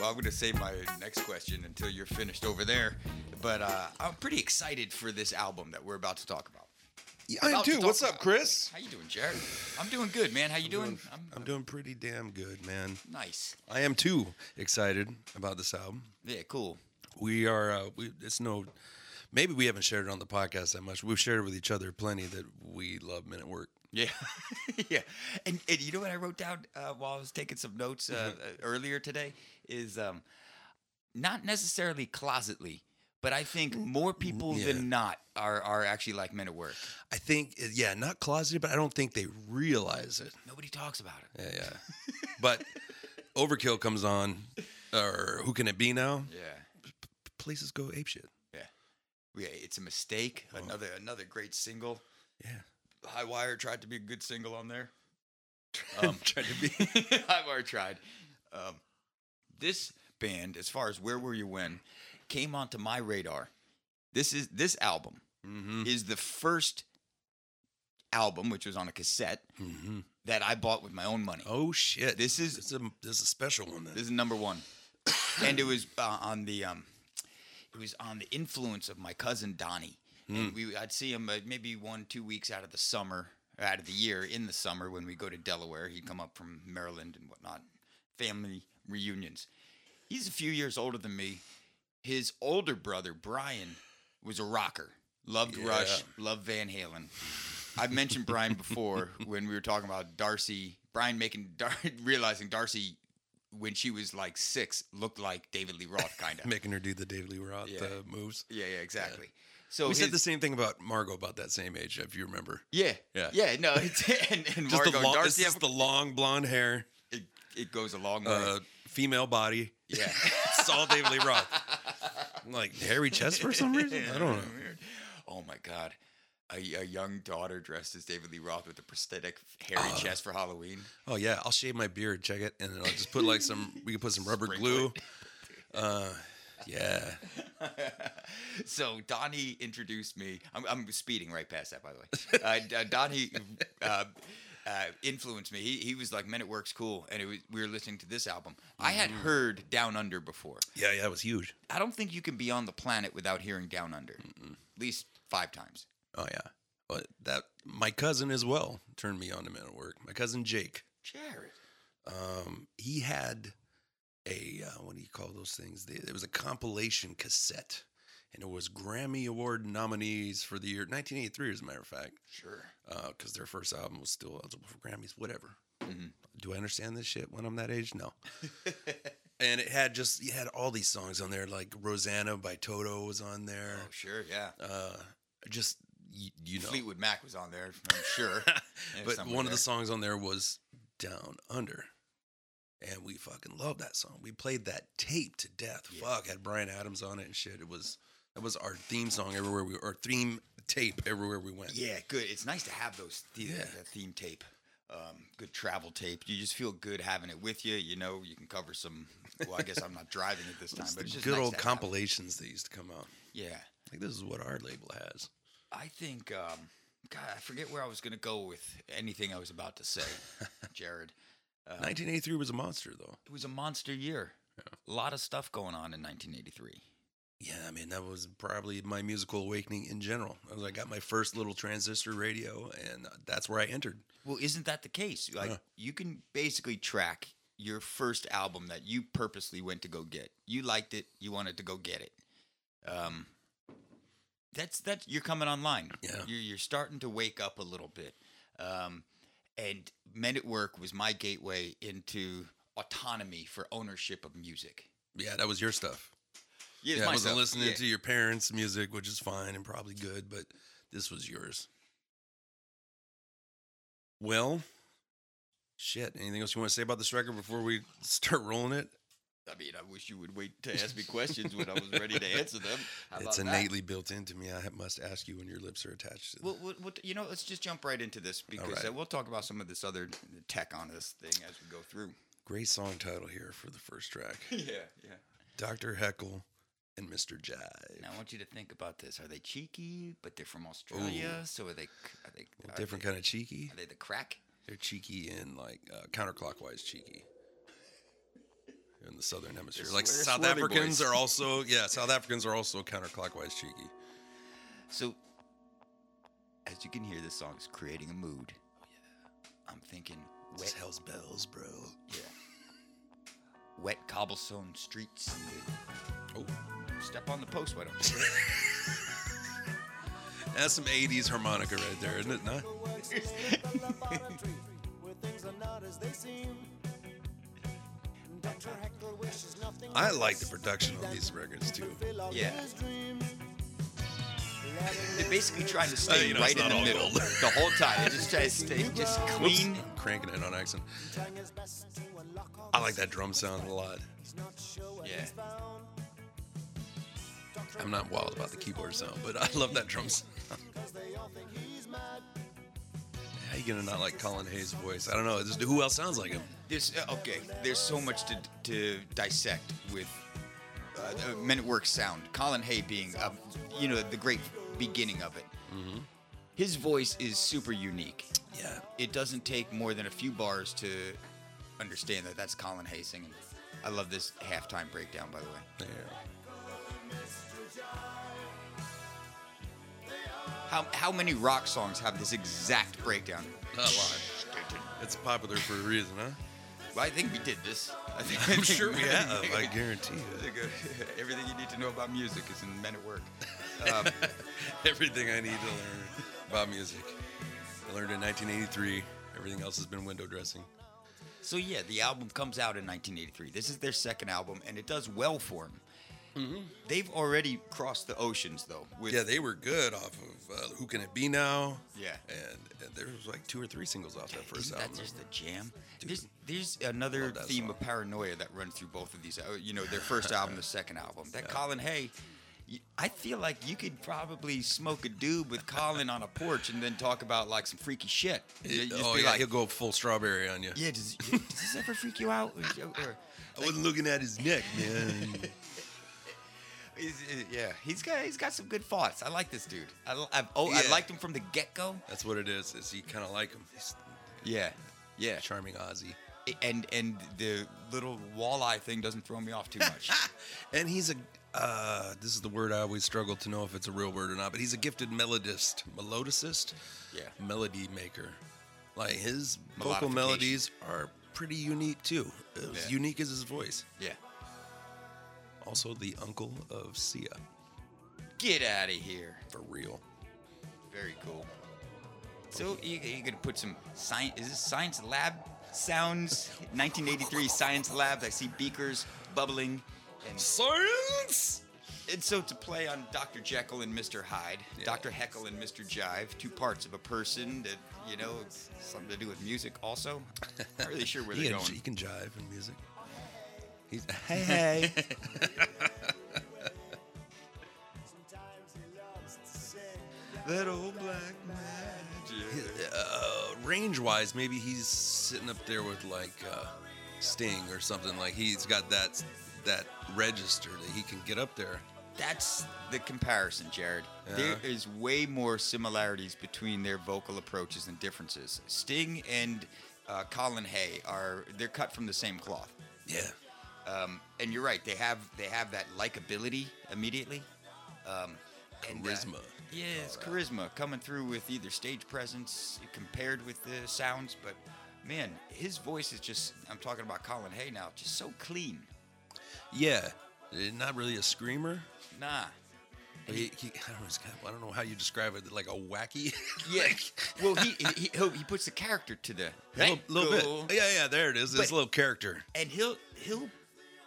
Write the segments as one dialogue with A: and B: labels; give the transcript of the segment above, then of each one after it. A: Well, I'm going to save my next question until you're finished over there. But uh, I'm pretty excited for this album that we're about to talk about.
B: Yeah, I am
A: About to
B: too.
A: talk
B: What's up,
A: about-
B: Chris?
A: How you doing, Jared? I'm doing good, man. How you doing?
B: I'm, doing pretty damn good, man.
A: nice.
B: I am too excited about this album.
A: Yeah, cool.
B: We are. Uh, we, it's no. Maybe we haven't shared it on the podcast that much. We've shared it with each other plenty that we love Men at Work.
A: Yeah, yeah. And, and you know what I wrote down uh, while I was taking some notes uh, uh, earlier today is um, not necessarily closetly, but I think more people
B: yeah.
A: than not are are actually like men at work.
B: I think, uh, yeah, not closeted, but I don't think they realize it.
A: Nobody talks about it.
B: Yeah, yeah. but Overkill comes on, or who can it be now?
A: Yeah,
B: Places go apeshit.
A: yeah, yeah. It's a mistake. Another another great single.
B: Yeah.
A: High Wire tried to be a good single on there.
B: Um, trying to be.
A: I've already tried. Um, this band, as far as where were you when, came onto my radar. This is this album
B: Mm-hmm.
A: is the first album, which was on a cassette
B: Mm-hmm.
A: that I bought with my own money.
B: Oh shit!
A: This is-
B: this is a, this is a special one. Then.
A: This is number one, and it was uh, on the um, it was on the influence of my cousin Donnie. And we, I'd see him uh, maybe one, two weeks out of the summer, out of the year in the summer when we go to Delaware. He'd come up from Maryland and whatnot, family reunions. He's a few years older than me. His older brother Brian was a rocker, loved Rush, loved Van Halen. I've mentioned Brian before when we were talking about Darcy. Brian making Dar- realizing Darcy when she was like six looked like David Lee Roth kind of.
B: making her do the David Lee Roth
A: Yeah.
B: uh, moves.
A: yeah, yeah, exactly. So
B: we said
A: his-
B: the same thing about Margot about that same age, if you remember.
A: Yeah,
B: Yeah.
A: yeah. No, it's, and,
B: Just
A: and Margot
B: the
A: and
B: long, it's
A: Darcy.
B: just
A: have-
B: the long blonde hair,
A: it, it goes a long way.
B: uh, female body.
A: yeah.
B: It's all David Lee Roth. like hairy chest for some reason. I don't know.
A: Weird. Oh my god. A, a young daughter dressed as David Lee Roth with a prosthetic hairy
B: Uh.
A: chest for Halloween.
B: Oh yeah, I'll shave my beard, check it, and then I'll just put like some. We can put some rubber glue. Uh, yeah.
A: So Donnie introduced me. I'm, I'm speeding right past that, by the way. Uh, D- uh, Donnie uh, uh, influenced me. He, he was like, "Men at Work's cool," and it was, we were listening to this album. I had
B: Mm-hmm.
A: heard Down Under before.
B: Yeah, yeah, it was huge.
A: I don't think you can be on the planet without hearing Down Under, at least five times.
B: Oh yeah. But that my cousin as well turned me on to Men at Work. My cousin Jake.
A: Jared,
B: Um, he had a uh, what do you call those things? They- It was a compilation cassette, and it was Grammy Award nominees for the year 1983, as a matter of fact,
A: sure.
B: because their first album was still eligible for Grammys. Whatever.
A: Mhm.
B: Do I understand this shit when I'm that age? No. and it had just it had all these songs on there, like Rosanna by Toto was on there.
A: Oh, sure. Yeah.
B: Uh, just you, you know,
A: Fleetwood Mac was on there, I'm sure. Yeah,
B: but
A: somewhere
B: one of
A: there.
B: the songs on there was Down Under. And we fucking love that song. We played that tape to death.
A: Yeah.
B: Fuck, had Brian Adams on it and shit. It was that was our theme song everywhere we our theme tape everywhere we went.
A: Yeah, good. It's nice to have those the-
B: Yeah.
A: that theme tape. Um, good travel tape. You just feel good having it with you. You know, you can cover some. Well, I guess I'm not driving at this time,
B: It's
A: but
B: the
A: it's just
B: good
A: nice
B: old
A: to have.
B: compilations that used to come out.
A: Yeah,
B: Like this is what our label has.
A: I think. Um, God, I forget where I was gonna go with anything I was about to say, Jared.
B: 1983 was a monster though.
A: It was a monster year. A lot of stuff going on in 1983.
B: Yeah, I mean that was probably my musical awakening in general. I was I got my first little transistor radio, and that's where I entered.
A: Well, isn't that the case? Like
B: Yeah.
A: you can basically track your first album that you purposely went to go get. You liked it, you wanted to go get it. Um that's that's you're coming online.
B: Yeah.
A: You're you're starting to wake up a little bit. Um and Men at Work was my gateway into autonomy for ownership of music.
B: Yeah, that was your stuff.
A: Yeah, it's
B: yeah, I
A: my
B: wasn't
A: stuff.
B: listening
A: Yeah.
B: to your parents' music, which is fine and probably good, but this was yours. Well, shit. Anything else you want to say about this record before we start rolling it?
A: I mean, I wish you would wait to ask me questions when I was ready to answer them. How
B: it's
A: about that?
B: innately built into me. I ha- must ask you when your lips are attached to them.
A: Well, what, what, you know, let's just jump right into this because
B: right.
A: uh, we'll talk about some of this other tech on this thing as we go through.
B: Great song title here for the first track
A: Yeah, yeah.
B: Dr. Heckle and Mr. Jive.
A: Now I want you to think about this: Are they cheeky? But they're from Australia, so are they? Are they
B: Well,
A: are
B: different
A: They,
B: kind of cheeky.
A: are they the crack?
B: They're cheeky and like uh, counterclockwise cheeky. in the southern hemisphere.
A: They're
B: Like
A: swe- they're
B: South
A: swarthy
B: Africans
A: boys.
B: are also yeah, South Africans are also counterclockwise cheeky.
A: So, as you can hear, this song is creating a mood.
B: Oh,
A: I'm thinking wet,
B: hell's bells, bro.
A: yeah, wet cobblestone streets. and
B: Oh,
A: the- Step on the post, why don't you?
B: that's some '80s harmonica right there, isn't it? Not? I like the production on these records too.
A: Yeah. They're basically trying to
B: Uh,
A: stay
B: you know, it's
A: right in
B: not
A: the
B: all
A: middle
B: gold.
A: the whole time. They just try to stay just
B: Whoops,
A: clean.
B: I'm cranking it on accent. I like that drum sound a lot.
A: Yeah.
B: I'm not wild about the keyboard sound, but I love that drum sound. How you gonna not like Colin Hayes' voice? I don't know. Just who else sounds like him?
A: There's uh, okay. There's so much to to dissect with uh, the Men at Work sound. Colin Hay being, uh, you know, the great beginning of it.
B: Mm-hmm.
A: His voice is super unique.
B: Yeah.
A: It doesn't take more than a few bars to understand that that's Colin Hay singing. I love this halftime breakdown, by the way.
B: Yeah.
A: How how many rock songs have this exact breakdown?
B: Not a lot. It's popular for a reason, huh?
A: Well, I think we did this. I think,
B: I'm sure we have.
A: I
B: I
A: think-
B: guarantee
A: I
B: you.
A: think, uh, everything you need to know about music is in Men at Work.
B: Everything I need to learn about music, I learned in 1983. Everything else has been window dressing.
A: So yeah, the album comes out in 1983. This is their second album, and it does well for them. They've already crossed the oceans, though. With,
B: Mm-hmm. Yeah, they were good off of uh, "Who Can It Be Now."
A: Yeah.
B: and, and there was like two or three singles off that first
A: Isn't
B: album.
A: that just a jam?
B: Dude,
A: There's, there's another
B: love that
A: theme
B: song.
A: of paranoia that runs through both of these. uh, You know, their first album, the second album. That Colin Hay, y- I feel like you could probably smoke a doob with Colin on a porch and then talk about like some freaky shit. You'd just
B: oh
A: be
B: yeah,
A: like,
B: he'll go full strawberry on you.
A: yeah, does, does this ever freak you out? Or- or-
B: I wasn't looking at his neck, man.
A: He's, uh, yeah, he's got he's got some good thoughts. I like this dude. I, l- I've, oh, I
B: Yeah.
A: liked him from the get go.
B: That's what it is. Is you kind of like him? He's
A: Yeah, yeah.
B: a charming Aussie,
A: And and the little walleye thing doesn't throw me off too much.
B: and he's a. Uh, this is the word I always struggle to know if it's a real word or not, but he's a gifted melodist, melodicist,
A: Yeah.
B: melody maker. Like his vocal
A: Melodification.
B: melodies are pretty unique too. As
A: Yeah.
B: unique as his voice.
A: yeah,
B: Also, the uncle of Sia,
A: get out of here.
B: for real.
A: Very cool. So you you gonna put some science? Is this science lab sounds? 1983 science labs. I see beakers bubbling, and
B: Science.
A: and so to play on Dr. Jekyll and Mr. Hyde,
B: Yeah.
A: Dr. Heckle and Mr. Jive, two parts of a person that you know it's something to do with music. Also, not really sure where
B: He
A: they're
B: can, he can
A: going.
B: jive in music. He's hey hey.
A: That old black magic.
B: uh, range wise, maybe he's sitting up there with like uh, Sting or something. Like he's got that that register that he can get up there.
A: That's the comparison, Jared. There
B: Yeah.
A: is way more similarities between their vocal approaches than differences. Sting and uh, Colin Hay are they're cut from the same cloth.
B: Yeah,
A: Um, and you're right; they have they have that likability immediately. Um, and, uh,
B: charisma.
A: yeah, it's charisma coming through with either stage presence compared with the sounds, but man, his voice is just—I'm talking about Colin Hay now—just so clean.
B: yeah, Eh, not really a screamer.
A: Nah.
B: But He, he, I, don't know, it's kind of- I don't know how you describe it. Like a wacky.
A: Yeah. well, he he, he he puts the character to the
B: little, little
A: Cool.
B: bit. Yeah, yeah. There it is. This
A: But-
B: little character.
A: and he'll he'll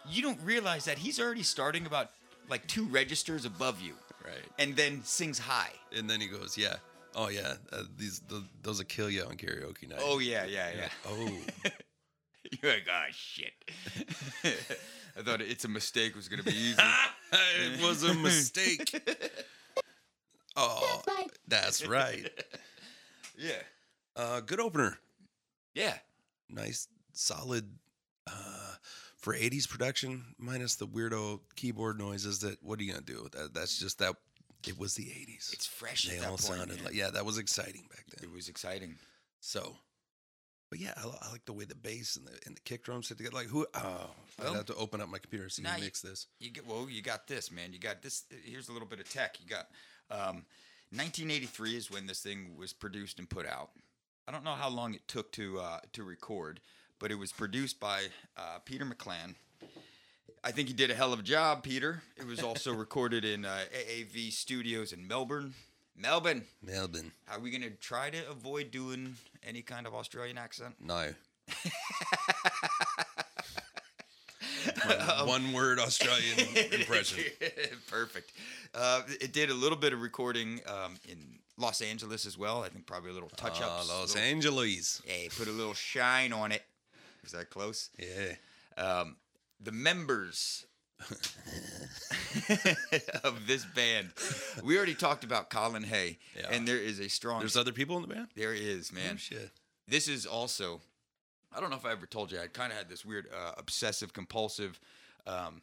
A: you don't realize that he's already starting about like two registers above you,
B: Right.
A: and then sings high.
B: And then he goes, yeah. Oh yeah, uh, these th those will kill you on karaoke night.
A: Oh yeah, yeah, yeah.
B: Like, oh,
A: You're like, oh shit. I thought it's a mistake was gonna be easy.
B: it was a mistake. oh, that's right.
A: yeah.
B: Uh, good opener.
A: Yeah.
B: Nice, solid uh, for 80s production, minus the weirdo keyboard noises. That what are you gonna do? That, that's just that. It was the 80s.
A: It's fresh
B: they
A: at that
B: all
A: point.
B: sounded like yeah. That was exciting back then.
A: it was exciting.
B: So But yeah, I, li- I like the way the bass and the and the kick drums sit together. Like who? Oh,
A: Well,
B: I'd have to open up my computer and see
A: now
B: who
A: you-
B: mixed this.
A: You get well. You got this, man. You got this. Here's a little bit of tech. You got um, 1983 is when this thing was produced and put out. I don't know how long it took to uh, to record, but it was produced by uh, Peter McClan. I think he did a hell of a job, Peter. It was also recorded in uh, AAV Studios in Melbourne. Melbourne.
B: Melbourne,
A: Are we gonna try to avoid doing any kind of Australian accent?
B: no. My one word Australian impression.
A: Perfect. Uh, it did a little bit of recording um, in Los Angeles as well. I think probably a little touch
B: Ah,
A: ups.
B: Los Angeles.
A: Hey, put a little shine on it. Is that close?
B: Yeah.
A: Um, the members of this band. We already talked about Colin Hay,
B: Yeah.
A: and there is a strong.
B: There's other people in the band.
A: there is
B: Oh,
A: man.
B: shit.
A: This is also. I don't know if I ever told you. I kind of had this weird uh, obsessive compulsive um,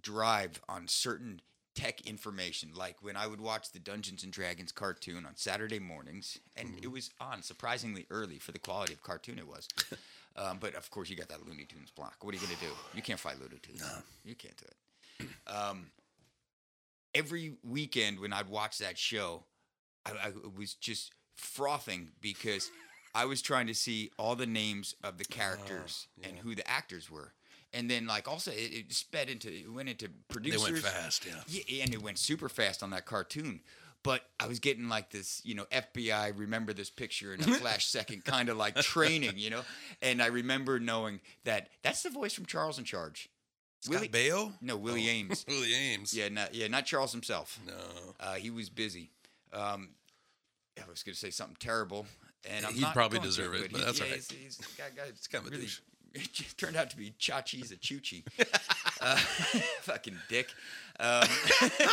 A: drive on certain tech information. Like when I would watch the Dungeons and Dragons cartoon on Saturday mornings, and it was on surprisingly early for the quality of cartoon it was. um, but of course, you got that Looney Tunes block. What are you gonna do? You can't fight Looney Tunes.
B: No.
A: You can't do it. Um, every weekend when I'd watch that show, I, I was just frothing because I was trying to see all the names of the characters
B: Oh,
A: and who the actors were. And then, like, also, it, it sped into, it went into
B: They
A: producers.
B: went fast. Yeah.
A: Yeah, and it went super fast on that cartoon. But I was getting like this, you know, FBI remember this picture in a flash second kind of like training, you know. And I remember knowing that that's the voice from Charles in Charge.
B: Scott
A: Willie-
B: Baio.
A: No, Willie
B: Oh.
A: Ames.
B: Willie Ames.
A: Yeah, not, yeah, not Charles himself.
B: No.
A: Uh, he was busy. Um, I was going to say something terrible, and I'm
B: He'd
A: not
B: probably
A: going to,
B: deserve it, but
A: he-
B: that's
A: yeah,
B: all right.
A: He's, he's, guy, guy, it's
B: kind of a
A: really,
B: douche.
A: it turned out to be Chachi's a Chuchi. uh, fucking dick. Um,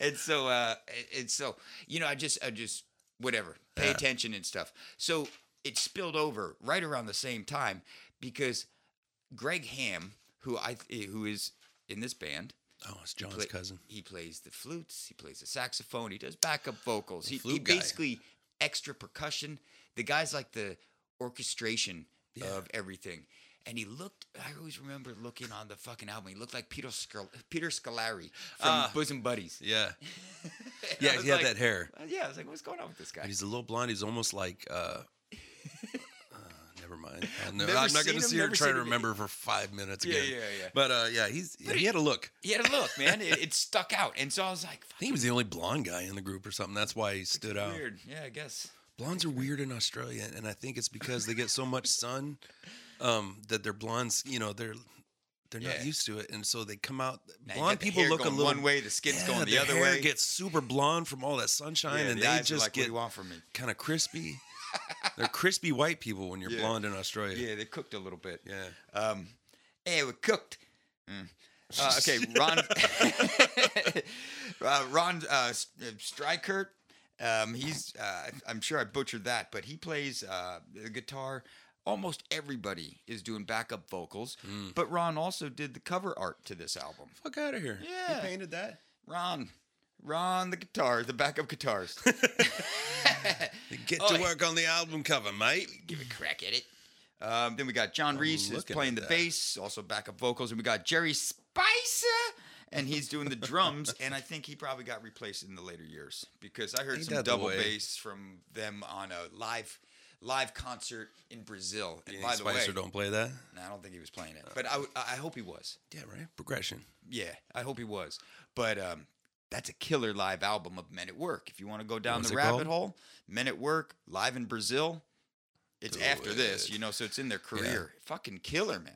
A: and so, uh, and so, you know, I just, I just, whatever, pay attention and stuff. So it spilled over right around the same time because Greg Ham, who I, who is in this band,
B: Oh, it's John's
A: play-
B: cousin.
A: He plays the flutes. He plays the saxophone. He does backup vocals. He, he
B: flute guy.
A: basically extra percussion. The guy's like the orchestration of everything. And he looked. I always remember looking on the fucking album. He looked like Peter Scal- Peter Scolari from
B: Ah.
A: Bosom Buddies.
B: Yeah.
A: And I
B: Yeah.
A: was
B: He had
A: like-
B: that hair.
A: uh, Yeah, I was like, what's going on with this guy?
B: He's a little blonde. He's almost like. uh uh, Never mind. I'll never,
A: Never
B: I'm not
A: seen
B: going to
A: him,
B: see her
A: never
B: try
A: seen
B: to
A: him.
B: remember for five minutes
A: Yeah,
B: again.
A: yeah, yeah.
B: But uh, yeah, he's he had a look.
A: He had a look, man. It, it stuck out, and so I was like,
B: I think he was the only blonde guy in the group or something. That's why he stood out.
A: weird. Yeah, I guess.
B: Blondes are weird in Australia, and I think it's because they get so much sun um, that their blondes, you know, they're they're
A: Yeah.
B: not used to it, and so they come out.
A: Now, you
B: blonde
A: got the
B: people
A: hair
B: look a
A: going
B: little
A: one way, the skin's
B: yeah,
A: going the
B: their
A: other
B: hair
A: way.
B: Gets super blonde from all that sunshine,
A: Yeah,
B: and
A: the
B: they
A: eyes are
B: just
A: like, what
B: get
A: do you want from me?
B: kind of crispy. they're crispy white people when you're
A: Yeah.
B: blonde in Australia.
A: Yeah, they cooked a little bit.
B: Yeah.
A: Um, hey, we cooked. Mm. Uh, okay, Ron. uh, Ron uh, S- uh, Strykert. Um, he's. Uh, I'm sure I butchered that, but he plays uh, the guitar. Almost everybody is doing backup vocals, but Ron also did the cover art to this album.
B: Fuck out of here.
A: Yeah.
B: He painted that.
A: Ron, Ron, the guitar, the backup guitars.
B: Get
A: Oh,
B: to
A: yeah.
B: work on the album cover, mate.
A: give a crack at it. Um, then we got John Reese is
B: looking
A: playing
B: at
A: the
B: that.
A: bass, also backup vocals, and we got Jerry Spicer, and he's doing the drums. and I think he probably got replaced in the later years because I heard
B: Ain't
A: some
B: that the
A: double
B: way?
A: bass from them on a live live concert in Brazil. And
B: You
A: by
B: think
A: the way,
B: Spicer don't play that.
A: Nah, I don't think he was playing it, but I, would- I I hope he was.
B: Yeah, right. Progression.
A: Yeah, I hope he was. But um, that's a killer live album of Men at Work. If you want to go down
B: What's
A: the
B: it called?
A: rabbit hole, Men at Work live in Brazil. It's
B: Do
A: after this,
B: it.
A: you know, so it's in their career. Fucking killer, man.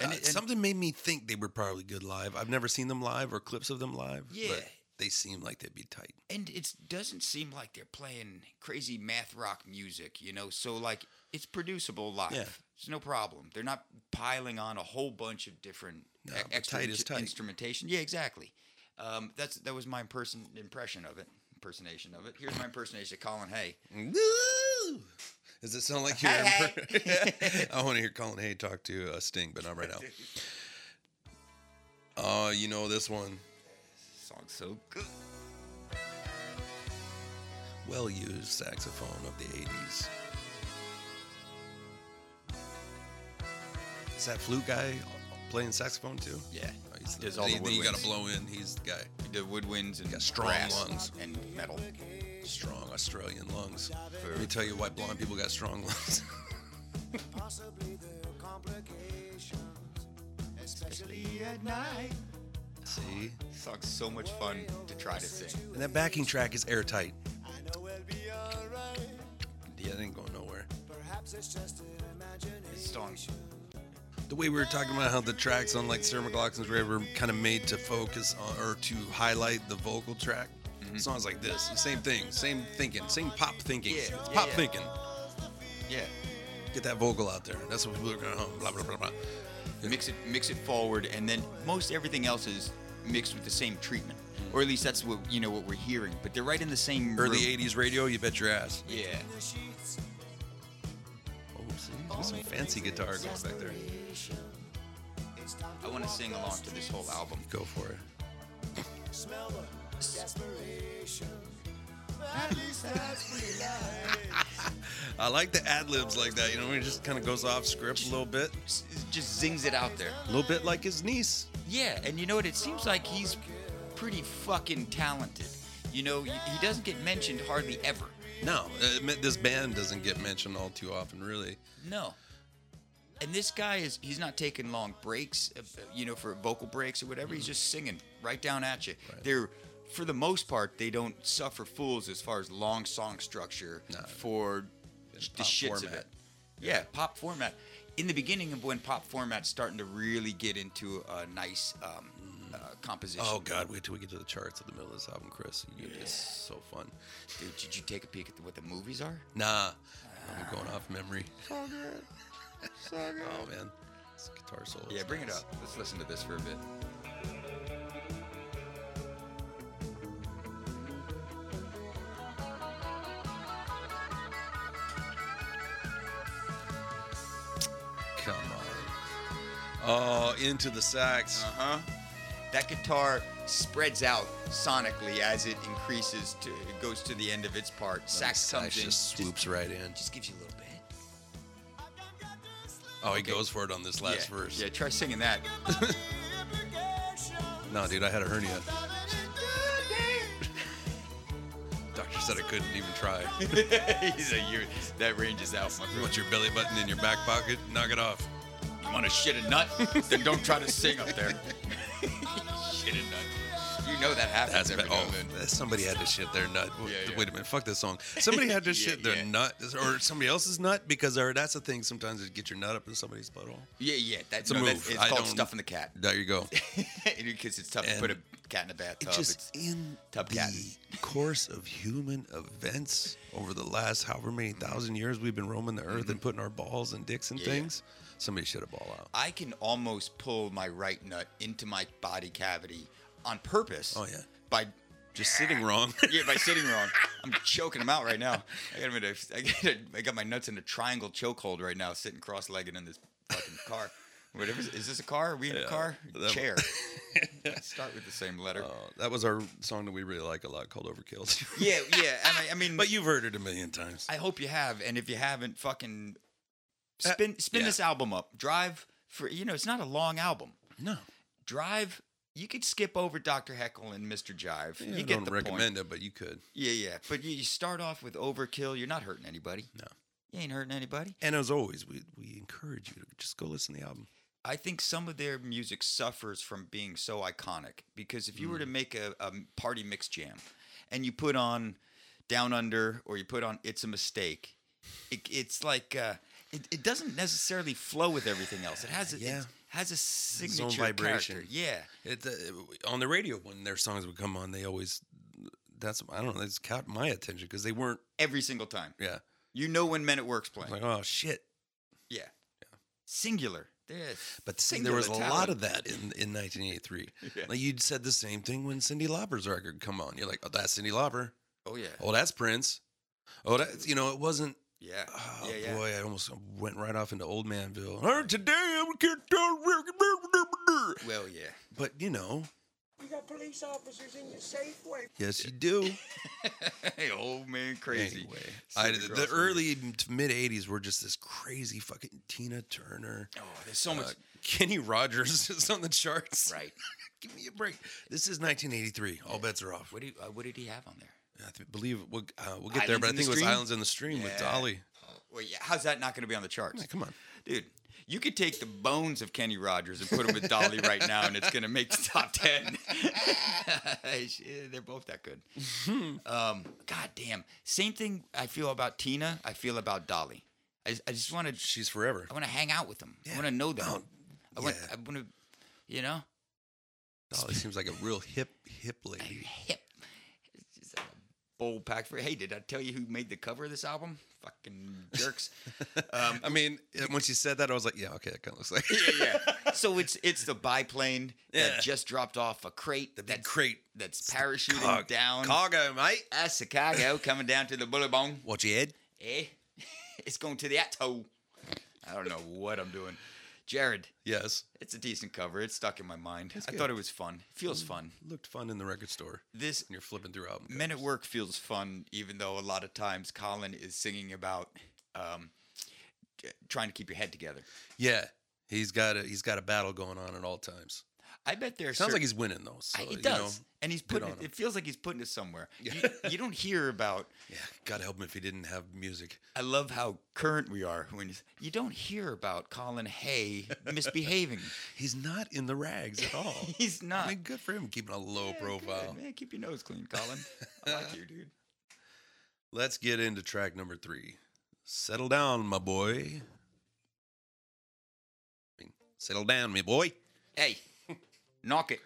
A: And
B: Uh,
A: it- and-
B: something made me think they were probably good live. I've never seen them live or clips of them live.
A: Yeah.
B: But they seem like they'd be tight.
A: And it doesn't seem like they're playing crazy math rock music, you know. So like, it's producible live.
B: Yeah.
A: It's no problem. They're not piling on a whole bunch of different
B: No,
A: e-
B: but
A: extra
B: tight is tight.
A: instrumentation. Yeah, exactly. Um, that's that was my person impression of it. Impersonation of it. Here's my impersonation of Colin Hay.
B: Woo! Does it sound like you're?
A: Hey,
B: I want to hear Colin Hay talk to uh, Sting, but not right now. Oh, you know this one.
A: song's so good.
B: Well used saxophone of the 80s. Is that flute guy playing saxophone too?
A: Yeah,
B: Oh, he's
A: Does all the
B: anything you got to
A: woodwinds.
B: blow in, he's the guy.
A: the woodwinds and
B: got strong
A: brass
B: lungs.
A: and metal.
B: Strong Australian lungs. Let me tell you why blonde people got strong lungs.
C: possibly the complications, especially at night.
B: See?
A: This song's so much fun to try to sing.
B: And that backing track is airtight.
C: I know we'll be alright.
B: Yeah, it ain't going nowhere.
C: Perhaps it's just an
A: This
C: imagination.
A: song,
B: The way we were talking about how the tracks on like Sarah McLaughlin's Rave were kind of made to focus on or to highlight the vocal track.
A: Mm-hmm.
B: Songs like this, the same thing, same thinking, same pop thinking.
A: Yeah,
B: it's
A: yeah,
B: pop
A: yeah.
B: thinking.
A: yeah,
B: Get that vocal out there. That's what we're gonna hum. Blah blah blah blah.
A: mix it, mix it forward, and then most everything else is mixed with the same treatment, or at least that's what you know what we're hearing. But they're right in the same
B: Early
A: room.
B: '80s radio, you bet your ass.
A: Yeah,
B: Oh, see, there's some fancy guitar going back there.
A: I want to sing along to this whole album.
B: Go for it.
C: Smell the desperation. At least that's pretty light.
B: I like the ad libs like that. You know, when it just kind of goes off script a little bit,
A: S- Just zings it out there.
B: a little bit like his niece.
A: Yeah, and you know what? It seems like he's pretty fucking talented. You know, y- he doesn't get mentioned hardly ever.
B: No, uh, me- this band doesn't get mentioned all too often, really.
A: No. And this guy is, he's not taking long breaks, uh, uh, you know, for vocal breaks or whatever. He's just singing Mm-hmm. right down at you. They're, for the most part, they don't suffer fools as far as long song structure
B: No.
A: for
B: In
A: the
B: pop
A: shits of
B: format.
A: it. Yeah, pop format. In the beginning of when pop format's starting to really get into a nice um, uh, composition.
B: Oh God, wait till we get to the charts at the middle of this album, Chris. You It's so fun.
A: Dude, did you take a peek at the, what the movies are?
B: Nah, I'm going off memory. So good, so good. Oh man, this guitar solo. is
A: Yeah, bring it
B: nice.
A: up. Let's listen to this for a bit.
B: Come on. Oh, into the sax.
A: Uh huh. That guitar spreads out sonically as it increases to it goes to the end of its part. Sax
B: Sax
A: comes in,
B: just swoops right in.
A: just gives you a little bit.
B: Oh, he
A: okay.
B: goes for it on this last
A: yeah.
B: verse.
A: Yeah, try singing that.
B: No, dude, I had a hernia. Doctor said I couldn't even try.
A: He's a you. That range is out, my
B: You
A: friend.
B: want your belly button in your back pocket? Knock it off.
A: You want to shit a nut? then don't try to sing up there. shit a nut. You know that happens
B: That's
A: every
B: bad.
A: now
B: Oh,
A: and then.
B: that- somebody had to shit their nut. Wait,
A: Yeah, yeah.
B: wait a minute, fuck this song. Somebody had to
A: Yeah,
B: shit their
A: yeah.
B: nut, or somebody else's nut, because or that's the thing. Sometimes you get your nut up in somebody's butthole.
A: Yeah, yeah.
B: It's
A: That's
B: a
A: no,
B: move.
A: That's, it's
B: I
A: called
B: don't-
A: stuffing the cat.
B: There you go.
A: Because it's tough to put a
B: And
A: cat in a bathtub.
B: It's
A: It's-
B: just in
A: tub
B: the
A: cat.
B: course of human events over the last however many thousand years we've been roaming the earth and putting our balls and dicks and
A: Yeah.
B: things. Somebody shit a ball out.
A: I can almost pull my right nut into my body cavity on purpose.
B: Oh, yeah.
A: By
B: Just sitting wrong.
A: yeah, by sitting wrong. I'm choking them out right now. I got, 'em in a, I, got a, I got my nuts in a triangle chokehold right now, sitting cross-legged in this fucking car. Whatever. Is this a car? Are we in a
B: Yeah,
A: car?
B: that-
A: Chair. Let's start with the same letter.
B: Uh, that was our song that we really like a lot called Overkill.
A: yeah, yeah. I, I mean,
B: but you've heard it a million times.
A: I hope you have, and if you haven't, fucking spin
B: Uh,
A: spin
B: yeah.
A: this album up. Drive for you know it's not a long album.
B: no.
A: Drive. You could skip over Dr. Heckle and Mr. Jive.
B: I
A: you get
B: don't
A: the
B: recommend
A: point.
B: it, but you could.
A: Yeah, yeah. But you, you start off with Overkill. You're not hurting anybody.
B: No.
A: You ain't hurting anybody.
B: And as always, we, we encourage you to just go listen to the album.
A: I think some of their music suffers from being so iconic because if you
B: Mm.
A: were to make a, a party mix jam and you put on Down Under or you put on It's a Mistake, it, it's like uh, it, it doesn't necessarily flow with everything else. It has a,
B: Yeah.
A: it has a
B: own
A: signature
B: vibration.
A: Character. Yeah,
B: It, uh, on the radio, when their songs would come on, they always, that's, I don't know, that's caught my attention because they weren't,
A: every single time.
B: yeah.
A: You know when Men at Work's
B: I
A: playing.
B: was like, oh, shit.
A: yeah. singular. They're
B: But see, there was a
A: singular
B: lot
A: talent.
B: of that in, in 1983.
A: Yeah.
B: Like you'd said the same thing when Cindy Lauper's record come on. You're like, oh, that's Cindy Lauper.
A: Oh yeah,
B: Oh, that's Prince. Oh, that's, you know, it wasn't,
A: yeah,
B: oh,
A: yeah, yeah.
B: boy, I almost went right off into Old Manville. Oh, today I'm a kid-
A: Well, yeah.
B: But, you know,
D: You got police officers in your Safeway.
B: Yes, you do.
A: hey, old man, crazy.
B: Anyway,
A: Sit
B: I,
A: across from
B: the
A: you.
B: early to mid 80s were just this crazy fucking Tina Turner.
A: Oh, there's so much.
B: uh, Kenny Rogers is on the charts.
A: right.
B: Give me a break. This is 1983. All bets are off.
A: What do you, uh, what did he have on there?
B: I th- believe we'll, uh, we'll get there, but
A: Islands
B: I
A: in the
B: think it was
A: Stream?
B: Islands in the Stream with
A: Yeah.
B: Dolly.
A: Well, yeah, how's that not going to be on the charts?
B: Yeah, come on.
A: Dude, you could take the bones of Kenny Rogers and put them with Dolly right now, and it's going to make the top 10. Shit, eh, They're both that good. Um, God damn. Same thing I feel about Tina, I feel about Dolly. I, I just want to
B: She's forever.
A: I want to hang out with them. I
B: Yeah.
A: want to know them.
B: Oh,
A: I want
B: yeah.
A: I want to you know,
B: Dolly seems like a real hip, hip lady.
A: hip. It's just a bold pack for Hey, did I tell you who made the cover of this album? Fucking jerks. um,
B: I mean, once you said that, I was like, yeah, okay, that kind of looks like
A: yeah, yeah. So it's it's the biplane
B: Yeah.
A: that just dropped off a crate
B: the big
A: that's
B: crate
A: that's parachuting
B: Cog-
A: down
B: Cargo, mate.
A: at Chicago, coming down to the Billabong.
B: Watch your head.
A: Eh? it's going to the atoll. I don't know what I'm doing, Jared.
B: Yes.
A: It's a decent cover. It's stuck in my mind. I
B: good. Mm.
A: thought it was fun. It feels fun.
B: Looked fun in the record store.
A: This
B: And you're flipping through album.
A: Men at Work feels fun, even though a lot of times Colin is singing about um, t- trying to keep your head together.
B: Yeah, he's got a he's got a battle going on at all times.
A: I bet there's
B: Sounds like he's winning though. So,
A: I-
B: you
A: it
B: know,
A: does, and he's putting.
B: on
A: It,
B: him.
A: it feels like he's putting it somewhere.
B: Yeah.
A: You, you don't hear about.
B: yeah, God help him if he didn't have music.
A: I love how current we are. When he's- you don't hear about Colin Hay misbehaving,
B: He's not in the rags at all.
A: he's not.
B: I mean, good for him keeping a Oh, low
A: Yeah, good,
B: profile.
A: man, keep your nose clean, Colin. I like you, dude.
B: Let's get into track number three. Settle down, my boy. Settle down, me boy.
A: Hey, knock it.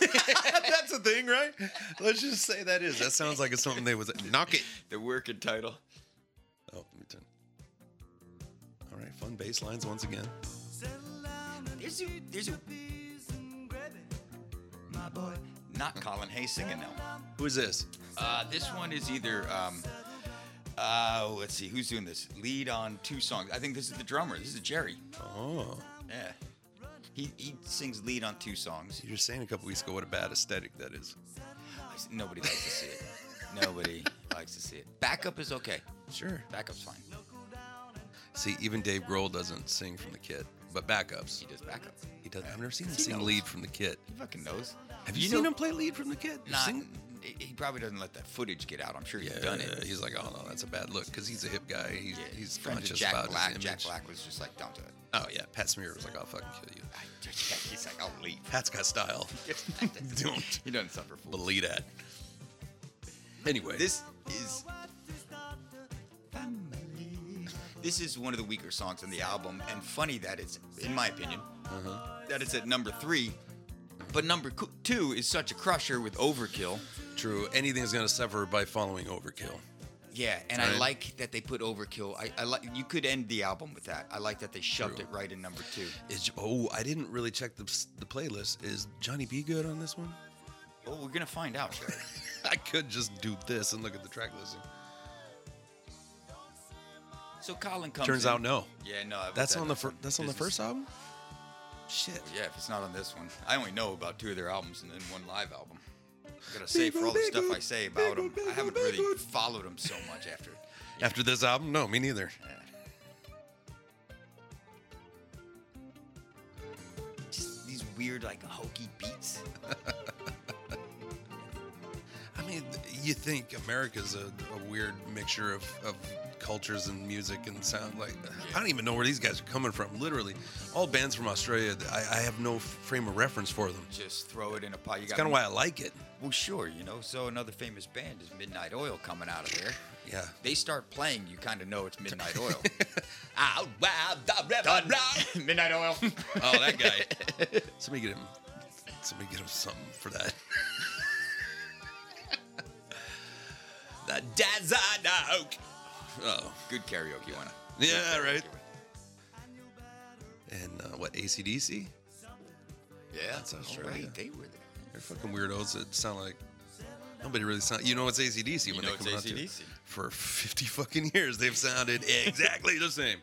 B: That's a thing, right? Let's just say that is. That sounds like it's something they was knock it.
A: The working title.
B: Oh, let me turn. All right, fun bass lines once again.
A: There's a, there's a, my boy. Not Colin Hay singing now.
B: Who is this?
A: Uh, this one is either. Um, uh, let's see who's doing this. Lead on two songs. I think this is the drummer. This is Jerry.
B: Oh,
A: Yeah. He, he sings lead on two songs.
B: you were saying a couple weeks ago what a bad aesthetic that is.
A: Nobody likes to see it. Nobody likes to see it. Backup is okay.
B: Sure.
A: Backup's fine.
B: See, even Dave Grohl doesn't sing from the kit, but backups.
A: He does backup.
B: He does. I've never seen him sing lead from the kit.
A: He fucking knows.
B: Have you, seen him play lead from the kit?
A: Nah,
B: Sing-
A: he- he probably doesn't let that footage get out. I'm sure he's
B: Yeah,
A: done it.
B: He's like, oh no, that's a bad look because he's a hip guy. He's,
A: Yeah,
B: he's
A: friends
B: conscious
A: with Jack
B: about
A: Black.
B: his
A: Jack
B: image.
A: Black was just like, don't do it.
B: Oh yeah, Pat Smear was like, I'll fucking kill you.
A: I- he's like, I'll leave.
B: Pat's got style. Don't
A: He doesn't suffer fools.
B: believe that. Anyway,
A: This is. This is one of the weaker songs on the album, and funny that it's, in my opinion,
B: Uh-huh.
A: that it's at number three. But number co- two is such a crusher with Overkill.
B: true. Anything's gonna suffer by following Overkill.
A: Yeah, and I
B: Right.
A: like that they put Overkill. I, I like you could end the album with that. I like that they shoved
B: True.
A: it right in number two.
B: Is oh, I didn't really check the the playlist. Is Johnny B good on this one?
A: Oh, we're gonna find out. Jared.
B: I could just do this and look at the track listing.
A: so Colin comes.
B: Turns
A: in.
B: out no.
A: Yeah, no. I-
B: That's
A: that-
B: on the fir- that's on the
A: this is- Oh,
B: first album. Shit.
A: Yeah, if it's not on this one, I only know about two of their albums and then one live album. I gotta say, for all the stuff I say about them, I haven't really followed them so much after.
B: After this album, no, me neither.
A: Just these weird, like hokey beats.
B: I mean, th- you think America's a, a weird mixture of, of cultures and music and sound. Like, I don't even know where these guys are coming from. Literally, all bands from Australia, th- I, I have no f- frame of reference for them.
A: Just throw it in a pot. You
B: It's
A: got
B: kind of why I like it.
A: Well, sure, you know. So another famous band is Midnight Oil coming out of there.
B: Yeah.
A: They start playing, you kind of know it's Midnight Oil. Out wild, the river runs. Midnight Oil.
B: Oh, that guy. somebody get him. Somebody get him something for that. the Desert Oak. Oh,
A: Good karaoke one.
B: yeah, right. And uh, what ACDC?
A: Yeah,
B: That's
A: all
B: Australia.
A: right, They were there.
B: They're fucking weirdos that sound like nobody really sound. You know it's ACDC when
A: know
B: they
A: it's
B: come out to it.
A: AC/DC.
B: for fifty fucking years. They've sounded exactly the same.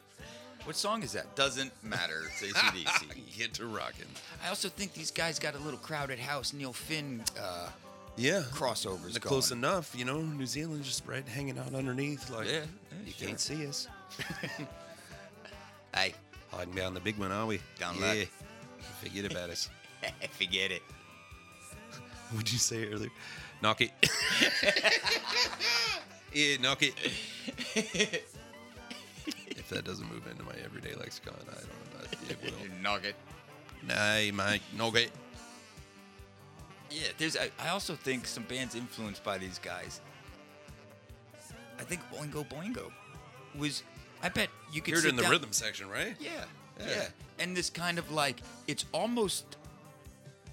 A: What song is that? Doesn't matter. It's ACDC.
B: Get to rocking.
A: I also think these guys got a little crowded house Neil Finn uh,
B: Yeah.
A: crossovers
B: They're
A: going.
B: close enough, you know. New Zealand just right hanging out underneath, like
A: Yeah, yeah,
B: you
A: sure.
B: can't see us.
A: Hey,
B: Hiding behind the big one, are we?
A: Down
B: yeah.
A: luck.
B: Forget about us.
A: forget it.
B: What'd you say earlier? Knock it. yeah, knock it. if that doesn't move into my everyday lexicon, I don't know. if It will.
A: Nugget.
B: Nay, mate, knock it.
A: Yeah, there's. I, I also think some bands influenced by these guys. I think Boingo Boingo was. I bet you could
B: Heard it
A: sit
B: in the
A: down-
B: rhythm section, right?
A: Yeah, yeah,
B: Yeah.
A: And this kind of like it's almost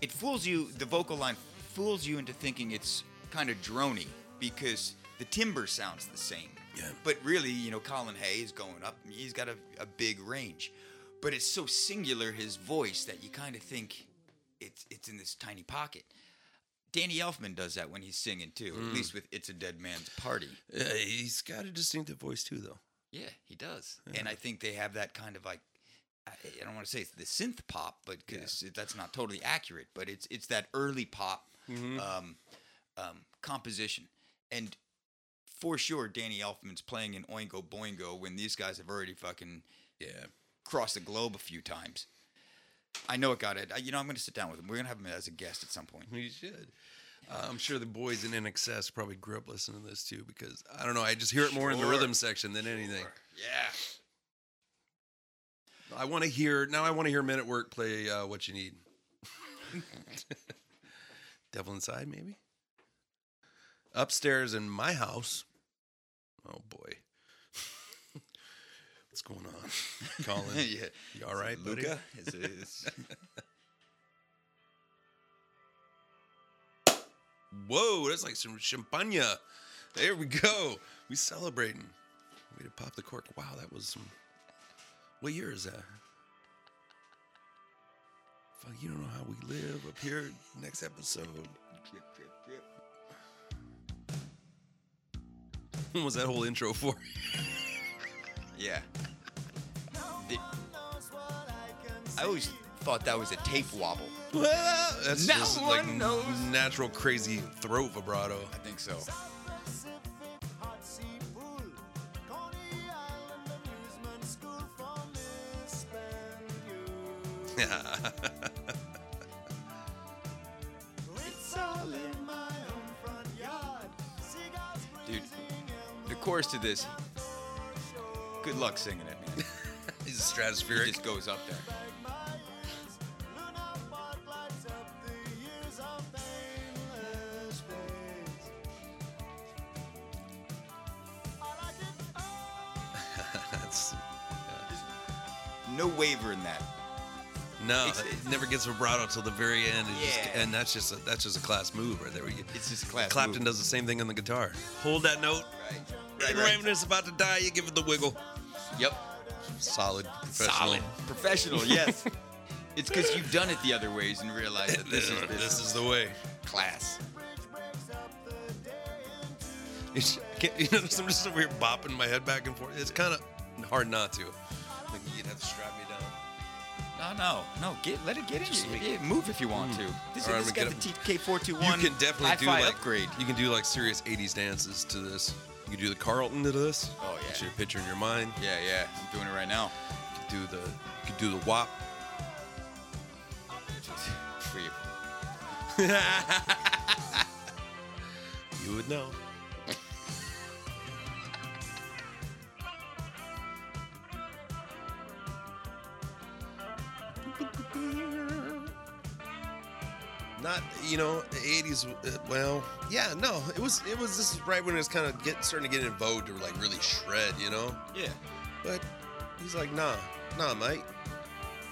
A: it fools you. The vocal line fools you into thinking it's kind of drony because the timbre sounds the same.
B: Yeah.
A: But really, you know, Colin Hay is going up. and He's got a, a big range, but it's so singular his voice that you kind of think it's it's in this tiny pocket. Danny Elfman does that when he's singing too,
B: Mm.
A: at least with "It's a Dead Man's Party."
B: Uh, he's got a distinctive voice too, though.
A: Yeah, he does. And I think they have that kind of like I I don't want to say it's the synth pop, but because that's not totally accurate, but it's it's that early pop um, um, composition. And for sure, Danny Elfman's playing in Oingo Boingo when these guys have already fucking
B: Yeah.
A: crossed the globe a few times. I know it got it. I, you know, I'm going to sit down with him. We're going to have him as a guest at some point.
B: We should. Uh, I'm sure the boys in NXS probably grew up listening to this too, because I don't know. I just hear it more in the
A: Sure.
B: rhythm section than anything.
A: Yeah.
B: I want to hear now. I want to hear Men at Work play uh, "What You Need." Devil Inside, maybe. Upstairs in my house. Oh boy, what's going on, Colin?
A: yeah.
B: You all right, buddy?
A: Luca is, is
B: Whoa, that's like some champagne. There we go. We celebrating. Way to pop the cork. Wow, that was some. What year is that? Fuck, you don't know how we live up here. Next episode. What was that whole intro for?
A: Yeah. The- I always thought that was a tape wobble.
B: That's
A: No
B: just
A: one
B: like n-
A: knows.
B: natural crazy throat vibrato.
A: I think so.
C: Hot sea pool, Coney Island amusement school for Miss Youth. It's all in my own front yard. Seagulls
A: Dude,
C: breezing in
A: the chorus to this. Good luck singing it, man.
B: He's a
A: It
B: stratospheric.
A: just goes up there.
C: my ears. Luna Park lights up the years of painless days. I like it all.
B: That's-
A: No waver in that.
B: no,
A: It's-
B: it never gets vibrato till the very end. It just-
A: Yeah.
B: and that's just a, that's just a class move right there. You-
A: It's just a class.
B: Clapton
A: move.
B: does the same thing on the guitar. Hold that note.
A: Right.
B: And
A: Right,
B: Raymond is about to die. You give it the wiggle.
A: right. Yep.
B: Solid. Professional.
A: Professional, yes. it's because you've done it the other ways and realized that this is this,
B: this
A: is
B: is the way.
A: class.
B: It's- I can't- you know, I'm just over here bopping my head back and forth. It's kind of hard not to. Like you'd have to strap me down.
A: No, no, no. Get let it get
B: Just
A: in
B: make- Hmm.
A: you. Yeah, move if you want to. This,
B: All right,
A: this
B: we
A: got the
B: get
A: TK four two
B: You
A: one.
B: can definitely do like
A: upgrade.
B: You can do like serious '80s dances to this. You can do the Carlton to this.
A: Oh, yeah.
B: Get you a picture in your mind.
A: Yeah, yeah. I'm doing it right now.
B: You can do the. You can do the WAP.
A: For you.
B: You would know. Not, you know, the '80s. uh, Well, yeah, no, it was, it was. This is right when it was kind of get starting to get in vogue to like really shred, you know.
A: Yeah.
B: But he's like, nah, nah, mate,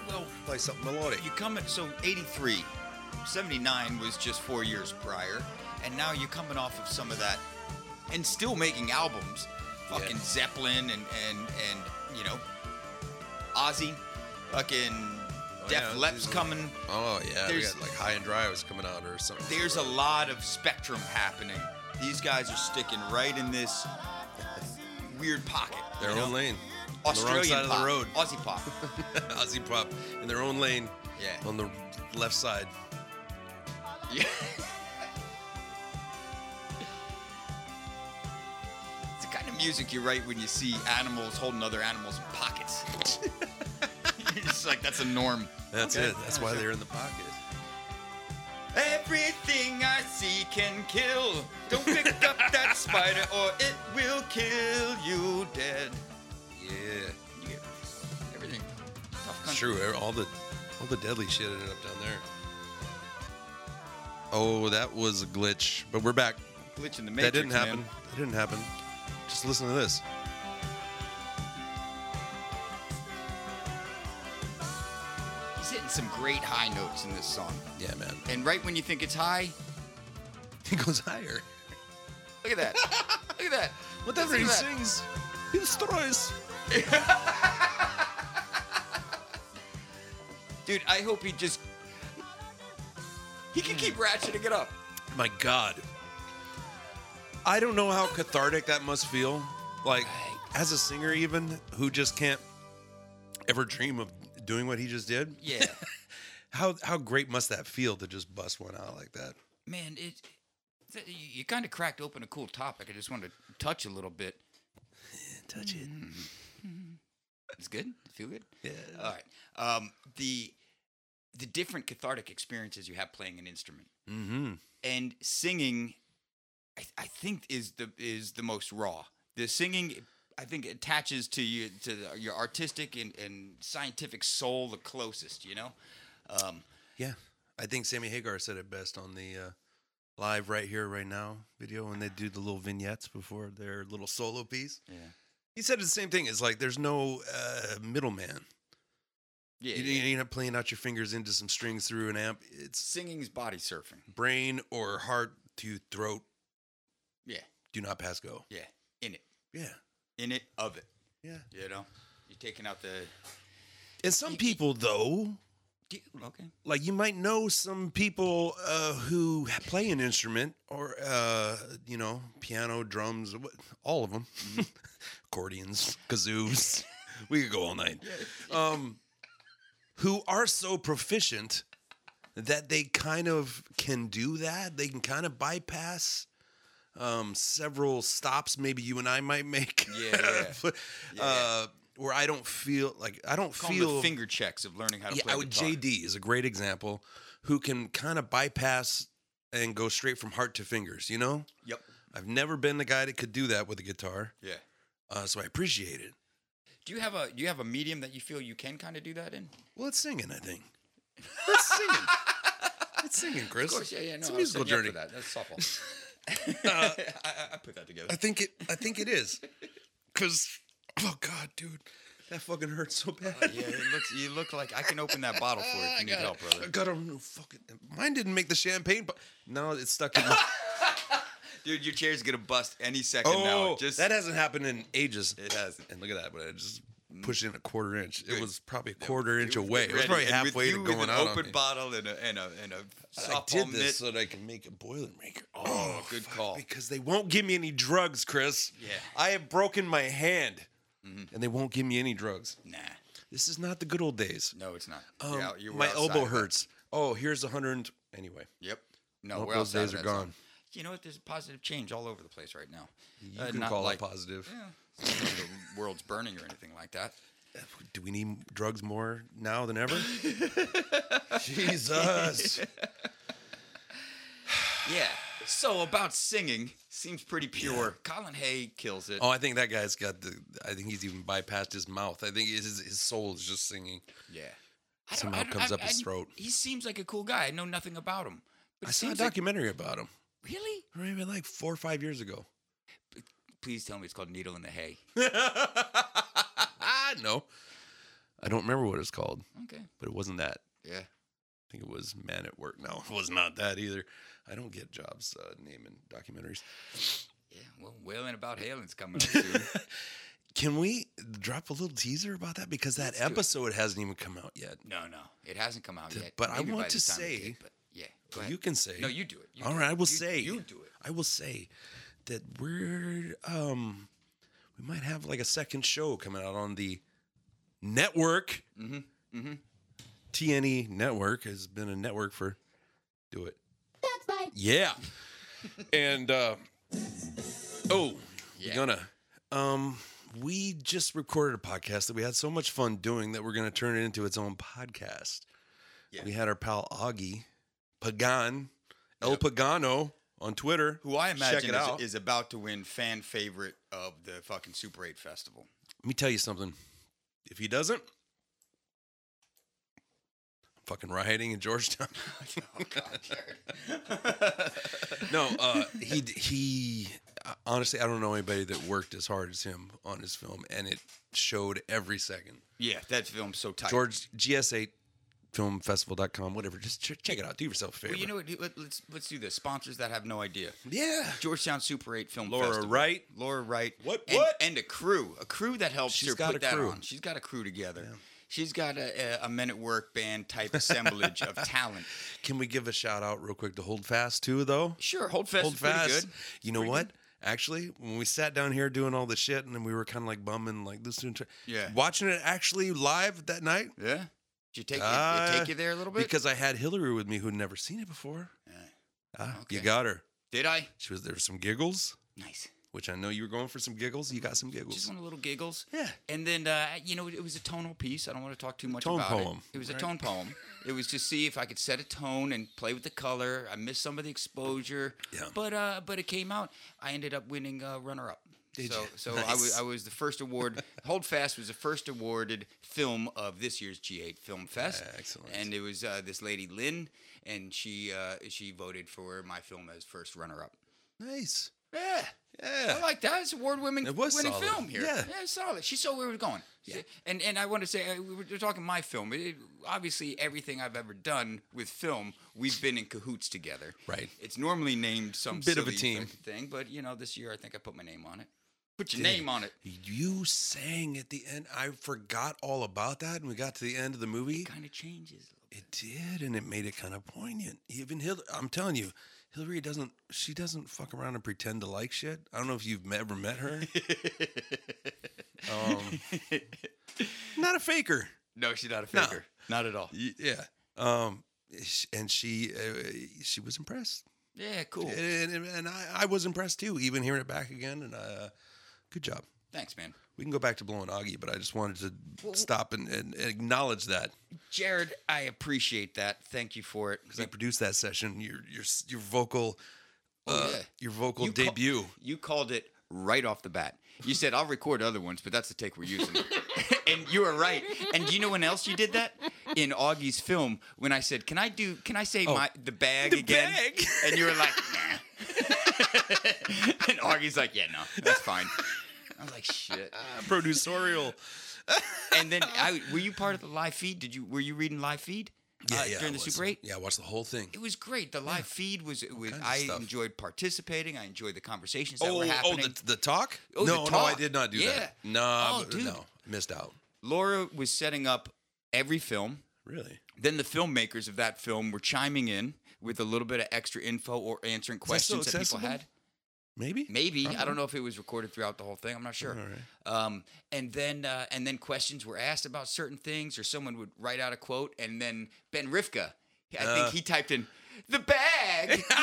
A: Well,
B: play something melodic.
A: you come at so 83, 79 was just four years prior, and now you're coming off of some of that, and still making albums,
B: Yeah.
A: fucking Zeppelin and and and you know, Ozzy, fucking Def
B: yeah,
A: Lepp's
B: these are-
A: coming.
B: Oh yeah, we
A: There's-
B: got like High and Dry was coming out or something.
A: There's a lot of spectrum happening. These guys are sticking right in this weird pocket.
B: their
A: you
B: own
A: know?
B: lane. on the wrong
A: Australian
B: side of
A: pop,
B: the road.
A: Aussie pop.
B: Aussie pop in their own lane
A: Yeah.
B: on the left side.
A: Yeah. it's the kind of music you write when you see animals holding other animals in pockets. You're just like, that's a norm.
B: That's
A: Okay.
B: it. That's why they're in the pocket.
A: Everything I see can kill. Don't pick up that spider or it will kill you dead.
B: Yeah.
A: You get everything. Tough
B: It's
A: country.
B: true. eh, All the all the deadly shit ended up down there. Oh, that was a glitch. But we're back.
A: Glitch in the matrix.
B: that didn't happen.
A: man.
B: That didn't happen. Just listen to this.
A: He's hitting some great high notes in this song.
B: Yeah, man.
A: And right when you think it's high,
B: He goes higher.
A: look at that. look at that.
B: Whatever he
A: Listen to that.
B: sings, he destroys.
A: Dude, I hope he just. He can keep ratcheting it up.
B: My God. I don't know how cathartic that must feel. Like, as a singer, even who just can't ever dream of doing what he just did.
A: Yeah.
B: How how great must that feel to just bust one out like that?
A: Man, it. th- You you kind of cracked open a cool topic. I just wanted to touch a little bit.
B: Touch it.
A: It's good. Feel good.
B: Yeah.
A: All right. Um, the the different cathartic experiences you have playing an instrument
B: Mm-hmm.
A: and singing, I, I think is the is the most raw. The singing, I think, attaches to you to the, your artistic and, and scientific soul the closest. You know. Um,
B: Yeah. I think Sammy Hagar said it best on the uh, live right here, right now video when they do the little vignettes before their little solo piece.
A: yeah.
B: He said the same thing. It's like there's no uh, middleman.
A: Yeah.
B: You, you're not playing out your fingers into some strings through an amp. It's
A: Singing's body surfing.
B: brain or heart to throat.
A: Yeah.
B: Do not pass go.
A: Yeah. In it.
B: Yeah.
A: In it. Of it.
B: Yeah.
A: You know. You're taking out the.
B: And some people, though,
A: Dude, okay.
B: like you might know some people uh, who play an instrument or, uh, you know, piano, drums, wh- all of them,
A: Mm-hmm.
B: accordions, kazoos. we could go all night. Um, who are so proficient that they kind of can do that. They can kind of bypass um, several stops maybe you and I might make.
A: Yeah, yeah.
B: uh,
A: yeah.
B: Where I don't feel like I don't
A: Call 'em
B: feel
A: the finger checks of learning how to
B: yeah,
A: play
B: I would,
A: guitar.
B: JD is a great example who can kind of bypass and go straight from heart to fingers, you know?
A: Yep.
B: I've never been the guy that could do that with a guitar,
A: Yeah.
B: uh, so I appreciate it.
A: Do you have a do you have a medium that you feel you can kind of do that in?
B: Well, it's singing, I think. It's singing. it's singing, Chris.
A: Of course, yeah, yeah. No,
B: it's a
A: I was
B: musical
A: setting
B: journey.
A: you up for that. That's softball. Uh, I, I- I put that together.
B: I think it. I think it is. Cause, oh God, dude, that fucking hurts so bad.
A: Uh, yeah, it looks. You look like I can open that bottle for you if you need help,
B: I
A: brother.
B: got a new fucking. Mine didn't make the champagne, but no, it's stuck in my.
A: Dude, your chair's gonna bust any second
B: Oh,
A: now. Just
B: that hasn't happened in ages.
A: It hasn't.
B: And look at that, but I just
A: Mm.
B: pushed in a quarter inch. It
A: Good.
B: was probably a quarter inch
A: Dude,
B: away. It was probably
A: ready. And with
B: halfway
A: you
B: to
A: with
B: going
A: an
B: out.
A: Open
B: on me.
A: bottle and a and a and a
B: I
A: softball
B: did this
A: mitt.
B: so that I can make a boilermaker.
A: Oh, good call.
B: Because they won't give me any drugs, Chris.
A: Yeah. Mm-hmm.
B: I have broken my hand, and they won't give me any drugs.
A: Nah,
B: This is not the good old days.
A: no, it's not.
B: Um,
A: Yeah, you were
B: my
A: outside
B: elbow
A: of that.
B: hurts. Oh, here's a hundred. and- Anyway,
A: Yep. No,
B: Nope,
A: we're
B: those
A: outside
B: days
A: of
B: are
A: that zone.
B: gone.
A: You know what? There's positive change all over the place right now.
B: you
A: Uh,
B: can
A: not
B: call
A: like,
B: it positive.
A: Yeah, it's not like the world's burning or anything like that.
B: Do we need drugs more now than ever? Jesus.
A: Yeah. So about singing, seems pretty pure. Colin Hay kills it.
B: Oh, I think that guy's got the. I think he's even bypassed his mouth. I think his his soul is just singing.
A: Yeah. I don't-
B: Somehow
A: I don't-
B: comes
A: I-
B: up his
A: I-
B: throat.
A: He seems like a cool guy. I know nothing about him.
B: I
A: But it
B: saw a
A: seems like-
B: documentary about him,
A: really?
B: maybe like four or five years ago.
A: Please tell me it's called Needle in the Hay.
B: no, I don't remember what it's called,
A: Okay.
B: but it wasn't that.
A: Yeah.
B: I think it was Man at Work. No, it was not that either. I don't get jobs uh, naming documentaries.
A: Yeah. Well, wailing about Halen's coming up soon.
B: Can we drop a little teaser about that because that
A: Let's do it.
B: episode hasn't even come out yet?
A: no, no, it hasn't come out
B: The-
A: yet.
B: but I
A: Maybe
B: want
A: by
B: to
A: the time it
B: say-
A: did, but yeah. Go ahead.
B: You can say.
A: No, you do it. You
B: All
A: do
B: right,
A: it.
B: I will
A: You-
B: say.
A: You do it.
B: I will say that we're um we might have like a second show coming out on the network. Mm-hmm. TNE Network has been a network for do it.
E: That's my
B: Yeah. and uh oh, you're
A: Yeah.
B: gonna um we just recorded a podcast that we had so much fun doing that we're gonna turn it into its own podcast.
A: Yeah.
B: We had our pal Augie Pagan El Pagano on Twitter.
A: Who I
B: Check
A: imagine
B: it out.
A: is, is about to win fan favorite of the fucking Super 8 festival.
B: Let me tell you something. If he doesn't, I'm fucking rioting in Georgetown.
A: Oh,
B: no, uh, he he. Honestly, I don't know anybody that worked as hard as him on his film, and it showed every second.
A: Yeah, that film's so tight.
B: George GS8 filmfestival.com whatever just ch- check it out do yourself a favor
A: Well, you know what? dude? Let, let's let's do this. Sponsors that have no idea.
B: yeah
A: Georgetown Super 8 Film
B: Laura
A: Festival.
B: Wright.
A: Laura Wright.
B: What-
A: And,
B: what?
A: And a crew. A crew that helps
B: She's
A: her
B: got
A: put
B: a
A: that
B: crew.
A: on. She's got a crew together. She's got a, a, a men at work band type assemblage of talent.
B: can we give a shout out real quick to hold fast too though
A: Sure, Hold Fest
B: hold
A: is pretty
B: fast.
A: good.
B: You know what? Actually, when we sat down here doing all the shit, and then we were kind of like bumming, like this doing.
A: Yeah.
B: Watching it actually live that night.
A: Yeah. Did you take, you,
B: uh,
A: take you there a little bit?
B: Because I had Hillary with me who'd never seen it before. Ah, You
A: Okay.
B: got her.
A: Did I?
B: She was there. were Some giggles,
A: Nice.
B: which I know you were going for some giggles. You got some giggles.
A: Just one little giggles.
B: Yeah.
A: And then, uh, you know, it was a tonal piece. I don't want to talk too much
B: Tone
A: about
B: poem,
A: it. It was a
B: right?
A: tone poem. It was to see if I could set a tone and play with the color. I missed some of the exposure.
B: Yeah.
A: But uh, but it came out. I ended up winning uh, runner up.
B: Did
A: so
B: you?
A: so I,
B: Nice.
A: was, I was the first award. Hold Fast was the first awarded film of this year's G8 Film Fest.
B: Excellent.
A: And it was uh, this lady Lynn, and she uh, she voted for my film as first runner up.
B: nice.
A: Yeah.
B: Yeah.
A: I like that. It's award winning
B: It was
A: winning
B: solid.
A: film here.
B: Yeah.
A: yeah, it's solid. She saw where we were going. Yeah. And and I want to say uh, we were talking my film. It, obviously, everything I've ever done with film, we've been in cahoots together.
B: Right.
A: It's normally named some
B: Bit of a
A: silly
B: team.
A: fucking thing, but you know, this year I think I put my name on it. Put your name on it.
B: You sang at the end. I forgot all about that, and we got to the end of the movie.
A: Kind of changes.
B: It did, and it made it kind of poignant. Even Hillary, I'm telling you, Hillary doesn't. She doesn't fuck around and pretend to like shit. I don't know if you've ever met her. um, not a faker.
A: No, she's not a
B: No.
A: faker. Not at all.
B: Y- Yeah. Um, sh- and she uh, she was impressed,
A: Yeah, cool.
B: and, and, and I, I was impressed too. Even hearing it back again, and uh, good job.
A: Thanks, man.
B: We can go back to blowing Augie, but I just wanted to stop and, and acknowledge that
A: Jared, I appreciate that. Thank you for it.
B: because I produced that session. Your your s- your vocal, uh,
A: Oh, yeah.
B: your vocal
A: You ca-
B: debut.
A: you called it right off the bat. You said I'll record other ones, but that's the take we're using. and you were right. And do you know when else you did that? In Augie's film, when I said, "Can I do? Can I say my the bag again?"
B: Oh. bag.
A: And you were like, "Nah." and Augie's like, "Yeah, no, that's fine." I was like, "Shit."
B: producerial.
A: And then, I, were you part of the live feed? Did you were you reading live feed uh, during the Super Eight?
B: Yeah, I watched the whole thing.
A: It was great. The live feed was. It was
B: kinds of
A: I
B: stuff.
A: enjoyed participating. I enjoyed the conversations that
B: Oh,
A: were
B: oh,
A: happening.
B: the, the talk?
A: Oh, the
B: no, no, I
A: talk.
B: did not do that.
A: Yeah.
B: No,
A: Oh,
B: I-
A: dude.
B: no, missed out.
A: Laura was setting up every film.
B: Really?
A: Then the filmmakers of that film were chiming in with a little bit of extra info or answering
B: that still
A: questions that, people
B: accessible? Uh-huh.
A: had.
B: Maybe.
A: Maybe I don't know if it was recorded throughout the whole thing. I'm not sure. Um, and then uh, and then questions were asked about certain things, or someone would write out a quote, and then Ben Rifka, I
B: Uh.
A: think he typed in the bag.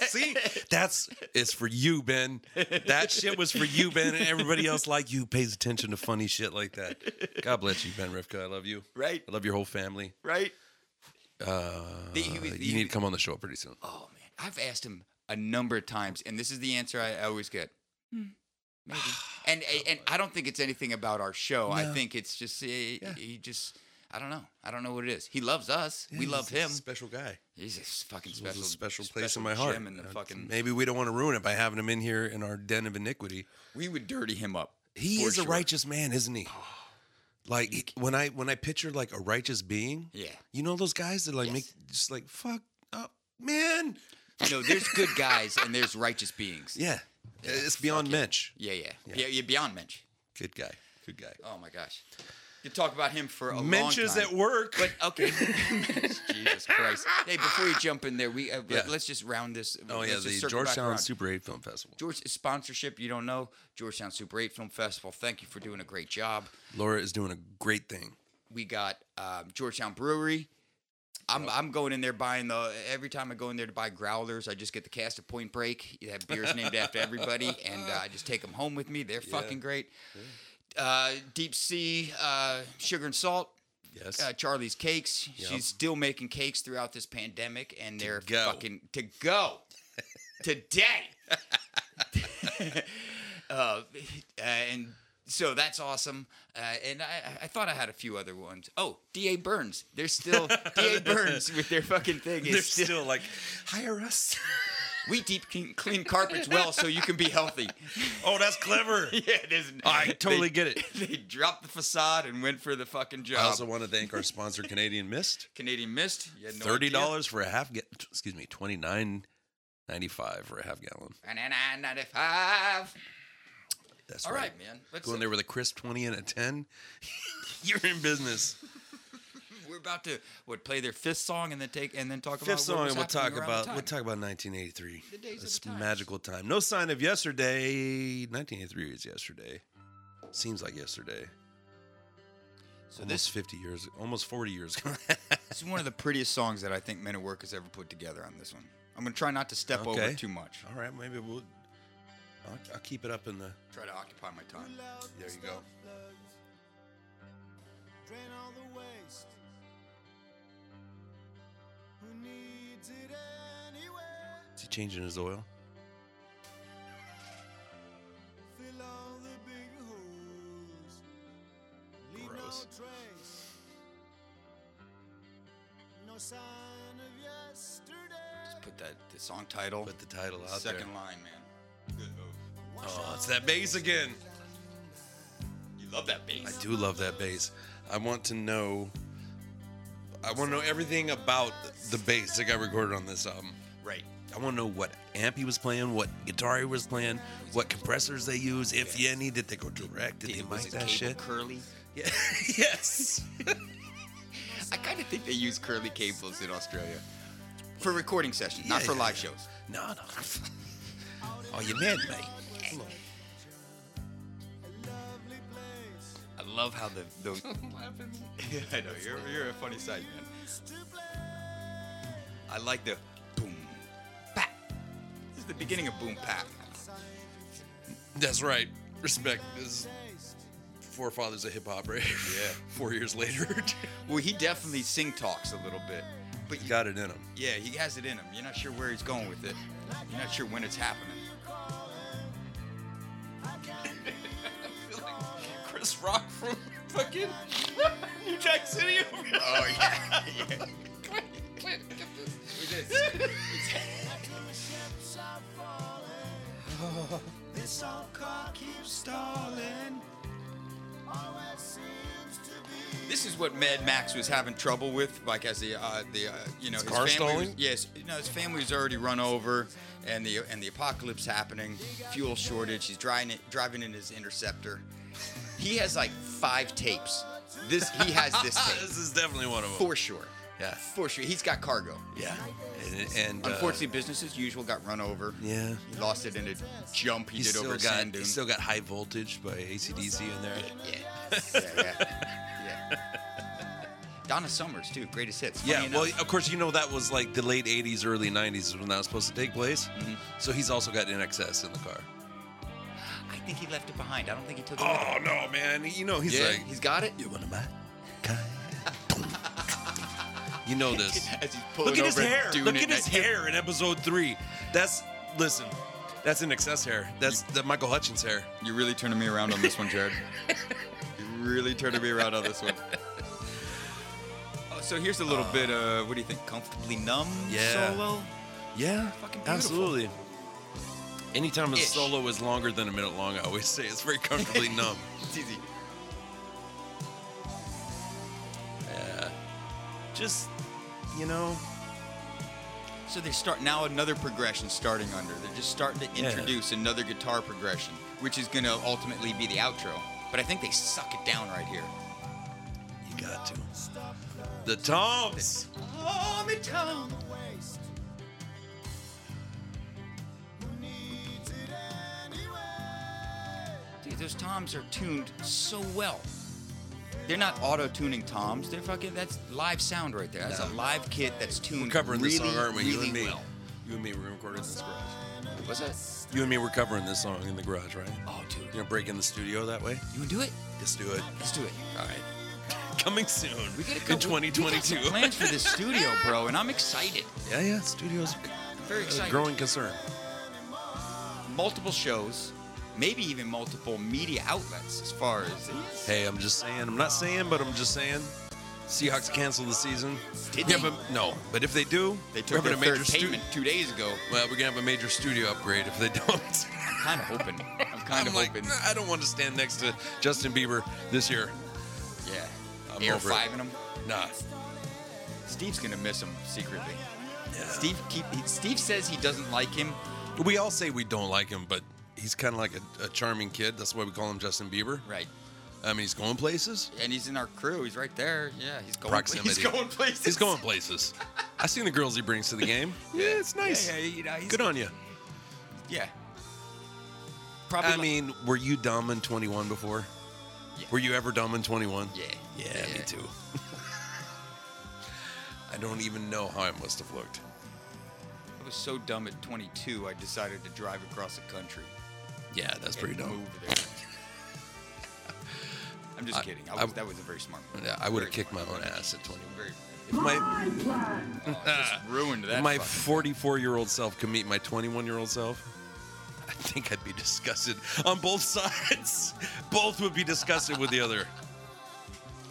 B: See, that's it's for you, Ben. That shit was for you, Ben, and everybody else like you pays attention to funny shit like that. God bless you, Ben Rifka. I love you.
A: Right.
B: I love your whole family.
A: right?
B: Uh,
A: The- he was-
B: you
A: he
B: need to
A: was-
B: come on the show pretty soon.
A: Oh man, I've asked him a number of times, and this is the answer I, I always get. Hmm, maybe. and and I don't think it's anything about our show. I
B: Oh, No.
A: think it's just he, he just I don't know. I don't know what it is. He loves us. we
B: Yeah,
A: love
B: he's a
A: him.
B: Special guy.
A: He's a fucking
B: Special,
A: special,
B: a special place in my heart.
A: gem in the
B: Uh,
A: fucking-
B: Maybe we don't want to ruin it by having him in here in our den of iniquity.
A: we would dirty him up.
B: He
A: for
B: is a
A: sure.
B: righteous man, isn't he? Ah, Like it- when I when I picture like a righteous being,
A: Yeah.
B: you know those guys that like
A: Yes.
B: make just like fuck up, man.
A: No, there's good guys and there's righteous beings.
B: Yeah, it's beyond mensch.
A: Yeah, yeah, yeah, yeah. Beyond mensch.
B: Good guy, good guy.
A: Oh my gosh. You talk about him for a
B: Mentions
A: long
B: at
A: time.
B: work.
A: But okay, Jesus Christ! Hey, before you jump in there, we uh,
B: Yeah.
A: let's just round this.
B: oh yeah,
A: let's just
B: the
A: circle back
B: Georgetown
A: around.
B: Super Eight Film Festival.
A: George sponsorship. You don't know Georgetown Super Eight Film Festival. Thank you for doing a great job.
B: Laura is doing a great thing.
A: We got um, Georgetown Brewery. I'm, I'm going in there buying the every time I go in there to buy growlers, I just get the cast of Point Break. That beer's named after everybody, and uh, I just take them home with me. They're fucking great. Uh, deep sea uh, sugar and salt.
B: Yes.
A: Uh, Charlie's Cakes. She's still making cakes throughout this pandemic, and they're
B: go.
A: fucking to go today. uh, and so that's awesome. Uh, and I, I thought I had a few other ones. Oh, D.A. Burns. They're still D.A. Burns with their fucking thing.
B: They're
A: Is still,
B: still like hire us.
A: we deep clean, clean carpets well so you can be healthy.
B: oh, that's clever.
A: yeah, there's.
B: I totally
A: they,
B: get it.
A: They dropped the facade and went for the fucking job.
B: I also want to thank our sponsor, Canadian Mist.
A: Canadian Mist. You had no
B: Thirty
A: idea.
B: dollars for a half. Ga- excuse me, twenty nine ninety five for a half gallon.
A: $99.95.
B: That's
A: All
B: right.
A: right, man. Let's
B: Go in there with a crisp twenty and a ten. You're in business.
A: We're about to what play their fifth song and then take and then talk about
B: Fifth song, and
A: What was
B: we'll talk
A: happening around
B: about
A: the
B: we'll
A: time.
B: talk about 1983.
A: The days of
B: this
A: the times.
B: magical time. No sign of yesterday. 1983 is yesterday. Seems like yesterday.
A: So
B: Almost
A: this,
B: 50 years, almost 40 years. ago.
A: this is one of the prettiest songs that I think Men at Work has ever put together on this one. I'm gonna try not to step over
B: Okay.
A: it too much.
B: All right, maybe we'll. I'll, I'll keep it up in the.
A: Try to occupy my time.
B: There you go.
C: Drain all the waste. Who needs it anyway?
B: Is he changing his oil?
C: Fill all the big holes. Leave
B: Gross.
C: no trace. No sign of yesterday.
A: Put that the song title,
B: Put the title out
A: second
B: there.
A: line, man. Good hope.
B: Oh, it's that bass again.
A: You love that
B: I
A: bass.
B: do love that bass. I want to know. I want to know everything about the bass that got recorded on this album.
A: Right.
B: I want to know what amp he was playing, what guitar he was playing, what compressors they use. If yeah, any, did they go direct? Did they
A: It was
B: mic
A: a
B: that
A: cable
B: shit?
A: curly.
B: Yeah. yes.
A: I kind of think they use curly cables in Australia for recording sessions, not
B: Yeah,
A: for
B: yeah,
A: live
B: yeah.
A: shows.
B: No, no. Are Oh, you mad, mate? Hold on.
C: Lovely place
A: I love how the, the I know you're, you're a funny sight, man.
C: to play.
A: I like the boom, pat. This is the beginning of boom, pat.
B: That's right. Respect is forefathers of hip hop, right? Yeah. Four years later,
A: Well, he definitely sing talks a little bit, but
B: he
A: you,
B: got it in him.
A: yeah, he has it in him. You're not sure where he's going with it. You're not sure when it's happening.
B: Chris Rock from fucking New Jack City.
A: Oh yeah.
C: Ships are falling. this old car keeps stalling. Always seems to be.
A: This is what Mad Max was having trouble with, like as the uh, the uh, you know his
B: car
A: family.
B: stalling?
A: Was, yes, you know his family was already run over, and the and the apocalypse happening, fuel shortage. He's driving it, driving in his interceptor. He has like five tapes. This he has this tape
B: Ah, this is definitely one of them.
A: for sure.
B: Yeah.
A: For sure, he's got cargo.
B: Yeah. And, and, uh,
A: Unfortunately, business as usual got run over.
B: yeah.
A: He lost it in a jump he
B: He's
A: did
B: still
A: over a
B: got
A: sand dune.
B: he's still got high voltage by ACDC in there.
A: yeah. yeah, yeah, yeah. Donna Summers too, greatest hits. Funny
B: Yeah, well,
A: enough.
B: of course you know that was like the late '80s, early '90s is when that was supposed to take place. So he's also got in excess in the car.
A: I think he left it behind. I don't think he took it. with him.
B: Oh no, man! You know he's
A: yeah,
B: like,
A: he's got it.
B: you one of my kind. you know this.
A: As he's pulling
B: Look at his
A: over
B: hair.
A: doing
B: Look
A: it
B: at his
A: next-
B: hair in episode three. That's listen. That's in excess hair. That's the Michael Hutchins hair.
A: You're really turning me around on this one, Jared. You're really turning me around on this one. Oh, so here's a little bit. Uh, what do you think? Comfortably numb
B: Yeah.
A: solo.
B: Yeah,
A: Fucking beautiful.
B: absolutely. Anytime a
A: Ish.
B: solo is longer than a minute long, I always say it's very comfortably numb.
A: It's easy.
B: Just, you know,
A: So they start now another progression starting under. They're just starting to
B: Yeah.
A: introduce another guitar progression, which is going to ultimately be the outro. But I think they suck it down right here.
B: got to. The Toms.
A: Tommy Tom. Dude, those toms are tuned so well. They're not auto-tuning toms. They're fucking. That's live sound right there. That's a live kit that's tuned.
B: We're covering
A: really,
B: this song, aren't we?
A: Really
B: you and me.
A: Well.
B: You and me. We're recording this garage.
A: What's that?
B: You and me. We're covering this song in the garage, right?
A: Oh, dude.
B: You're gonna break in the studio that way?
A: You wanna do it?
B: Let's do it.
A: Let's do it.
B: All right. Coming soon.
A: We got a
B: in
A: couple- we got some
B: 2022.
A: plans for this studio, bro, and I'm excited.
B: yeah, yeah. Studios.
A: Very
B: A
A: excited.
B: growing concern.
A: multiple shows, maybe even multiple media outlets as far as
B: Hey, I'm just saying. I'm not saying, but I'm just saying. Seahawks canceled the season.
A: Did
B: yeah,
A: they?
B: but no. But if they do,
A: they
B: we're
A: took
B: having
A: their
B: a
A: third
B: major stu-
A: payment two days ago.
B: Well, we're gonna have a major studio upgrade if they don't.
A: I'm kind of hoping. I'm kind
B: I'm
A: of
B: like,
A: hoping.
B: "Nah, I don't want to stand next to Justin Bieber this year.
A: Yeah.
B: I'm
A: Air
B: over it.
A: five in them.
B: Nah.
A: Steve's gonna miss him secretly.
B: Yeah.
A: Steve keep he, Steve says he doesn't like him.
B: We all say we don't like him, but he's kind of like a, a charming kid. That's why we call him Justin Bieber.
A: Right.
B: I mean, he's going places.
A: And he's in our crew. He's right there. Yeah. He's going.
B: Proximity.
A: He's going places.
B: He's going places. I seen the girls he brings to the game. yeah, it's nice.
A: Yeah. yeah, you know, he's,
B: Good on you.
A: Yeah. Probably.
B: I
A: li-
B: mean, were you dumb in 21 before?
A: Yeah.
B: Were you ever dumb in 21?
A: Yeah.
B: Yeah, me too. I don't even know how I must have looked.
A: I was so dumb at 22. I decided to drive across the country.
B: Yeah, that's pretty
A: and
B: dumb.
A: move there. I'm just
B: I-
A: kidding. I
B: I-
A: was, that was a very smart move.
B: Yeah, I would have
A: Very
B: kicked my own ass at 21.
A: smart. Very,
B: My
A: oh, I just ruined that.
B: my
A: fucking-
B: 44 year old self could meet my 21 year old self. I think I'd be disgusted on both sides. both would be disgusted with the other.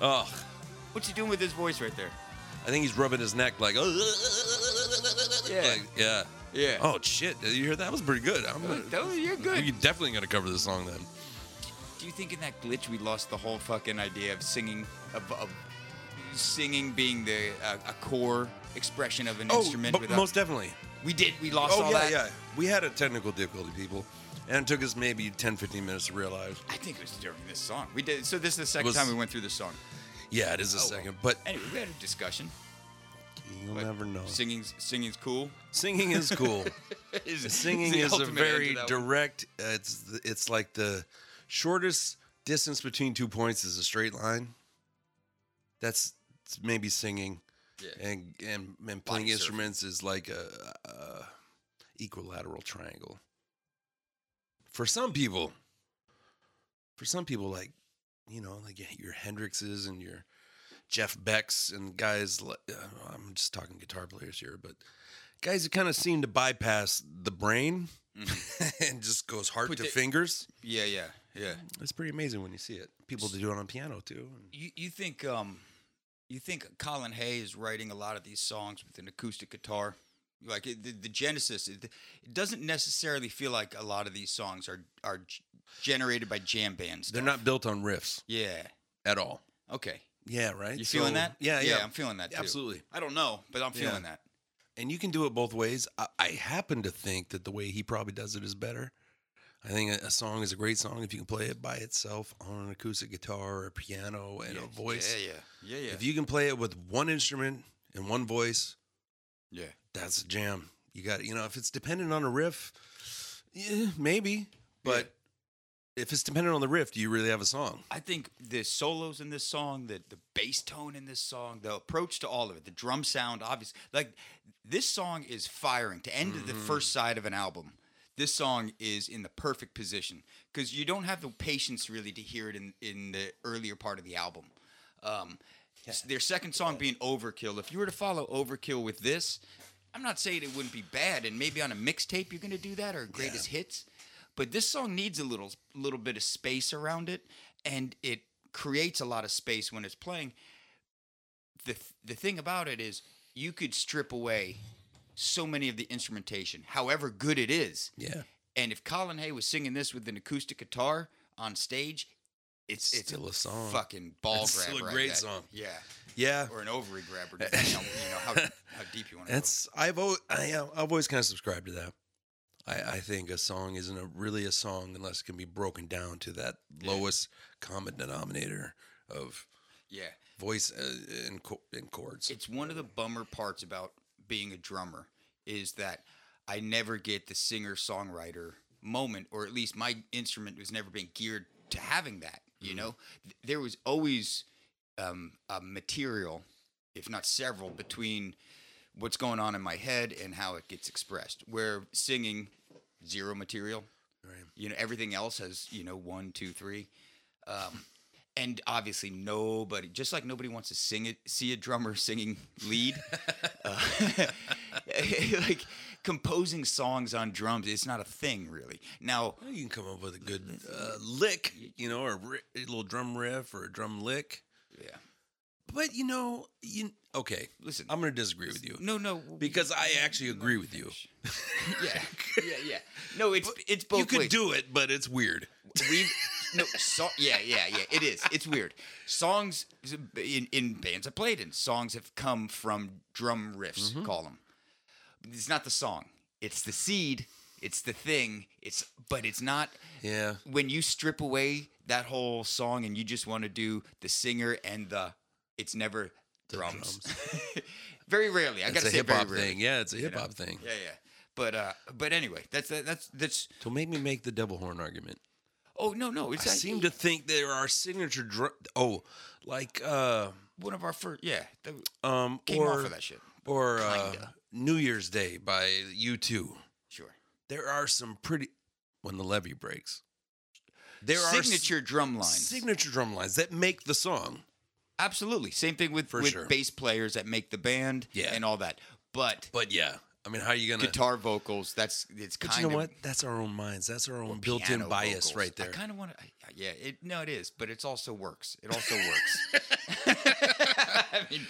B: Ugh.
A: what you doing with his voice right there?
B: I think he's rubbing his neck like,
A: Yeah.
B: like, yeah.
A: Yeah.
B: Oh shit! Did you hear that? That was pretty good. I'm gonna,
A: That was- you're good.
B: You're definitely gonna cover this song then.
A: Do you think in that glitch we lost the whole fucking idea of singing, of, of singing being the uh, a core expression of an instrument?
B: Oh, but
A: without,
B: most definitely.
A: we did. We lost
B: oh
A: all
B: yeah,
A: that.
B: yeah. We had a technical difficulty, people, and it took us maybe 10, 15 minutes to realize.
A: I think it was during this song. We did. So this is the second
B: Was-
A: time we went through this song.
B: Yeah, it is a
A: Oh,
B: second, but
A: Anyway, we had a discussion.
B: you'll
A: but
B: never know.
A: Singing's singing's cool.
B: Singing is cool.
A: Is-
B: Singing
A: the
B: is a
A: ultimate answer
B: very
A: to that one.
B: direct. Uh, it's th- it's like the shortest distance between two points is a straight line. That's it's maybe singing,
A: Yeah.
B: and and, and
A: Body
B: playing
A: surfing.
B: instruments is like a, a equilateral triangle. For some people, for some people, like you know, like your Hendrixes and your Jeff Becks and guys. li- uh, I'm just talking guitar players here, but guys who kind of seem to bypass the brain and just goes heart
A: Put
B: to
A: the-
B: fingers.
A: Yeah, yeah, yeah.
B: It's pretty amazing when you see it. People that do it on piano too.
A: You you think um you think Colin Hay is writing a lot of these songs with an acoustic guitar? Like it- the, the genesis, it, it doesn't necessarily feel like a lot of these songs are are g- generated by jam bands.
B: They're not built on riffs
A: Yeah.
B: at all.
A: Okay.
B: Yeah, right.
A: You feeling
B: So-
A: that?
B: Yeah, yeah,
A: I'm feeling that. Too.
B: absolutely.
A: I don't know, but I'm feeling
B: Yeah.
A: that.
B: And you can do it both ways. I, I happen to think that the way he probably does it is better. I think a, a song is a great song if you can play it by itself on an acoustic guitar or piano and
A: yeah,
B: a voice.
A: Yeah, yeah, yeah, yeah.
B: If you can play it with one instrument and one voice,
A: yeah.
B: that's a jam. You got you know if it's dependent on a riff, yeah, maybe. But if it's dependent on the riff, do you really have a song?
A: I think the solos in this song, the the bass tone in this song, the approach to all of it, the drum sound, obviously, like this song is firing to end the first side of an album. This song is in the perfect position because you don't have the patience really to hear it in in the earlier part of the album. Um, s- Their second song being Overkill. If you were to follow Overkill with this, I'm not saying it wouldn't be bad, and maybe on a mixtape you're going to do that or greatest hits but this song needs a little little bit of space around it and it creates a lot of space when it's playing the th- the thing about it is you could strip away so many of the instrumentation however good it is
B: Yeah,
A: and if Colin Hay was singing this with an acoustic guitar on stage it's it's
B: Still a song.
A: fucking ball
B: It's
A: grab
B: still a
A: right
B: great
A: there.
B: song.
A: yeah
B: yeah.
A: or an ovary grabber depending on you know how, how deep you want to
B: That's I've always, I, am- I've always kind of subscribed to that. I, I think a song isn't a, really a song unless it can be broken down to that lowest common denominator of
A: Yeah.
B: voice uh, and co- and chords.
A: It's one of the bummer parts about being a drummer is that I never get the singer songwriter moment, or at least my instrument was never been geared to having that. You know, Th- there was always um, a material, if not several, between what's going on in my head and how it gets expressed. Where singing, zero material.
B: Right.
A: You know, everything else has you know one, two, three. Um, and obviously nobody just like nobody wants to sing it see a drummer singing lead uh, like composing songs on drums it's not a thing really now
B: Well, You can come up with a good uh, lick, you know, or a, ri- a little drum riff or a drum lick.
A: yeah
B: But you know, you okay?
A: Listen.
B: I'm going to disagree with you
A: no no
B: because I actually agree with you.
A: yeah yeah yeah no it's it's both
B: You could
A: ways.
B: do it, but it's weird.
A: we no so, yeah yeah yeah it is it's weird songs in, in bands i played in songs have come from drum riffs
B: Mm-hmm.
A: call them it's not the song it's the seed it's the thing it's but it's not
B: Yeah.
A: when you strip away that whole song and you just want to do the singer and the it's never drums, very rarely i
B: It's
A: gotta
B: a
A: say
B: hip
A: very
B: hop
A: rarely
B: thing. Yeah, it's a hip hop thing.
A: yeah yeah but uh but anyway that's that's that's
B: So make me make the devil horn argument.
A: oh no no it's
B: I
A: not-
B: seem to think there are signature drum. Oh, like uh,
A: one of our first yeah the-
B: um,
A: Came
B: or
A: off of that shit.
B: or uh,
A: Kinda.
B: New Year's Day by U two.
A: Sure.
B: There are some pretty when the levee breaks. There
A: signature drum
B: are
A: lines.
B: s- signature drum lines that make the song.
A: Absolutely. Same thing with,
B: For
A: with
B: sure.
A: bass players that make the band
B: Yeah.
A: and all that. But
B: But yeah, I mean, how are you gonna?
A: guitar vocals, that's it's
B: but
A: kind
B: you know
A: of
B: what? That's our own minds. That's our own built-in
A: piano
B: bias
A: vocals.
B: right there.
A: I kind of want to yeah, it no it is, but it's also works. It also works. I mean,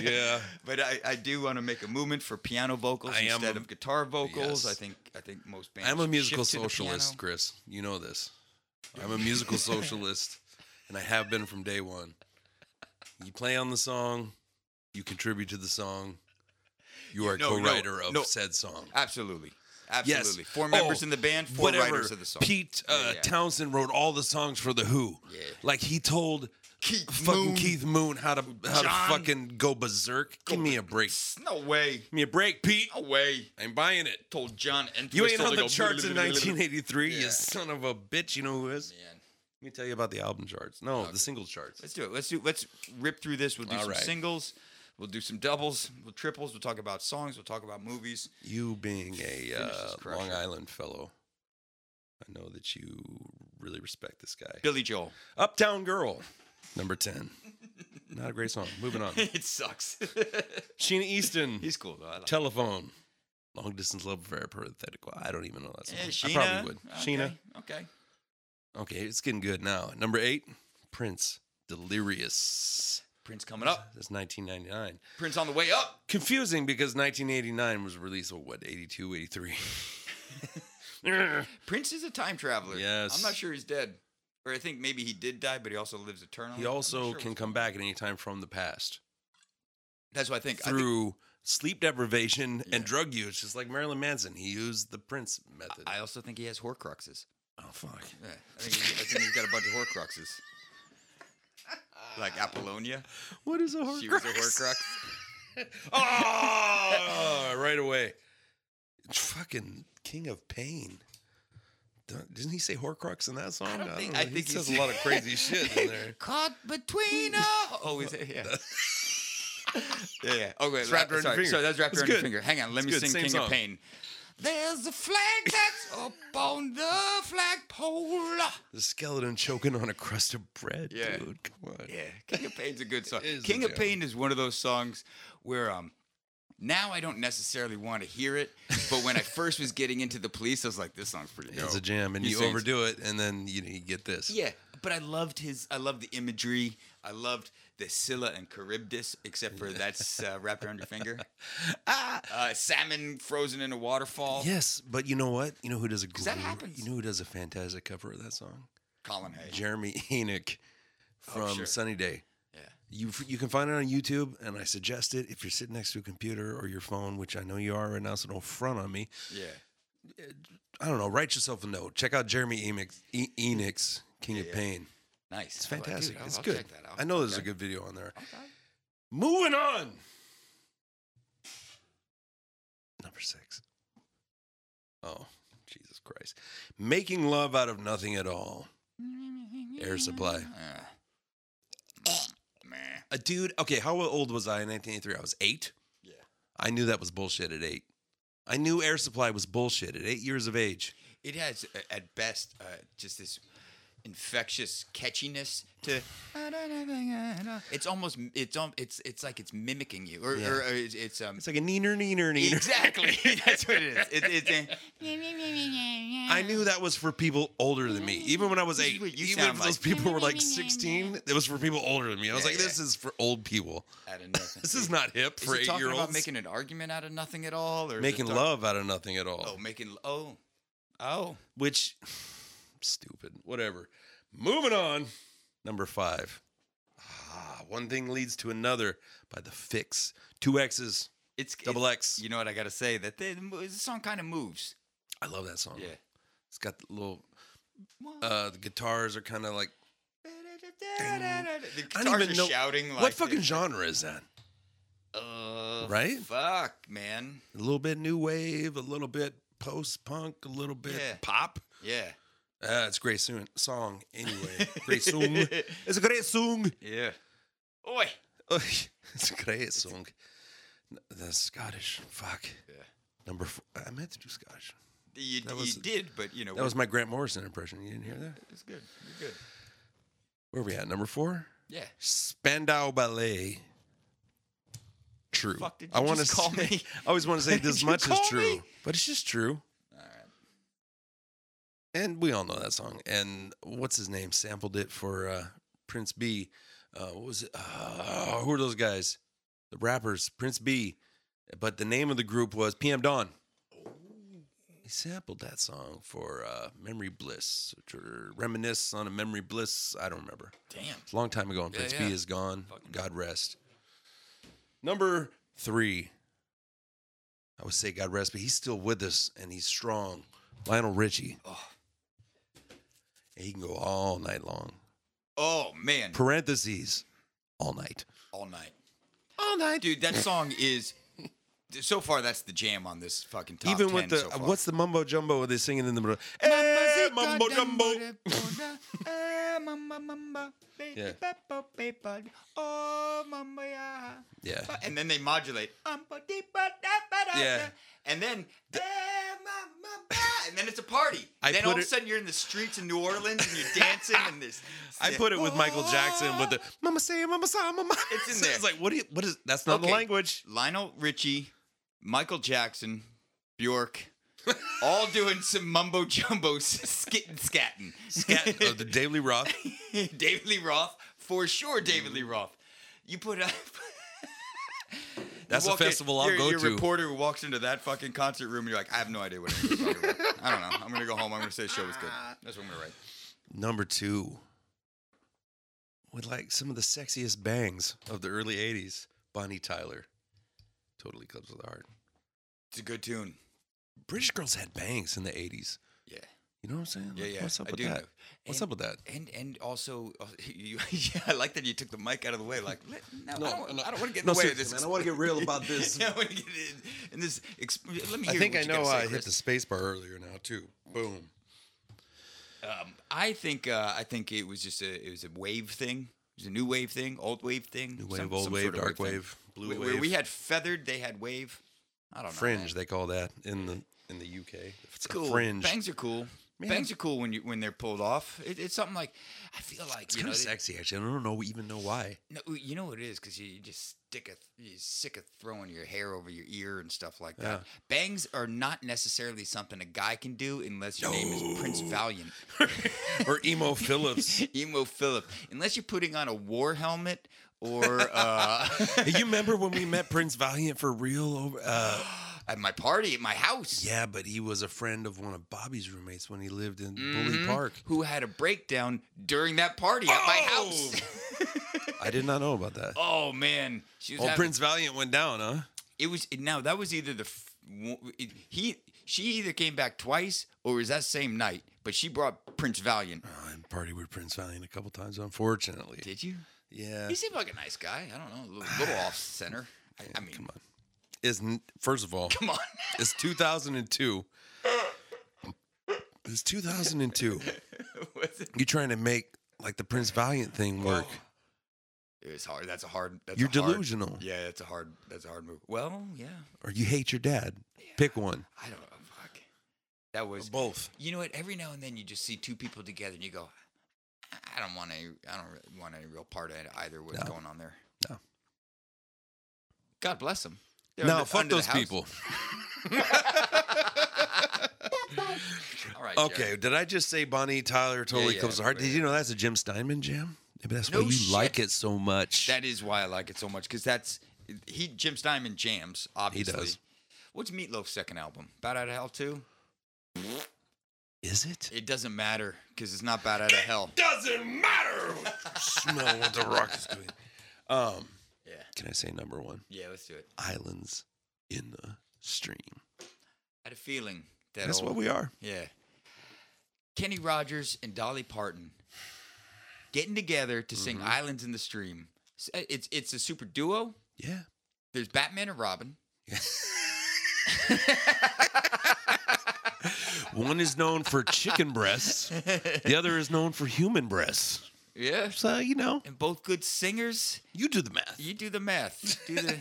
B: yeah.
A: but I, I do want to make a movement for piano vocals
B: I am
A: instead
B: a-
A: of guitar vocals.
B: yes.
A: I think I think most bands
B: I'm a
A: should
B: musical
A: shift to the
B: socialist,
A: piano.
B: Chris. You know this. I'm a musical socialist, and I have been from day one. You play on the song, you contribute to the song, you are
A: no,
B: a
A: no,
B: co-writer of
A: no.
B: said song.
A: Absolutely.
B: Yes.
A: Absolutely. Four members
B: Oh,
A: in the band, four
B: whatever.
A: writers of the song.
B: Pete uh,
A: Yeah, yeah.
B: Townsend wrote all the songs for the Who.
A: Yeah.
B: Like he told
A: Keith
B: fucking
A: Moon.
B: Keith Moon how to how
A: John.
B: to fucking go berserk. Give me a break.
A: No way.
B: Give me a break, Pete.
A: No way.
B: I'm buying it.
A: Told John and
B: You ain't on the charts in 1983,
A: Yeah.
B: you son of a bitch. You know who is?
A: Man.
B: Let me tell you about the album charts. No, the single charts.
A: Let's do it. Let's do. Let's rip through this. We'll do
B: All
A: some
B: right.
A: singles. We'll do some doubles. We'll triples. We'll talk about songs. We'll talk about movies.
B: You being a
A: this
B: uh,
A: crusher.
B: Long Island fellow, I know that you really respect this guy.
A: Billy Joel.
B: Uptown Girl, number 10. Not a great song. Moving on.
A: it sucks.
B: Sheena Easton,
A: He's cool though. I like
B: Telephone. Long Distance Love Affair, Parenthetical. I don't even know that song.
A: him. Eh, Sheena.
B: I probably would.
A: Okay,
B: Sheena.
A: Okay.
B: Okay, it's getting good now. Number eight, Prince, Delirious.
A: Prince coming up.
B: That's 1999.
A: Prince on the way up.
B: confusing because 1989 was released oh, what 82 83
A: Prince is a time traveler.
B: Yes.
A: I'm not sure he's dead, or I think maybe he did die, but he also lives eternally.
B: he
A: I'm not
B: also
A: sure
B: can
A: what's-
B: come back at any time from the past
A: That's what I think. I think-
B: through sleep deprivation and drug use just like marilyn manson he used the prince method
A: I also think he has Horcruxes.
B: oh fuck
A: Yeah, I think, he's, I think he's got a bunch of Horcruxes. Like Apollonia,
B: what is a
A: she was a
B: horcrux
A: Horcrux.
B: oh right away fucking king of pain Don't- didn't he say horcrux in that song i,
A: think-
B: know.
A: I think
B: he
A: he
B: says
A: said-
B: a lot of crazy shit in there
A: Caught between a oh, is it? Yeah. yeah, yeah. Oh wait,
B: wrapped around your
A: sorry.
B: finger.
A: So that's wrapped
B: It's
A: around your
B: good.
A: finger. Hang on, let
B: It's
A: me
B: good,
A: sing
B: same
A: King
B: song.
A: of Pain. There's a flag that's up on the flagpole.
B: the skeleton choking on a crust of bread
A: Yeah.
B: dude come on
A: Yeah, King of Pain's a good song.
B: is a
A: King of
B: jam.
A: Pain is one of those songs where um now I don't necessarily want to hear it, but when I first was getting into the police, I was like, this song's pretty good.
B: It's a jam, and
A: He
B: you
A: sings-
B: overdo it, and then you, you get this.
A: Yeah, but I loved his. I loved the imagery. I loved the Scylla and Charybdis, except for that's uh, wrapped around your finger.
B: Ah!
A: Uh, salmon frozen in a waterfall.
B: Yes, but you know what? You know who does a great,
A: that happens.
B: You know who does a fantastic cover of that song?
A: Colin Hay.
B: Jeremy Enoch from
A: Oh, sure.
B: Sunny Day.
A: yeah.
B: You f- you can find it on YouTube, and I suggest it if you're sitting next to a computer or your phone, which I know you are right now, so don't front on me.
A: Yeah.
B: I don't know. Write yourself a note. Check out Jeremy Enoch's, e- Enoch's King of Pain.
A: Nice.
B: It's
A: Oh, dude,
B: fantastic.
A: I'll-
B: it's
A: I'll
B: good.
A: Check that out.
B: I know there's a
A: Okay.
B: good video on there.
A: Okay.
B: Moving on. Number six. Oh, Jesus Christ. Making love out of nothing at all. Air Supply.
A: Uh, meh.
B: A dude, okay, how old was I in 1983? I was eight.
A: Yeah.
B: I knew that was bullshit at eight. I knew Air Supply was bullshit at eight years of age.
A: It has, uh, at best, uh, just this infectious catchiness to. It's almost. It's um. It's it's like it's mimicking you, or,
B: Yeah.
A: or, uh, it's, it's um.
B: It's like a neener, neener, neener.
A: Exactly. That's what it is. It, it's a-
B: I knew that was for people older than me. Even when I was
A: This is
B: eight,
A: what Mm. you
B: even
A: sound
B: if those
A: like.
B: people were like 16, it was for people older than me. I was
A: Yeah,
B: like,
A: yeah.
B: this is for old people.
A: out of nothing.
B: This is not hip
A: Is
B: for
A: it
B: eight
A: talking
B: year
A: about
B: olds. Making,
A: making an argument out of nothing at all, or is it talk-
B: love out of nothing at all.
A: Oh, making oh, oh.
B: Which, stupid. Whatever. Moving on. Number five. Ah, one thing leads to another by the fix. Two X's,
A: It's
B: double
A: it's-
B: X.
A: You know what I gotta say? That the, the song kind of moves.
B: I love that song. It's got the little,
A: What?
B: uh, the guitars are kind of like,
A: The
B: I don't
A: guitars
B: even
A: are
B: know.
A: shouting like
B: what fucking
A: this.
B: genre is that?
A: Uh,
B: Right?
A: Fuck, man.
B: A little bit new wave, a little bit post punk, a little bit
A: Yeah.
B: pop.
A: Yeah,
B: Uh, it's a great soon, song anyway. great song. It's a great song.
A: yeah. Oi.
B: Ugh, Oh, it's a great song. N- That's Scottish. Fuck.
A: Yeah.
B: Number four. I meant to do Scottish.
A: You,
B: That was-
A: you did, but you know
B: That was my Grant Morrison impression. You didn't hear that?
A: It's good. You're good.
B: Where we at? Number four?
A: Yeah.
B: Spandau Ballet. True.
A: Fuck, did you
B: I wanna
A: just call
B: say-
A: me?
B: I always want to say
A: Did
B: this
A: you
B: much is
A: call
B: true,
A: me?
B: but it's just true.
A: All right.
B: and we all know that song. And what's his name sampled it for uh, Prince B. Uh, what was it? Uh, who are those guys? The rappers, Prince B. But the name of the group was PM Dawn.
A: Oh.
B: He sampled that song for uh, Memory Bliss, or reminisce on a Memory Bliss. I don't remember.
A: Damn.
B: It's a long time ago, and
A: Yeah,
B: Prince
A: yeah.
B: B is gone.
A: Fucking-
B: God rest. Number three. I would say God rest, but he's still with us and he's strong. Lionel Richie.
A: Oh.
B: And he can go all night long.
A: Oh man.
B: Parentheses, all night.
A: All night.
B: All night.
A: Dude, that song is. So far, that's the jam on this fucking top
B: Even
A: 10
B: with the uh,
A: so far.
B: what's the mumbo jumbo they singing in the middle? Hey, mumbo jumbo.
C: Eh,
B: Yeah.
C: Oh,
B: Yeah.
A: And then they modulate.
B: Yeah.
A: And then and then it's a party.
B: I
A: then
B: put
A: all of a
B: it-
A: sudden you're in the streets of New Orleans and you're dancing and this.
B: I put it with Michael Jackson with the mama say mama say mama.
A: It's in
B: So
A: there.
B: It's like what do you what is that's not the
A: Okay.
B: language.
A: Lionel Richie, Michael Jackson, Bjork, all doing some mumbo jumbo skit and scatting.
B: Scat, oh, the Daily Roth.
A: David Lee Roth, for sure. David
B: Mm-hmm.
A: Lee Roth. You put a.
B: That's a
A: walk in-
B: festival I'll
A: you're-
B: go
A: you're
B: to.
A: a reporter who walks into that fucking concert room and you're like, I have no idea what I'm talking about. I don't know. I'm gonna go home. I'm gonna say the show was good. That's what I'm gonna write.
B: Number two. With like some of the sexiest bangs of the early 80s, Bonnie Tyler. Totally clubs with the heart.
A: It's a good tune.
B: British girls had bangs in the 80s.
A: Yeah.
B: You know what I'm saying?
A: Yeah,
B: Like,
A: yeah,
B: What's up
A: I
B: with
A: do
B: that?
A: know.
B: What's
A: And-
B: up with that?
A: And and also, uh, you, yeah, I like that you took the mic out of the way. Like, let- no, I don't, want to get in
B: no,
A: the way of
B: seriously,
A: this.
B: man, I wanna get real about this.
A: Yeah, I wanna get in, in this. Exp- let me.
B: I
A: hear
B: think
A: what
B: I
A: you gotta
B: know
A: say,
B: I hit
A: Chris.
B: the space bar earlier now, too. Boom.
A: Um, I think uh, I think it was just a it was a wave thing. It was a new wave thing, old wave thing,
B: New wave, old wave,
A: sort of
B: dark
A: thing.
B: wave, blue
A: Where- Where we
B: wave.
A: had feathered, they had wave. I don't know.
B: Fringe,
A: man.
B: they call that in the in the UK. It's
A: It's cool.
B: Fringe.
A: Bangs are cool. Bangs are cool when you when they're pulled off. It, it's something like I feel like
B: It's
A: you
B: kind
A: know,
B: of
A: they-
B: sexy, actually. I don't know even know why.
A: No, you know what it is because you, you just stick a you're sick of throwing your hair over your ear and stuff like that. Bangs are not necessarily something a guy can do unless your name is Prince Valiant,
B: Or emo Phillips.
A: Emo Philip. Unless you're putting on a war helmet or uh,
B: Hey, you remember when we met Prince Valiant for real? Over, uh,
A: at my party at my house.
B: yeah, but he was a friend of one of Bobby's roommates when he lived in Bully
A: Mm-hmm.
B: Park.
A: Who had a breakdown during that party at
B: Oh!
A: my house?
B: I did not know about that.
A: oh man, she was
B: Well,
A: having-
B: Prince Valiant went down, huh?
A: It was now that was either the f- wo- it- he she either came back twice or it was that same night, but she brought Prince Valiant.
B: I'm party with Prince Valiant a couple times, unfortunately.
A: Did you?
B: yeah.
A: He seemed like a nice guy. I don't know, a little, little off center. I, I mean,
B: Come on. Is first of all,
A: come on.
B: it's 2002. It's 2002.
A: Was it?
B: You're trying to make like the Prince Valiant thing work.
A: It was hard. That's a hard. That's
B: You're
A: a hard-
B: delusional.
A: yeah, that's a hard. That's a hard move. Well, yeah.
B: Or you hate your dad. Pick one.
A: I don't know. Fuck. That was.
B: Both.
A: You know what? Every now and then you just see two people together and you go, I I don't want any. I don't really want any real part of it either. What's
B: No.
A: going on there?
B: No.
A: God bless them.
B: No, fuck those people.
A: All right. Jared.
B: Okay, did I just say Bonnie Tyler totally
A: yeah,
B: comes to heart? Did
A: yeah.
B: you know that's a Jim Steinman jam? Maybe that's
A: No
B: why you
A: shit.
B: like it so much.
A: That is why I like it so much because that's he Jim Steinman jams obviously.
B: does.
A: What's Meatloaf's second album? Bad Out of Hell too.
B: Is it?
A: It doesn't matter because it's not Bad Out of Hell.
B: doesn't matter. Smell what the rock is doing. Um,
A: Yeah.
B: can I say number one?
A: Yeah. Let's do it.
B: Islands in the stream.
A: I had a feeling that
B: That's
A: old,
B: what we are.
A: Yeah. Kenny Rogers and Dolly Parton getting together to sing
B: Mm-hmm.
A: "Islands in the Stream." S- uh, It's it's a super duo.
B: Yeah.
A: There's Batman and Robin.
B: One is known for chicken breasts. The other is known for human breasts.
A: Yeah.
B: So you know,
A: And both good singers.
B: you do the math.
A: You do the math. Do the.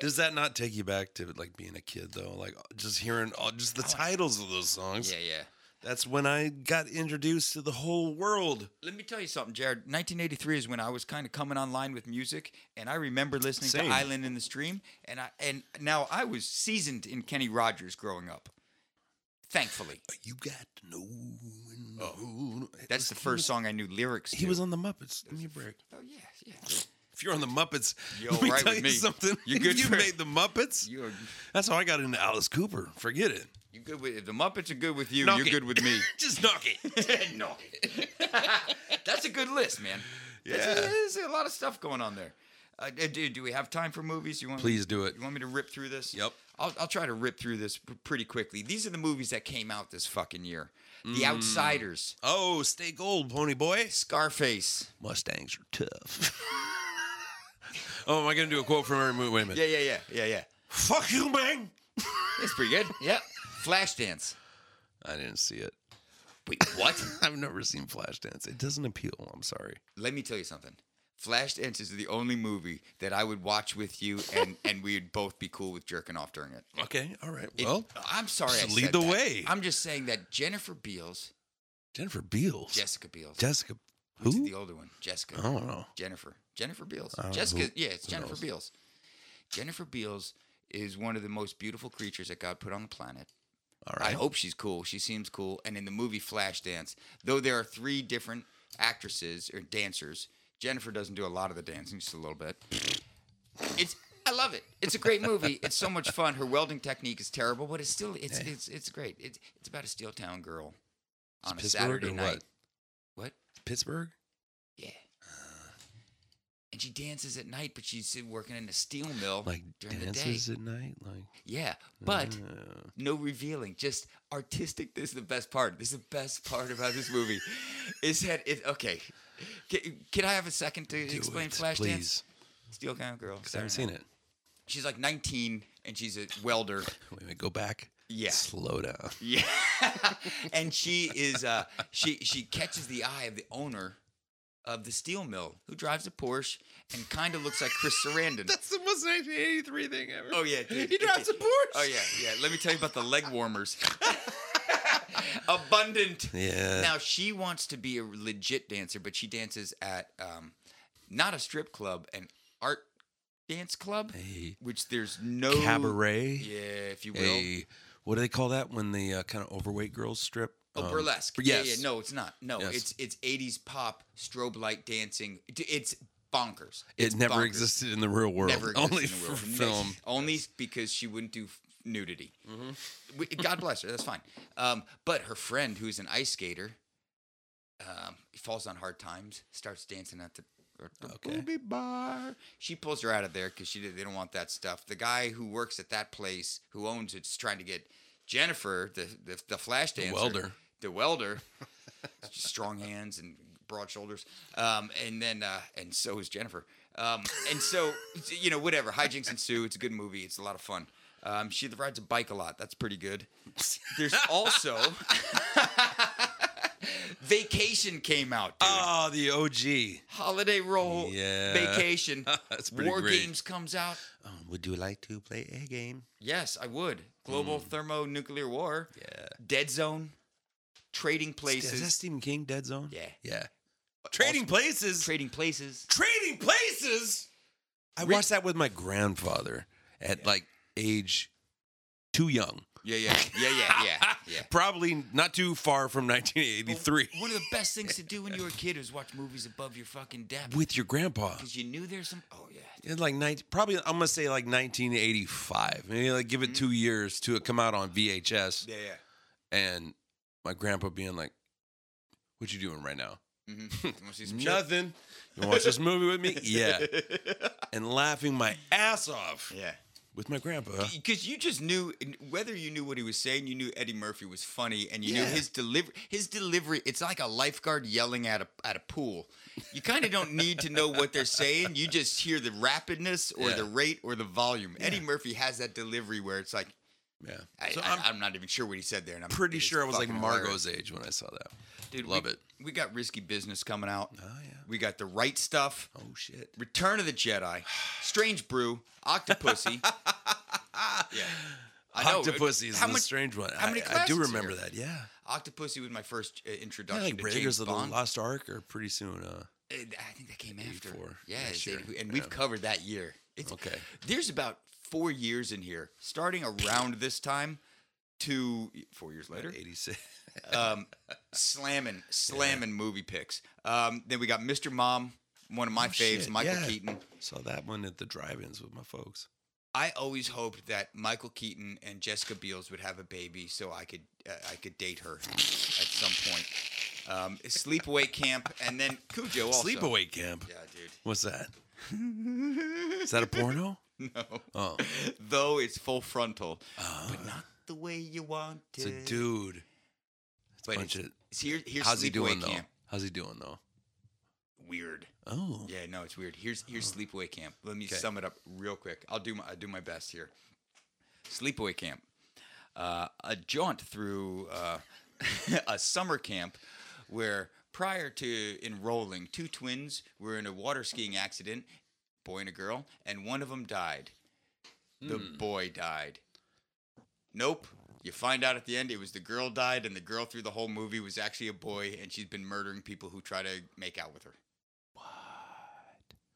B: Does that not take you back to like being a kid though? Like just hearing all just the titles of those songs.
A: Yeah, yeah.
B: That's when I got introduced to the whole world.
A: Let me tell you something, Jared. 1983 is when I was kind of coming online with music, and I remember listening
B: Same.
A: to "Island in the Stream," and I and now I was seasoned in Kenny Rogers growing up. Thankfully,
B: You got to know. and know.
A: that's the first song I knew lyrics. To.
B: He was on the Muppets. Give me a break.
A: Oh yeah, yeah.
B: If you're on the Muppets,
A: You're
B: let me
A: all right
B: tell
A: with
B: you
A: me.
B: something.
A: You're
B: If
A: good
B: you
A: for-
B: made the Muppets.
A: You are
B: That's how I got into Alice Cooper. Forget it.
A: you good with if the Muppets are good with you,
B: Knock
A: you're
B: it.
A: good with me.
B: Just knock it.
A: no, that's a good list, man. That's-
B: Yeah.
A: there's a lot of stuff going on there. Uh, do, do we have time for movies? You want
B: Please do it.
A: You want me to rip through this?
B: Yep.
A: I'll, I'll try to rip through this p- pretty quickly. These are the movies that came out this fucking year: The Outsiders,
B: Oh, stay gold, pony boy.
A: Scarface.
B: Mustangs are tough. oh, am I gonna do a quote from every movie? Wait a minute.
A: Yeah, yeah, yeah, yeah, yeah.
B: Fuck you, man.
A: That's pretty good. yep. Flashdance.
B: I didn't see it.
A: Wait, what?
B: I've never seen Flashdance. It doesn't appeal. I'm sorry.
A: Let me tell you something. Flashdance is the only movie that I would watch with you, and and we would both be cool with jerking off during it.
B: Okay. All right.
A: It-
B: well,
A: I'm sorry. I
B: just lead
A: said
B: the
A: that.
B: way.
A: I'm just saying that Jennifer Beals,
B: Jennifer Beals.
A: Jessica Beals,
B: Jessica.
A: which is
B: Who?
A: the older one, Jessica,
B: I don't know.
A: Jennifer, Jennifer Beals,
B: Uh,
A: Jessica.
B: who-
A: yeah, it's
B: who
A: Jennifer
B: knows?
A: Beals. Jennifer Beals is one of the most beautiful creatures that God put on the planet.
B: All right.
A: I hope she's cool. She seems cool. And in the movie Flashdance, though there are three different actresses or dancers, Jennifer doesn't do a lot of the dancing, just a little bit. It's I love it. It's a great movie. It's so much fun. Her welding technique is terrible, but it's still it's
B: Yeah.
A: it's it's great. It's it's about a steel town girl on a
B: Pittsburgh
A: Saturday
B: or
A: night. what?
B: Pittsburgh.
A: Yeah. And she dances at night, but she's working in a steel mill
B: Like
A: during
B: dances
A: the day.
B: at night. Like.
A: Yeah, but
B: uh,
A: no revealing, just artistic. This is the best part. This is the best part about this movie. is that it? Okay, can, can I have a second to
B: do
A: explain
B: it,
A: Flashdance?
B: please.
A: Steel Gown Girl.
B: I haven't seen it.
A: She's like 19 and she's a welder.
B: Wait a minute. Go back.
A: Yeah.
B: Slow down.
A: Yeah, and she is. Uh, she she catches the eye of the owner of the steel mill who drives a Porsche and kind of looks like Chris Sarandon.
B: That's the most 1983 thing ever.
A: Oh yeah, dude.
B: He drives a Porsche.
A: Oh yeah, yeah. Let me tell you about the leg warmers. Abundant.
B: Yeah.
A: Now she wants to be a legit dancer, but she dances at um, not a strip club, an art dance club,
B: Hey.
A: which there's no
B: Cabaret.
A: Yeah, if you will.
B: a what do they call that when the uh, kind of overweight girls strip?
A: Oh,
B: Um,
A: burlesque.
B: Yes.
A: Yeah, yeah. No, it's not. No,
B: Yes.
A: it's it's 80s pop strobe light dancing. D- It's bonkers. It's
B: it never
A: bonkers.
B: existed in the real world.
A: Never existed
B: Only
A: in the world.
B: for
A: Ne-
B: film.
A: Only because she wouldn't do f- nudity.
B: Mm-hmm.
A: We- God bless her. That's fine. Um, but her friend, who's an ice skater, um, falls on hard times. Starts dancing at the, at the
B: Okay.
A: booby bar. She pulls her out of there because she did- they don't want that stuff. The guy who works at that place, who owns it's trying to get Jennifer, the the, the flash dancer,
B: welder.
A: the welder. strong hands and broad shoulders. Um, and then uh, and so is Jennifer. Um, and so you know whatever hijinks ensue. It's a good movie. It's a lot of fun. Um, she rides a bike a lot. That's pretty good. There's also Vacation came out. Dude.
B: Oh, the OG.
A: Holiday Roll
B: Yeah.
A: Vacation.
B: That's pretty
A: War
B: great.
A: Games comes out.
B: Um, would you like to play a game?
A: Yes, I would. Global thermonuclear war.
B: Yeah.
A: Dead Zone. Trading
B: Is that
A: places.
B: Stephen King Dead Zone?
A: Yeah.
B: Yeah. Trading Places.
A: Trading places.
B: Trading Places. I
A: Re-
B: watched that with my grandfather at like age too young.
A: Yeah, yeah, yeah, yeah, yeah, yeah.
B: Probably not too far from 1983
A: One of the best things to do when you were a kid was watch movies above your fucking depth.
B: with your grandpa.
A: Because you knew there's some. Oh, yeah.
B: In like 19, probably I'm gonna say like 1985. Maybe like give it two years to it come out on VHS.
A: Yeah, yeah.
B: And my grandpa being like, "What you doing right now?
A: Mm-hmm. You want to see some shit?
B: Nothing. You wanna watch this movie with me? Yeah." And laughing my ass off
A: Yeah.
B: with my grandpa.
A: Because you just knew whether you knew what he was saying, you knew Eddie Murphy was funny, and you knew
B: Yeah.
A: his delivery. His delivery, it's like a lifeguard yelling at a at a pool. You kind of don't need to know what they're saying. You just hear the rapidness or
B: Yeah.
A: the rate or the volume. Eddie Murphy has that delivery where it's like
B: Yeah.
A: I,
B: So
A: I,
B: I'm
A: am not even sure what he said there. And I'm
B: pretty
A: it's
B: sure I was like
A: fucking
B: Margot's age when I saw that.
A: hilarious. Dude,
B: Love
A: we,
B: it.
A: We got risky business coming out.
B: Oh yeah.
A: We got the right stuff.
B: Oh shit.
A: Return of the Jedi, Strange Brew, Octopussy. yeah. I know.
B: Octopussy is
A: How
B: the
A: much-
B: strange one.
A: how many
B: I, I do
A: classics
B: remember
A: are-
B: that. Yeah.
A: Octopussy was my first uh,
B: I
A: introduction
B: think
A: to James
B: Raiders of the
A: Bond.
B: Lost Ark are pretty soon. Uh,
A: Uh, I think that came after.
B: 84.
A: Yeah,
B: Yeah,
A: it's
B: sure.
A: 82, and we've
B: Yeah.
A: covered that year. It's,
B: Okay.
A: There's about four years in here, starting around this time to four years later.
B: 86.
A: um, slamming, slamming movie picks. Um, then we got Mr. Mom, one of my faves,
B: Oh, shit,
A: Michael
B: yeah.
A: Keaton.
B: Saw that one at the drive-ins with my folks.
A: I always hoped that Michael Keaton and Jessica Biels would have a baby, so I could uh, I could date her at some point. Um, sleepaway camp, and then Cujo also.
B: Sleepaway camp.
A: Yeah, dude.
B: What's that? Is that a porno?
A: No.
B: Oh,
A: Though it's full frontal,
B: Uh-huh.
A: but not the way you want it.
B: it's a dude.
A: But
B: bunch
A: it's-
B: of-
A: it's here, here's
B: How's
A: Sleepaway
B: he doing though?
A: camp.
B: How's he doing though?
A: Weird.
B: Oh,
A: Yeah, no, it's weird. Here's here's sleepaway camp. Let me
B: 'Kay.
A: sum it up real quick. I'll do my I'll do my best here. Sleepaway camp, uh, a jaunt through uh, a summer camp where prior to enrolling, two twins were in a water skiing accident, boy and a girl, and one of them died. The boy died. Nope. You find out at the end it was the girl died, and the girl through the whole movie was actually a boy, and she's been murdering people who try to make out with her.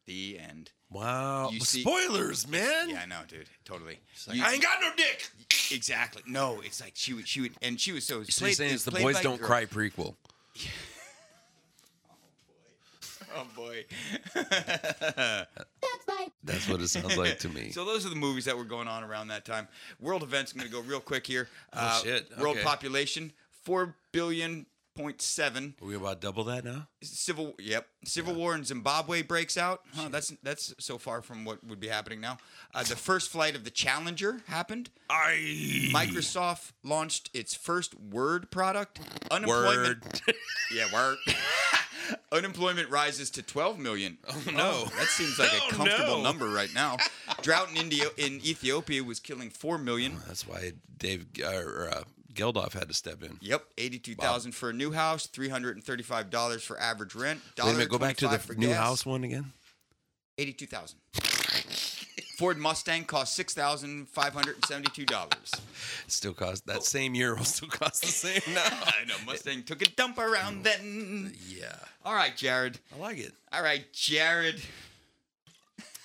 A: The end.
B: wow!
A: You see-
B: Oh, Spoilers, man.
A: Yeah, I know, dude. Totally.
B: like,
A: You-
B: I ain't got no dick.
A: exactly. No, it's like she would. She would, and she was so.
B: So
A: played-
B: you're saying
A: it
B: it's the
A: was played
B: boys
A: by a
B: don't
A: girl.
B: cry prequel?
A: Oh boy.
B: That's what it sounds like to me.
A: So those are the movies that were going on around that time. World events. I'm going to go real quick here. Oh
B: shit,
A: World
B: okay.
A: population four billion point seven.
B: Are we about double that now?
A: Civil. Yep. Civil war in Zimbabwe breaks out. Huh, that's that's so far from what would be happening now. Uh, the first flight of the Challenger happened.
B: I
A: Microsoft launched its first Word product. Unemployment.
B: word.
A: Yeah, work. Unemployment rises to 12 million. Oh
B: no.
A: that seems like
B: Oh,
A: a comfortable
B: no.
A: number right now. Drought in India in Ethiopia was killing 4 million.
B: That's why Dave or uh, Geldof had to step in.
A: Yep, 82,000 for a new house, $335 for average rent.
B: Wait a minute, go back to
A: $1.25 for
B: the new
A: gas.
B: house one again.
A: 82,000. Ford Mustang cost $6,572.
B: Still cost
A: Oh.
B: that same year will still cost the same now.
A: I know Mustang took a dump around then.
B: yeah,
A: All right, Jared.
B: I like it.
A: All right, Jared.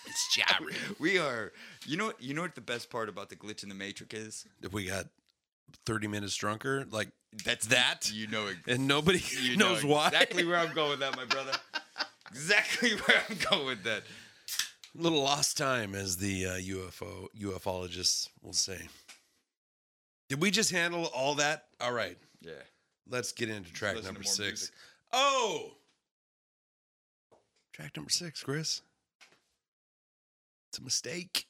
B: It's Jared.
A: We are. You know. You know what the best part about the glitch in the matrix is?
B: if we got 30 minutes drunker, like,
A: That's
B: That?
A: You know. ex-
B: and nobody
A: You
B: knows
A: know
B: why.
A: Exactly where I'm going with that, my brother. exactly where I'm going with that.
B: little lost time, as the uh, UFO ufologists will say. Did we just handle all that? All right,
A: Yeah.
B: let's get into track
A: listen to
B: number
A: more
B: six.
A: music.
B: Oh, track number six, Chris. It's a mistake.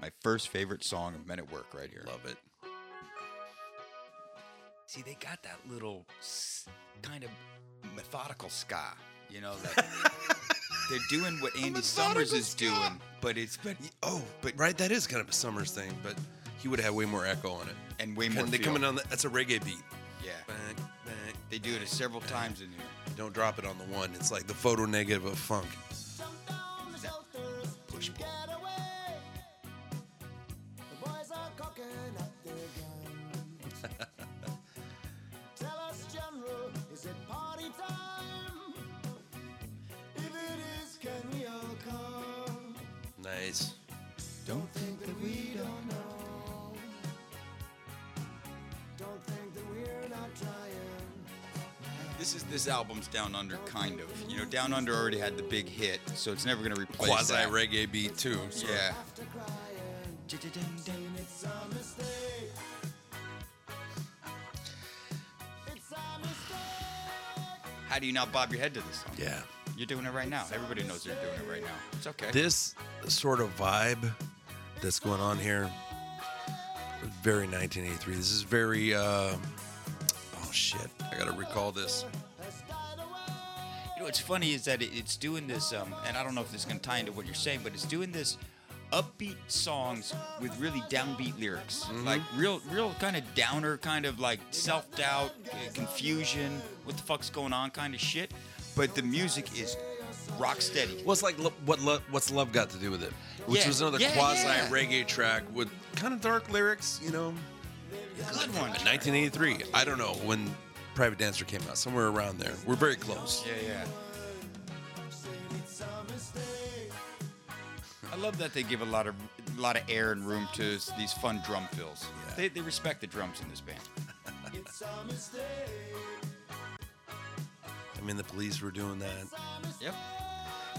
A: My first favorite song of Men at Work, right here.
B: Love it.
A: See, they got that little s- kind of methodical ska, you know. That they're doing what Andy Summers
B: methodical
A: is
B: ska.
A: doing, but it's but
B: Oh, but right, that is kind of a Summers thing, but he would have had way more echo on it.
A: and way more.
B: And they
A: feel.
B: coming on the, that's a reggae beat.
A: Yeah,
B: Bang, bang.
A: they do it several times in here.
B: Don't drop it on the one. It's like the photo negative of funk.
C: Jump down the
A: That
C: shelters,
A: push pull.
C: get away. The boys are cocking up their guns. Tell us, General, is it party time? If it is, can we all come?
B: Nice.
A: Don't
C: Think that we don't know. Don't think that we're not trying.
A: This is this album's Down Under, kind of. You know, Down Under already had the big hit, so it's never gonna replace
B: Quasi
A: that.
B: reggae beat too. So.
A: Yeah.
C: After crying, saying it's a mistake. It's a mistake.
A: How do you not bob your head to this song?
B: Yeah.
A: You're doing it right now. Everybody knows you're doing it right now. It's okay.
B: This sort of vibe that's going on here, very 1983. This is very. Uh, oh shit! I gotta recall this.
C: Has died away.
A: You know, what's funny is that it, it's doing this, um, and I don't know if this is going to tie into what you're saying, but it's doing this upbeat songs with really downbeat lyrics,
B: Mm-hmm.
A: like real, real kind of downer, kind of like self-doubt, uh, confusion, what the fuck's going on, kind of shit. But the music is rock steady.
B: What's like lo- what lo- what's love got to do with it? Which
A: Yeah.
B: was another
A: Yeah,
B: quasi
A: yeah.
B: reggae track with kind of dark lyrics, you know.
A: Good one.
B: 1983. I don't know when Private Dancer came out. Somewhere around there. We're very close.
A: Yeah, yeah.
C: Saying it's a mistake.
A: I love that they give a lot of a lot of air and room to s- these fun drum fills.
B: Yeah.
A: They, they respect the drums in this band.
C: It's a mistake.
B: I mean, the police were doing that.
A: Yep.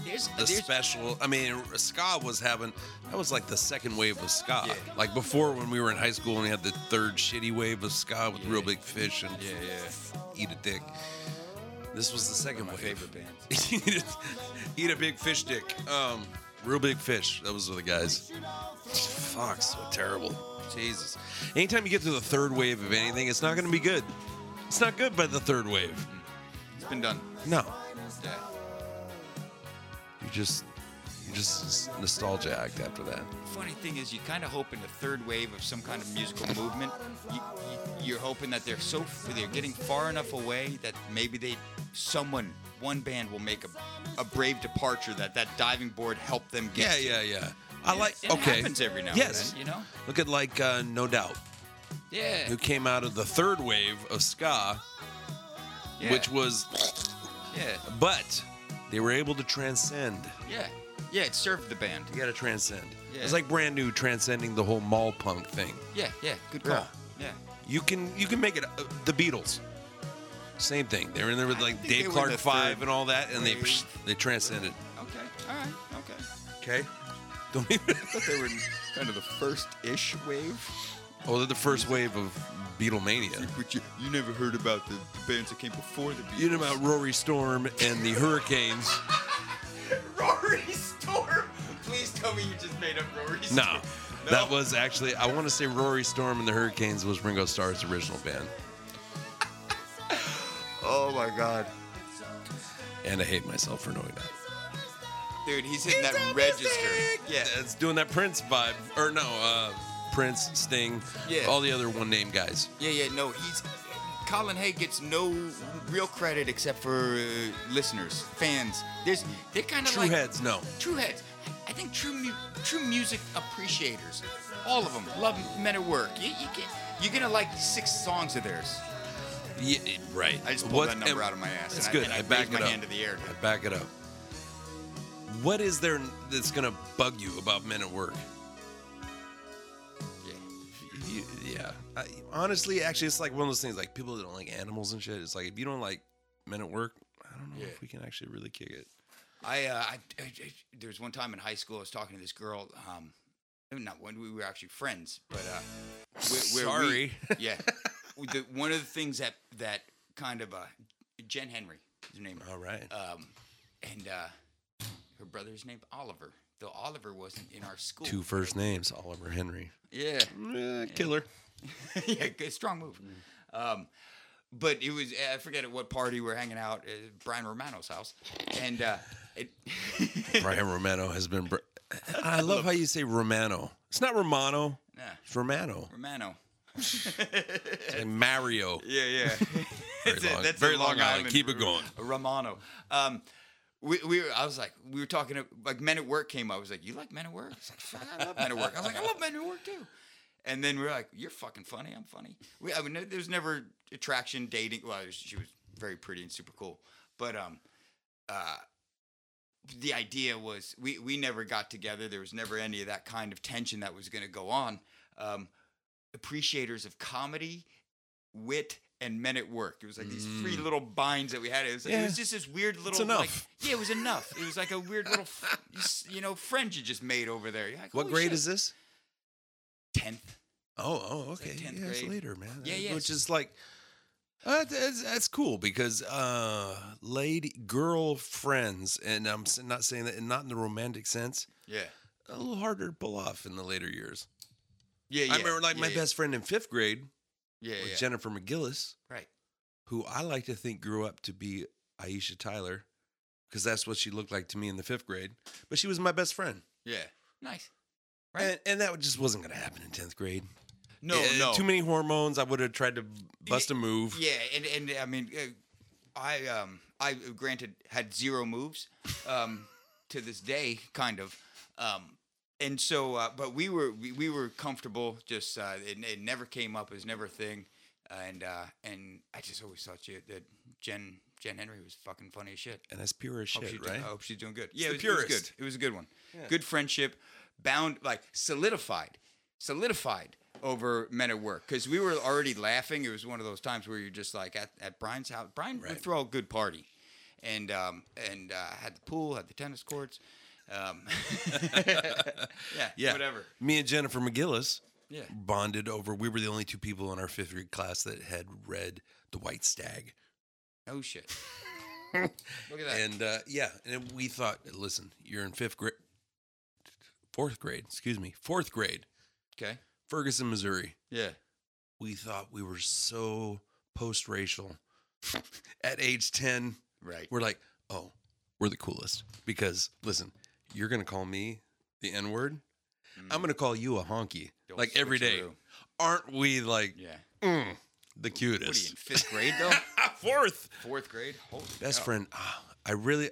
A: There's,
B: the
A: there's-
B: special. I mean, ska was having that was like the second wave of ska.
A: Yeah.
B: Like before when we were in high school and we had the third shitty wave of ska with
A: Yeah.
B: real big fish and
A: Yeah, yeah.
B: eat a dick. This was the second
A: my
B: wave.
A: favorite bands.
B: eat, a, eat a big fish dick. Um, real big fish. Those were the guys. Fuck, so terrible. Jesus. Anytime you get to the third wave of anything, it's not going to be good. It's not good by the third wave.
A: It's been done.
B: No,
A: Yeah.
B: you just you just nostalgia act after that.
A: funny thing is you kind of hope in the third wave of some kind of musical movement you, you, you're hoping that they're so they're getting far enough away that maybe they someone one band will make a, a brave departure that that diving board helped them get
B: Yeah,
A: to.
B: yeah, yeah. I
A: It-
B: like.
A: it
B: okay.
A: happens every now and
B: yes.
A: then, you know?
B: Look at like uh, No Doubt,
A: yeah,
B: who came out of the third wave of ska,
A: yeah,
B: which was,
A: yeah
B: but they were able to transcend.
A: yeah yeah it served the band
B: You got to transcend.
A: Yeah.
B: It's like brand new transcending the whole mall punk thing.
A: yeah yeah good call yeah,
B: You can you can make it. Uh, the Beatles. Same thing. They were in there with
A: I don't
B: like
A: think they
B: Dave
A: were
B: Clark
A: the
B: Five
A: third
B: and all that, and they
A: wave.
B: they transcended.
A: okay all right okay
B: Okay. Don't even.
A: I thought they were kind of the first ish wave
B: Oh, they're the first wave of Beatlemania.
A: but you, you never heard about the, the bands that came before the Beatles
B: You know about Rory Storm and the Hurricanes.
A: Rory Storm. Please tell me you just made up Rory Storm.
B: No, that was actually I want to say Rory Storm and the Hurricanes was Ringo Starr's original band,
A: Oh my God,
B: and I hate myself for knowing that.
A: dude, he's hitting that register. Yeah,
B: it's doing that Prince vibe, or no, uh, Prince, Sting,
A: Yeah.
B: all the other one name guys.
A: yeah, yeah. No, he's Colin Hay gets no real credit except for uh, listeners, fans. There's they're kind of
B: True
A: like
B: heads, no.
A: true heads. I think true mu- true music appreciators, all of them, love Men at Work. You, you get, you're gonna like six songs of theirs.
B: Yeah, right.
A: I just pulled that number out of my ass.
B: That's
A: and
B: good.
A: I, and
B: I,
A: I,
B: back
A: raised
B: it
A: my
B: up.
A: hand to the air.
B: I back it up. What is there that's gonna bug you about Men at Work?
A: Yeah.
B: You, yeah. I, honestly, actually, it's like one of those things. Like people that don't like animals and shit. It's like if you don't like men at work, I don't know
A: Yeah.
B: if we can actually really kick it.
A: I, uh, I, I, I there was one time in high school I was talking to this girl. Um, not when we were actually friends, but uh, where, where we-
B: Sorry.
A: yeah, the, one of the things that that kind of uh, Jen Henry is her name,
B: All right.
A: um, and uh, her brother's named Oliver. Though Oliver wasn't in our school.
B: Two first names, Oliver Henry.
A: Yeah,
B: killer.
A: yeah, good, strong move.
B: Mm.
A: Um, but it was I forget at what party we were hanging out, uh, Brian Romano's house, and uh, it,
B: Brian Romano has been. Br- I love how you say Romano. It's not Romano.
A: Nah.
B: It's Romano.
A: Romano.
B: It's like Mario.
A: Yeah, yeah.
B: Very
A: That's a-
B: long-
A: that's a
B: very Long
A: Long
B: Island.
A: Island
B: Keep
A: r-
B: it going.
A: Romano. Um, we, we were, I was like, we were talking, to, like, Men at Work came up. I was like, you like Men at Work? I was like, "Fuck, I love Men at Work. I was like, I love Men at Work too. And then we were like, you're fucking funny. I'm funny. We, I mean, there's never attraction, dating. Well, she was very pretty and super cool. But, um, uh, the idea was we, we never got together. There was never any of that kind of tension that was going to go on. Um, appreciators of comedy, wit, and men at work. It was like these three little binds that we had. It was, it was
B: Mm. Yeah.
A: just this weird little. Like,
B: enough.
A: yeah, it was enough. It was like a weird little, f- you s- you know, friend you just made over there. You're like,
B: What
A: "Holy
B: grade
A: shit."
B: is this?
A: Tenth.
B: Oh, oh,
A: like
B: okay.
A: 10th
B: yeah, it's
A: grade.
B: later, man.
A: Yeah,
B: Uh,
A: yeah,
B: Which
A: it's-
B: is like, uh, that's, that's cool because uh, lady girl friends, and I'm s- not saying that, not in the romantic sense,
A: Yeah.
B: a little harder to pull off in the later years.
A: Yeah, yeah.
B: I remember like
A: yeah,
B: my
A: yeah.
B: best friend in fifth grade
A: Yeah,
B: was
A: yeah.
B: Jennifer McGillis,
A: right.
B: who I like to think grew up to be Aisha Tyler, because that's what she looked like to me in the fifth grade. But she was my best friend,
A: Yeah. Nice. Right.
B: and, and that just wasn't going to happen in tenth grade.
A: No,
B: Uh,
A: no.
B: too many hormones. I would have tried to bust a move.
A: Yeah, and and I mean, uh, I um I granted had zero moves, um, to this day kind of, um, and so uh, but we were we, we were comfortable. Just uh, it, it never came up. It was never a thing, and uh, and I just always thought she, that Jen Jen Henry was fucking funny as shit.
B: and that's pure as
A: Hope
B: shit,
A: she's doing-
B: right?
A: I hope she's doing good. Yeah,
B: the
A: it, was, it was
B: purest.
A: good. It was a good one. Good friendship, bound like solidified, solidified over men at work because we were already laughing. It was one of those times where you're just like at, at Brian's house. Brian
B: Right.
A: would throw a good party, and um and uh, had the pool, had the tennis courts, um, yeah,
B: Yeah,
A: whatever.
B: Me and Jennifer McGillis
A: Yeah,
B: bonded over. We were the only two people in our fifth grade class that had read The White Stag,
A: no Oh, shit. Look at that.
B: and uh, yeah, and we thought, listen, you're in fifth grade, fourth grade, excuse me, fourth grade,
A: okay.
B: Ferguson, Missouri.
A: Yeah.
B: We thought we were so post-racial. At age ten,
A: Right.
B: we're like, oh, we're the coolest because listen, you're gonna call me the N word. I'm gonna call you a honky
A: Yo,
B: like every day.
A: switcheroo.
B: Aren't we like
A: Yeah.
B: mm, the
A: What are you in
B: cutest? Ah,
A: fifth grade though?
B: Fourth
A: Fourth grade. Holy
B: best
A: cow.
B: friend. ah, I really,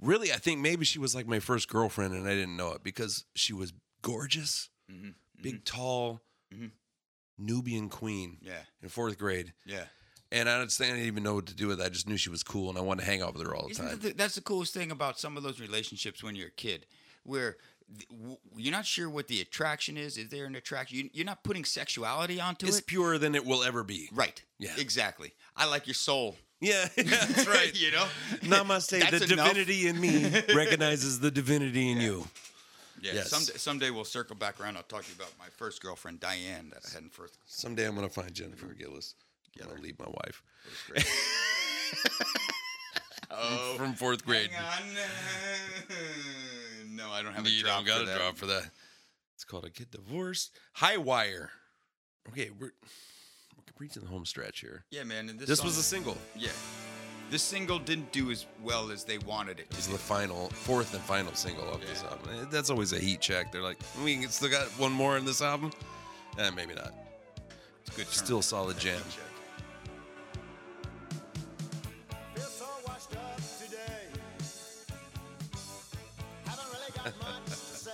B: really, I think maybe she was like my first girlfriend and I didn't know it because she was gorgeous,
A: Mhm,
B: big, tall,
A: Mhm.
B: Nubian queen
A: Yeah.
B: in fourth grade.
A: Yeah.
B: And I didn't, I didn't even know what to do with it. I just knew she was cool and I wanted to hang out with her all the
A: Isn't
B: time.
A: that the, that's the coolest thing about some of those relationships when you're a kid, where th- w- you're not sure what the attraction is. Is there an attraction? You, you're not putting sexuality onto
B: it's
A: it.
B: purer than it will ever be.
A: Right.
B: Yeah.
A: Exactly. I like your soul.
B: Yeah, that's right.
A: you know.
B: Namaste.
A: That's
B: the
A: enough.
B: divinity in me recognizes the divinity in you.
A: Yeah.
B: Yes.
A: Someday, someday we'll circle back around. I'll talk to you about my first girlfriend, Diane, that I had in first.
B: Someday I'm gonna find Jennifer Gillis. I'm gonna leave my wife
A: Oh.
B: from fourth grade.
A: No, I don't have a
B: You
A: drop.
B: don't got
A: for
B: a
A: that.
B: drop for that. It's called a get divorced. High wire. Okay, we're we're reaching the home stretch here.
A: Yeah, man. And this
B: This
A: song-
B: was a single.
A: yeah. This single didn't do as well as they wanted it. to
B: This is the final, fourth and final single of this album. Eh, That's always a heat check. They're like, we can- still got one more in this album. Eh, maybe not.
A: It's a good. turn.
B: Still solid jam.
C: Feel so washed up today. Haven't really got much to say.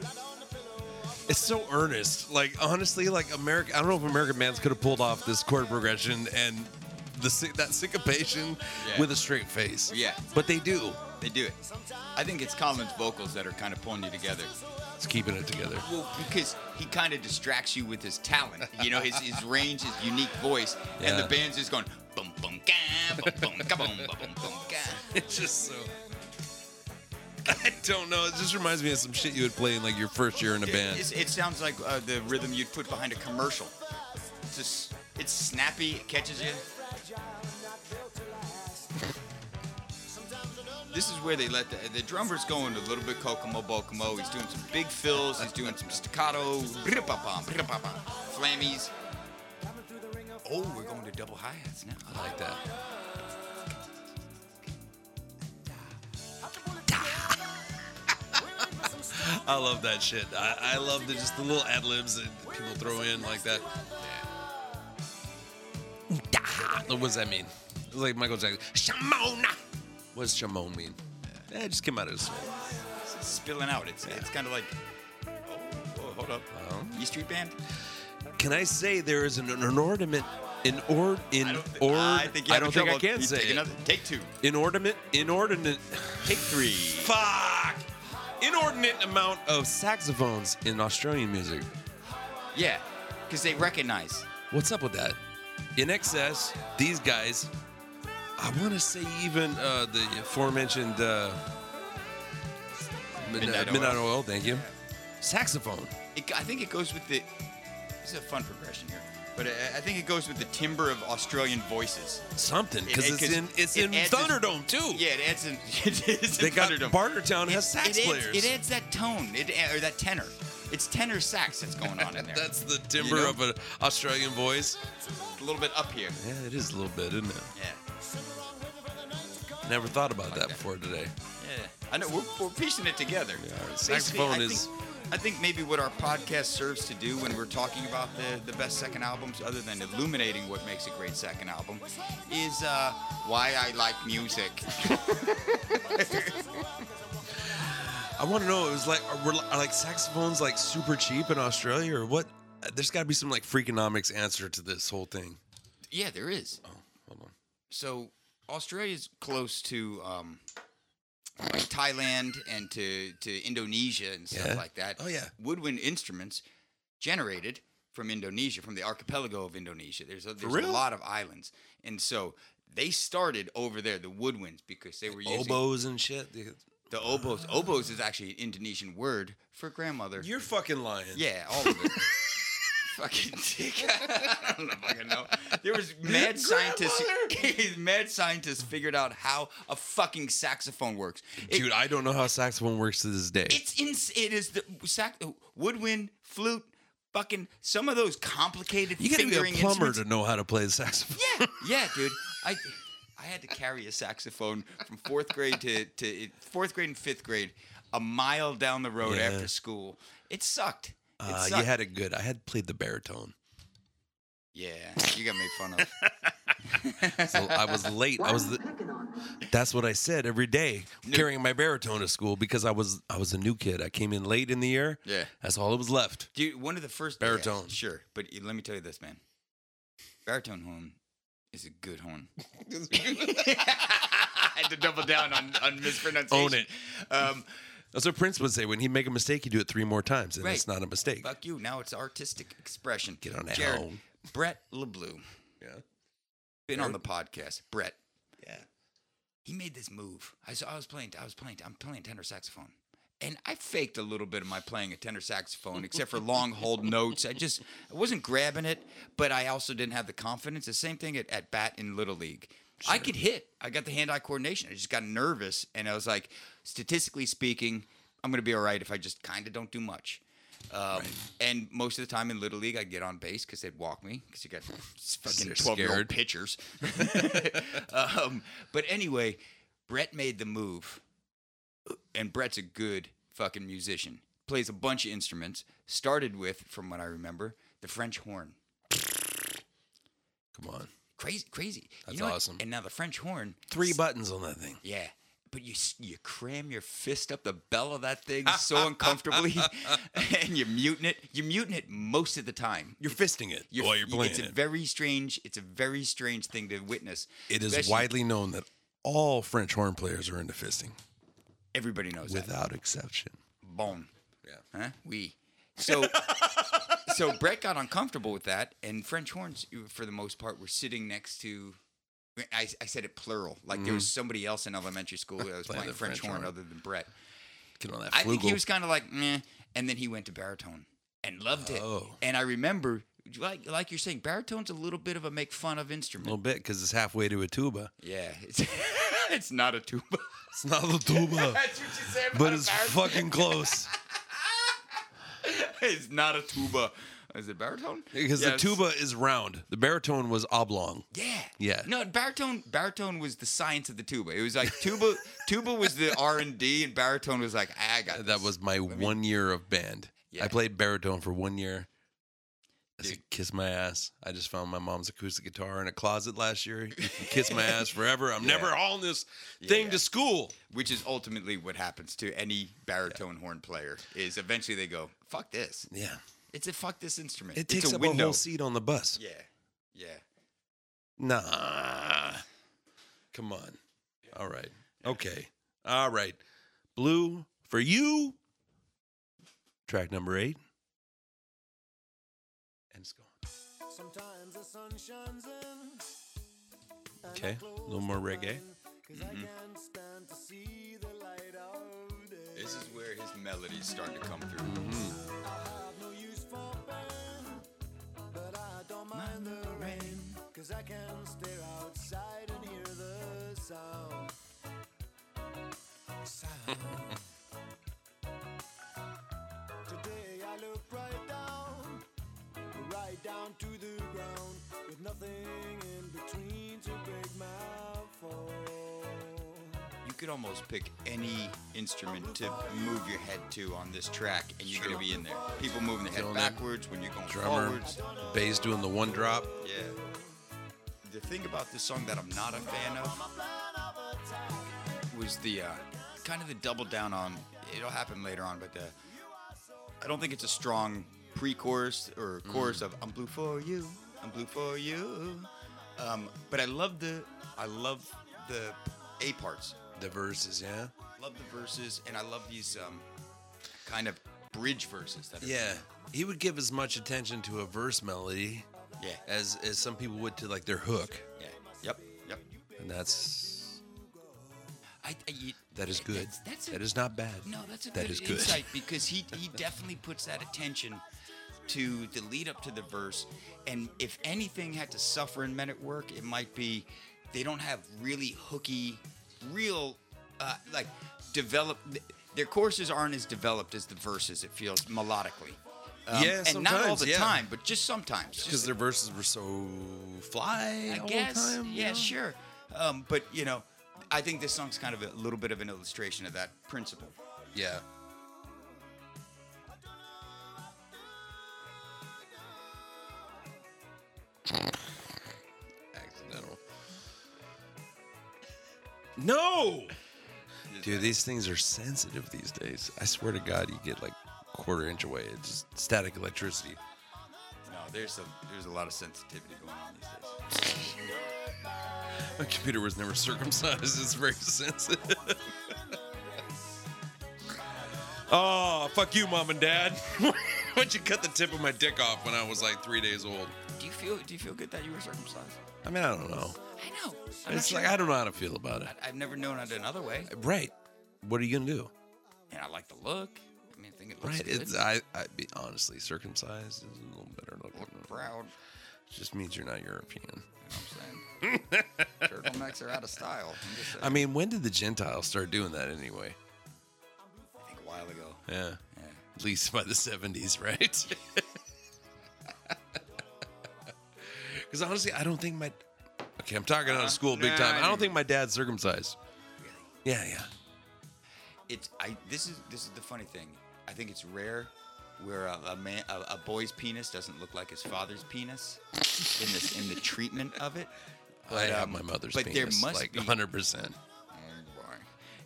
C: Blood on the pillow. of
B: It's so earnest. Like honestly, like America. I don't know if American Man's could have pulled off this chord progression and the sy- that syncopation
A: Yeah.
B: with a straight face.
A: Yeah.
B: but they do.
A: They do it. I think it's Colin's vocals that are kind of pulling you together.
B: It's keeping it together.
A: Well, because he kind of distracts you with his talent. You know, his, his range, his unique voice, and
B: Yeah.
A: the band's just going boom boom ga boom boom ka boom ba, boom boom ga.
B: It's just so. I don't know. It just reminds me of some shit you would play in like your first year in a band.
A: It's- It, sounds like uh, the rhythm you'd put behind a commercial. It's just it's snappy, it catches you.
C: fragile, not built to last. Sometimes I don't
A: this is where they let the the drummer's going a little bit Kokomo Bokomo. He's doing some big fills. He's doing some staccato, brr-pa-pam, brr-pa-pam, flammies. Oh, we're going to double hi hats now. I like that.
B: I love that shit. I, I love the just the little ad libs that people throw in like that. What does that mean? It's like Michael Jackson. Shamona. What does Shamon mean? Eh, it just came out of his soul.
A: It's spilling out. It's it's kind of like. Oh, oh, hold up.
B: Well.
A: E Street Band.
B: Can I say there is an, an ornament, an or, in
A: I don't, thi-
B: or,
A: I think you
B: I
A: have
B: don't think I
A: trouble.
B: can
A: You
B: say
A: take
B: it.
A: another. Take two.
B: inordinate, inordinate,
A: Take three.
B: fuck, inordinate amount of saxophones in Australian music.
A: Yeah, because they recognize.
B: What's up with that? In excess, these guys. I want to say even uh, the aforementioned uh, Midnight,
A: Midnight Oil.
B: Midnight Oil. Thank you. Saxophone.
A: It, I think it goes with the. This is a fun progression here, but I, I think it goes with the timbre of Australian voices.
B: something
A: It-
B: because
A: it-
B: it's
A: 'cause
B: in it's
A: it
B: in
A: adds this-
B: Thunderdome too.
A: Yeah, it adds an. It is
B: they
A: in
B: got
A: Thunderdome.
B: Bartertown
A: It-
B: has sax
A: it
B: players.
A: Adds, it adds that tone, it, or that tenor. It's tenor sax that's going on in there.
B: That's the timbre
A: You know?
B: of an Australian voice.
A: a little bit up here.
B: Yeah, it is a little bit, isn't it?
A: Yeah,
B: Never thought about that
A: that.
B: before today.
A: yeah. I know we're, we're piecing it together.
B: Yeah, our
A: Basically,
B: saxophone
A: I
B: is-
A: Think, I think maybe what our podcast serves to do when we're talking about the, the best second albums, other than illuminating what makes a great second album, is uh, why I like music.
B: I want to know. It was like are, were- are like saxophones like super cheap in Australia or what? Uh, There's got to be some like freakonomics answer to this whole thing.
A: yeah, there is.
B: Oh, hold on.
A: so Australia's close to um, Thailand and to, to Indonesia and stuff
B: Yeah.
A: like that.
B: Oh, yeah.
A: woodwind instruments generated from Indonesia, from the archipelago of Indonesia. There's a, there's a
B: real?
A: lot of islands, and so they started over there the woodwinds because they were using
B: Oboes and shit. dude.
A: the oboes. Oboes is actually an Indonesian word for grandmother.
B: You're fucking lying.
A: Yeah, all of it. Fucking dick. I don't know if I can know. There was mad scientists. mad scientists figured out how a fucking saxophone works. It-
B: dude, I don't know how saxophone works to this day.
A: it's ins- It is the sax, woodwind, flute, fucking some of those complicated
B: you gotta be
A: fingering
B: a plumber
A: instruments.
B: to know how to play the saxophone.
A: Yeah, yeah, dude. I I had to carry a saxophone from fourth grade to, to fourth grade and fifth grade a mile down the road
B: Yeah.
A: after school. It sucked. It
B: Uh, you
A: sucked.
B: had it good. I had played the baritone.
A: Yeah, you got made fun of.
B: So I was late. I was. The, that's what I said every day, carrying my baritone to school because I was I was a new kid. I came in late in the year.
A: Yeah.
B: that's all that was left.
A: Dude, one of the first
B: Baritone.
A: yeah, sure, but y- let me tell you this, man. Baritone horn is a good horn. I had to double down on, on mispronunciation.
B: Own it.
A: Um,
B: That's what Prince would say when he make a mistake. You do it three more times, and
A: Right.
B: it's not a mistake.
A: fuck you. Now it's artistic expression.
B: Get on that
A: Jared,
B: horn.
A: Brett LeBlue.
B: Yeah,
A: Been on the podcast. Brett.
B: yeah.
A: he made this move. I saw I was playing I was playing I'm playing tenor saxophone. And I faked a little bit of my playing a tenor saxophone, except for long hold notes. I just I wasn't grabbing it, but I also didn't have the confidence. The same thing at, at bat in Little League. I could hit. I got the hand-eye coordination. I just got nervous, and I was like, statistically speaking, I'm gonna be all right if I just kind of don't do much. Um, And most of the time in Little League, I'd get on base because they'd walk me because you got fucking
B: They're
A: 12 year old
B: scared.
A: pitchers. um, but anyway, Brett made the move, and Brett's a good fucking musician. Plays a bunch of instruments. Started with, from what I remember, the French horn.
B: Come on,
A: Crazy, crazy.
B: That's
A: what?
B: awesome.
A: And now the French horn.
B: three buttons on that thing.
A: Yeah. But you s- you cram your fist up the bell of that thing so uncomfortably, and you're muting it. You're muting it most of the time.
B: You're fisting it while you're playing
A: it's a
B: it.
A: very strange. It's a very strange thing to witness.
B: It is
A: Especially-
B: widely known that all French horn players are into fisting,
A: Everybody knows that.
B: without exception.
A: Bone.
B: Yeah.
A: Huh? We. So, so Brett got uncomfortable with that, and French horns, for the most part, were sitting next to. I, I said it plural, like there was somebody else in elementary school that was
B: Playing
A: playing,
B: Mm-hmm. the
A: French,
B: French
A: horn,
B: horn.
A: other than Brett.
B: Get on that
A: I think
B: flugel.
A: he was kind of like, meh, and then he went to baritone and loved it.
B: Oh.
A: And I remember, like, like you're saying, baritone's a little bit of a make fun of
B: a little
A: instrument.
B: bit because it's halfway to a tuba.
A: Yeah. It's- it's not a tuba.
B: It's not the tuba,
A: That's what you said.
B: but it's
A: baritone.
B: fucking close.
A: it's not a tuba. Is it baritone?
B: Because
A: Yes.
B: the tuba is round. The baritone was oblong.
A: Yeah.
B: Yeah.
A: No, baritone. Baritone was the science of the tuba. It was like tuba. tuba was the R and D, and baritone was like "Ah, I got.
B: That
A: this.
B: was my one year of band.
A: Yeah.
B: I played baritone for one year. I said,
A: Dude.
B: kiss my ass. I just found my mom's acoustic guitar in a closet last year. You can kiss my ass forever. I'm never hauling this thing
A: yeah.
B: to school.
A: which is ultimately what happens to any baritone horn player. Is eventually they go fuck this.
B: Yeah.
A: It's a fuck this instrument.
B: It takes
A: it's a
B: up
A: window.
B: a whole seat on the bus.
A: Yeah. Yeah.
B: Nah. Come on. All right. Okay. All right. Blue for you. Track number eight. And it's gone.
C: Sometimes the sun shines in.
B: Okay. A little more reggae. Mm-hmm.
C: because I can't stand to see the light of day.
A: This is where his melodies start to come through.
C: I've no use for pain, but I don't mind the rain, 'cause I can stare outside and hear the sound. Sound. Today I look right down, right down to the ground, with nothing in between to break my fall.
A: You could almost pick any instrument to move your head to on this track, and you're gonna be in there. People moving their head
B: Gentlemen,
A: backwards when you're going
B: Drummer,
A: forwards.
B: bass doing the one drop.
A: Yeah. The thing about this song that I'm not a fan of was the uh, kind of the double down on. It'll happen later on, but the I don't think it's a strong pre-chorus or chorus of "I'm blue for you, I'm blue for you." Um, but I love the I love the A parts.
B: The verses, yeah.
A: Love the verses, and I love these um, kind of bridge verses. That are,
B: Yeah. He would give as much attention to a verse melody
A: yeah,
B: as as some people would to like their hook.
A: yeah, yep, yep.
B: And that's
A: I, I, you-
B: that is good.
A: That's, that's a-
B: that is not bad.
A: No, that's a
B: That
A: good
B: is
A: insight because he he definitely puts that attention to the lead up to the verse. And if anything had to suffer in Men at Work, it might be they don't have really hooky, real uh, like develop. Their courses aren't as developed as the verses. It feels melodically. Um,
B: Yeah,
A: and not all
B: sometimes,
A: the
B: yeah.
A: time, but just sometimes. Just-
B: because their verses were so fly.
A: I
B: all the
A: guess.
B: time, you
A: yeah,
B: know?
A: sure. Um, but you know, I think this song's kind of a little bit of an illustration of that principle.
B: Yeah. Accidental. No. Dude, these things are sensitive these days. I swear to God, you get like quarter inch away. It's just static electricity.
A: No, there's a there's a lot of sensitivity going on these days.
B: My computer was never circumcised. It's very sensitive. oh, fuck you, mom and dad. Why'd you cut the tip of my dick off when I was like three days old?
A: Do you feel do you feel good that you were circumcised?
B: I mean, I don't know.
A: I know.
B: it's like, I don't know how to feel about it.
A: I've never known it another way.
B: Right. What are you going to do?
A: And I like the look. I mean, I think it looks
B: Right.
A: good.
B: It's, I, I'd be honestly circumcised is a little better looking.
A: Look proud.
B: Just means you're not European.
A: You know what I'm saying? Turtlenecks are out of style. I'm just saying.
B: I mean, when did the Gentiles start doing that anyway?
A: I think a while ago.
B: Yeah.
A: Yeah.
B: At least by the 70s, right? Because honestly, I don't think my. Okay, I'm talking out
A: Uh-huh.
B: of school big
A: Nah,
B: time.
A: I
B: I don't
A: didn't-
B: think my dad's circumcised.
A: Really.
B: Yeah, yeah.
A: It's I. This is this is the funny thing. I think it's rare where a, a man a, a boy's penis doesn't look like his father's penis in this in the treatment of it.
B: I
A: But,
B: have
A: um,
B: my mother's
A: but
B: penis.
A: there must
B: like
A: be-
B: 100%.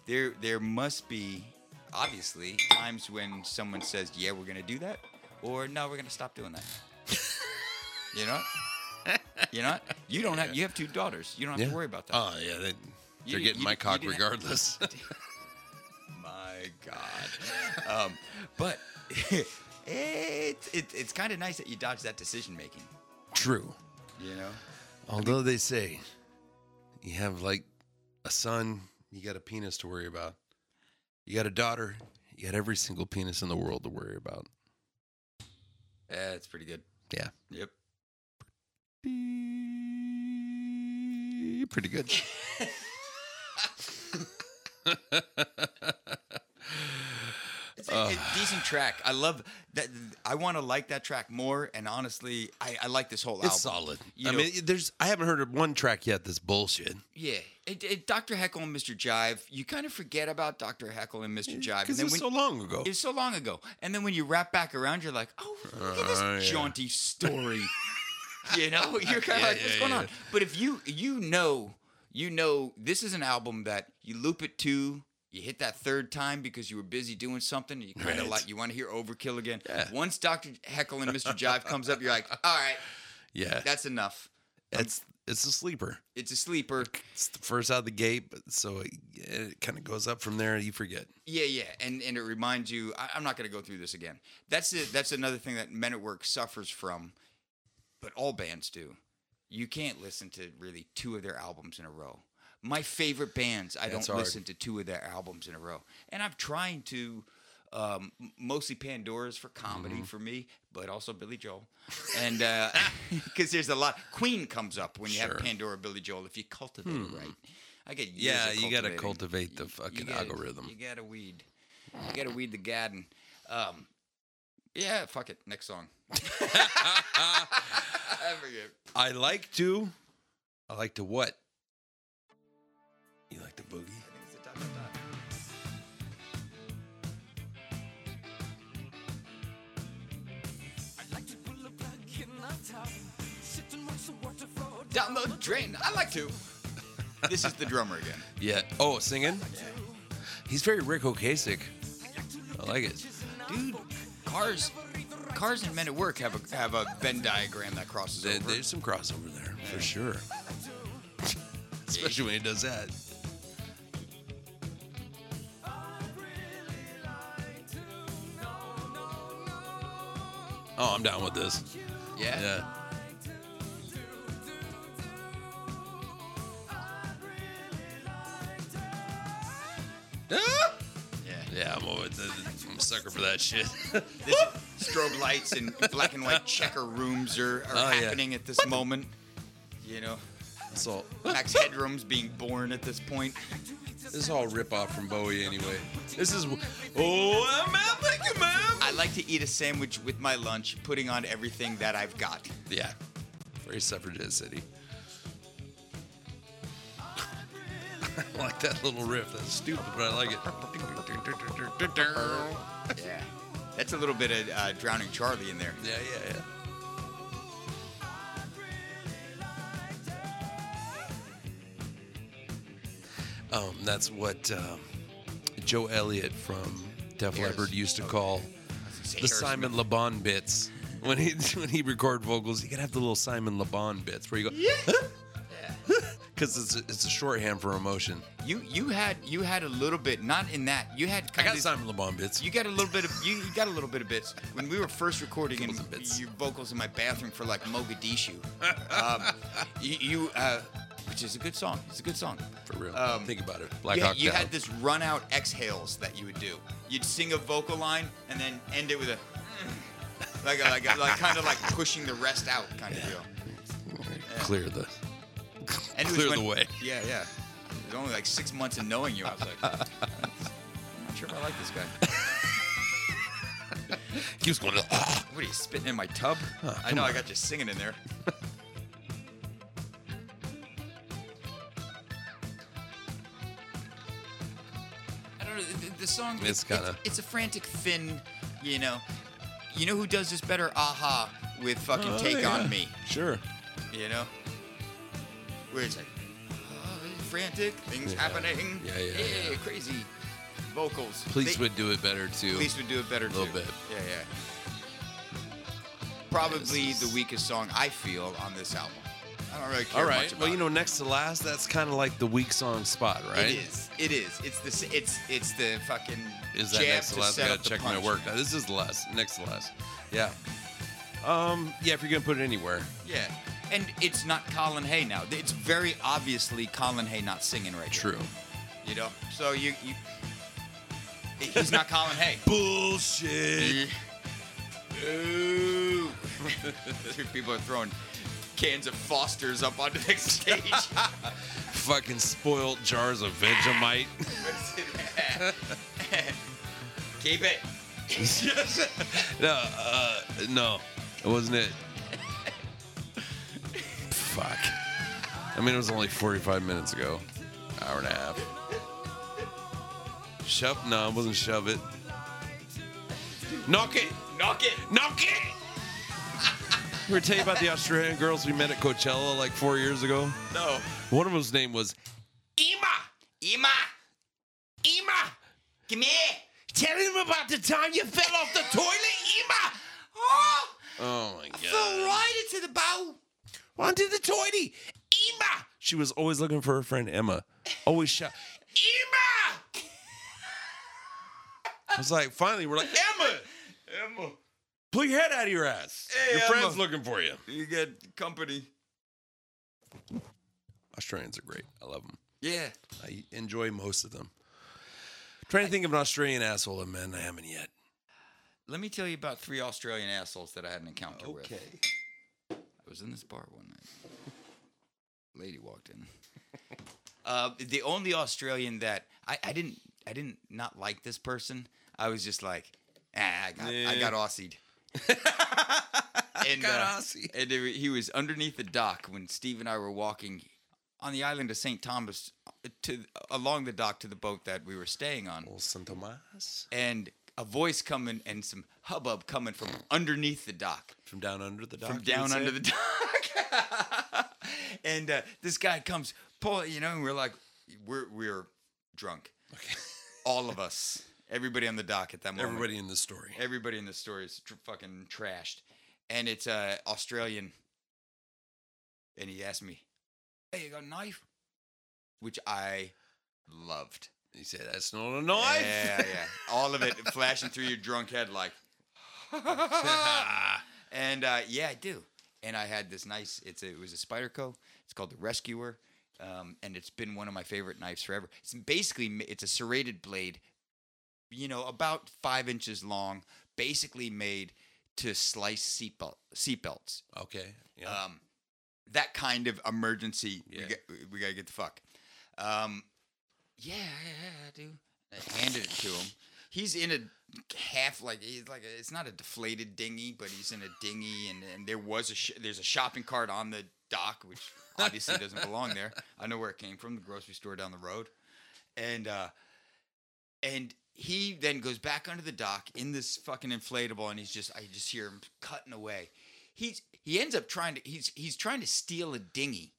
A: There, there must be obviously times when someone says, "Yeah, we're gonna do that," or "No, we're gonna stop doing that." you know, you know, you don't have. You have two daughters. You don't have
B: Yeah.
A: to worry about that.
B: Oh, yeah. They,
A: You
B: they're
A: didn't-
B: getting
A: you
B: my
A: didn't- you
B: cock
A: didn't have-
B: regardless.
A: My God. um, but it, it, it's kind of nice that you dodge that decision making.
B: True.
A: You know.
B: Although they say you have like a son, you got a penis to worry about. You got a daughter, you got every single penis in the world to worry about.
A: Yeah, it's pretty good.
B: Yeah.
A: Yep.
B: Pretty good.
A: It's a, a decent track. I love that. I want to like that track more. And honestly, I, I like this whole album.
B: It's solid.
A: You
B: I
A: know-
B: mean, there's I haven't heard of one track yet that's bullshit.
A: Yeah, it, it, Dr. Heckle and Mr. Jive. You kind of forget about Dr. Heckle and Mr. Jive, and
B: Because
A: then
B: it's
A: when,
B: so long ago.
A: it's so long ago. And then when you wrap back around, you're like, oh, look at this
B: Oh, yeah.
A: jaunty story. you know, you're kind of
B: Yeah,
A: like, what's
B: yeah,
A: going
B: yeah.
A: on? But if you you know, you know, this is an album that you loop it to. You hit that third time because you were busy doing something. And you kind of
B: Right.
A: like you want to hear Overkill again.
B: Yeah.
A: Once Doctor Heckle and Mr. Jive comes up, you're like, all right,
B: yeah,
A: that's enough.
B: it's it's a sleeper.
A: It's a sleeper.
B: It's the first out of the gate, but so it, it kind of goes up from there. You forget.
A: Yeah, yeah, and and it reminds you. I, I'm not going to go through this again. That's it. That's another thing that Men at Work suffers from, but all bands do. You can't listen to really two of their albums in a row. My favorite bands, I
B: That's
A: don't
B: hard.
A: listen to two of their albums in a row, and I'm trying to. Um, m- mostly Pandora's for comedy
B: Mm-hmm.
A: for me, but also Billy Joel, and because there's a lot. Queen comes up when you
B: Sure. Hmm.
A: have Pandora, Billy Joel. If you cultivate it right, I get years
B: Yeah,
A: of
B: you gotta cultivate
A: cultivating.
B: the
A: You-
B: fucking
A: you gotta-
B: algorithm.
A: You gotta weed. You gotta weed the garden. Um, yeah, fuck it. Next song. I forget.
B: I like to. I like to what? You like to boogie?
A: I think it's the top of the top.
E: I'd like to pull a plug in the top, sit and watch the water flow
A: Down the drain. I like to. This is the drummer again.
B: Yeah. Oh, singing. He's very Rick Ocasek. I like it.
A: Dude, cars, cars and men at work have a have a Venn diagram that crosses
B: There-
A: over.
B: there's some crossover there for sure. Especially when he does that. Oh, I'm down with this.
A: Yeah.
B: Yeah. Ah!
A: yeah.
B: Yeah, I'm, over, I'm a sucker for that shit.
A: This, strobe lights and black and white checker rooms are, are
B: Oh, yeah.
A: happening at this moment. You know,
B: so
A: Max Headroom's being born at this point.
B: this is all rip off from Bowie anyway. This is oh, I'm out like a man.
A: I like to eat a sandwich with my lunch, putting on everything that I've got.
B: Yeah, very suffragette city. I like that little riff. That's stupid, but I like it. Yeah,
A: Yeah. That's a little bit of uh, Drowning Charlie in there.
B: yeah, yeah. Um, that's what um, Joe Elliott from Def
A: Yes.
B: Leppard used to call the
A: Harris
B: Simon LeBon bits. When he when he record vocals, you gotta have the little Simon LeBon bits where you go, because it's a, it's a shorthand for emotion.
A: You you had you had a little bit, not in that. You had
B: I
A: kind
B: got
A: of
B: Simon LeBon bits.
A: you got a little bit of you, you got a little bit of bits when we were first recording and
B: Couple of bits.
A: your vocals in my bathroom for like Mogadishu. Um, you you uh, which is a good song. It's a good song.
B: for real.
A: um,
B: Think about it. Black
A: you,
B: Hawk
A: you
B: Down.
A: had this run out exhales that you would do. You'd sing a vocal line and then end it with a mm, like a, like a, like kind of like pushing the rest out kind of deal.
B: clear the
A: And it was
B: clear
A: when-
B: the way.
A: Yeah, yeah. It was only like six months of knowing you. I was like, I'm not sure if I like this guy.
B: Keeps going. "Ah."
A: What are you spitting in my tub? I know I got you singing in there. I don't know. The, the song.
B: It's
A: it- it-
B: kinda-
A: It's a frantic thin. You know. You know who does this better? Aha with fucking
B: Oh,
A: Take
B: yeah.
A: on Me.
B: Sure.
A: You know. Where it's like. "Oh, Frantic things
B: Yeah.
A: happening.
B: Yeah, yeah, yeah.
A: Crazy vocals.
B: Police
A: They-
B: would do it better too.
A: Police would do it better. A
B: Little bit.
A: Yeah, yeah. Probably
B: This is-
A: the weakest song I feel on this album. I don't really care
B: All
A: much
B: right.
A: about
B: Well, you know,
A: it.
B: next to last, that's kind of like the weak song spot, right?
A: It is. It is. It's the. s- It's it's the fucking.
B: Is that
A: jab
B: next to
A: to
B: last?
A: set
B: I
A: up
B: gotta
A: the
B: check my
A: punch.
B: work. Now, this is the last. Next to last. Yeah. Um. Yeah. If you're gonna put it anywhere,
A: Yeah, and it's not Colin Hay now. It's very obviously Colin Hay not singing right. here,
B: true.
A: You know. So you you. He's not Colin Hay.
B: Bullshit.
A: Ooh. People are throwing cans of Fosters up onto the stage.
B: fucking spoiled jars of Vegemite.
A: Keep it.
B: no, uh, no, it wasn't it. Fuck. I mean, it was only 45 minutes ago, hour and a half. Shove? No, it wasn't shove it. Knock it.
A: Knock it.
B: Knock it! we were telling you about the Australian girls we met at Coachella like four years ago.
A: No.
B: One of them's name was
A: Ima. Ima. Ima. Come here.
B: Tell him about the time you fell off the toilet, Ima!
A: Oh,
B: Oh my god.
A: fell right into the bow.
B: Onto the toity! Ima! She was always looking for her friend Emma. Always shout, Ima! I was like, finally, we're like, Emma!
A: Emma,
B: Pull your head out of your ass.
A: Hey,
B: your friend's
A: Emma."
B: looking for you.
A: you got company.
B: Australians are great. I love them.
A: Yeah.
B: I enjoy most of them. trying to think of an Australian asshole, and man, I haven't yet.
A: Let me tell you about three Australian assholes that I had an encounter with. I was in this bar one night. Lady walked in. Uh, the only Australian that I, I didn't I didn't not like this person. I was just like, ah, I got I got Aussied. and,
B: got
A: uh,
B: Aussied.
A: and there- he was underneath the dock when Steve and I were walking on the island of St. Thomas uh, to along the dock to the boat that we were staying on
B: Old San Tomas
A: and a voice coming and some hubbub coming from underneath the dock,
B: from down under the dock.
A: from
B: you
A: down
B: would
A: under
B: say?
A: the dock. and uh, this guy comes, pull, you know, and we're like, we're we're drunk,
B: Okay.
A: all of us, everybody on the dock at that moment,
B: Everybody in this story.
A: everybody in this story is tr- fucking trashed, and it's uh, Australian, and he asked me, "Hey, you got a knife?" Which I loved.
B: He said, "That's not a knife."
A: Yeah, yeah. All of it flashing through your drunk head like. and uh, yeah, I do. And I had this nice. It's a, it was a Spyderco. It's called the Rescuer, um, and it's been one of my favorite knives forever. It's basically ma- it's a serrated blade, you know, about five inches long. Basically made to slice seatbelt seatbelts.
B: Okay. Yeah.
A: Um, that kind of emergency. We,
B: Yeah.
A: get, we gotta get the fuck. Um, yeah, yeah, yeah, I do. I handed it to him. He's in a half like he's like a, it's not a deflated dinghy, but he's in a dinghy, and, and there was a sh- there's a shopping cart on the dock, which obviously doesn't belong there. I know where it came from, the grocery store down the road, and uh, and he then goes back under the dock in this fucking inflatable, and he's just I just hear him cutting away. He's he ends up trying to he's he's trying to steal a dinghy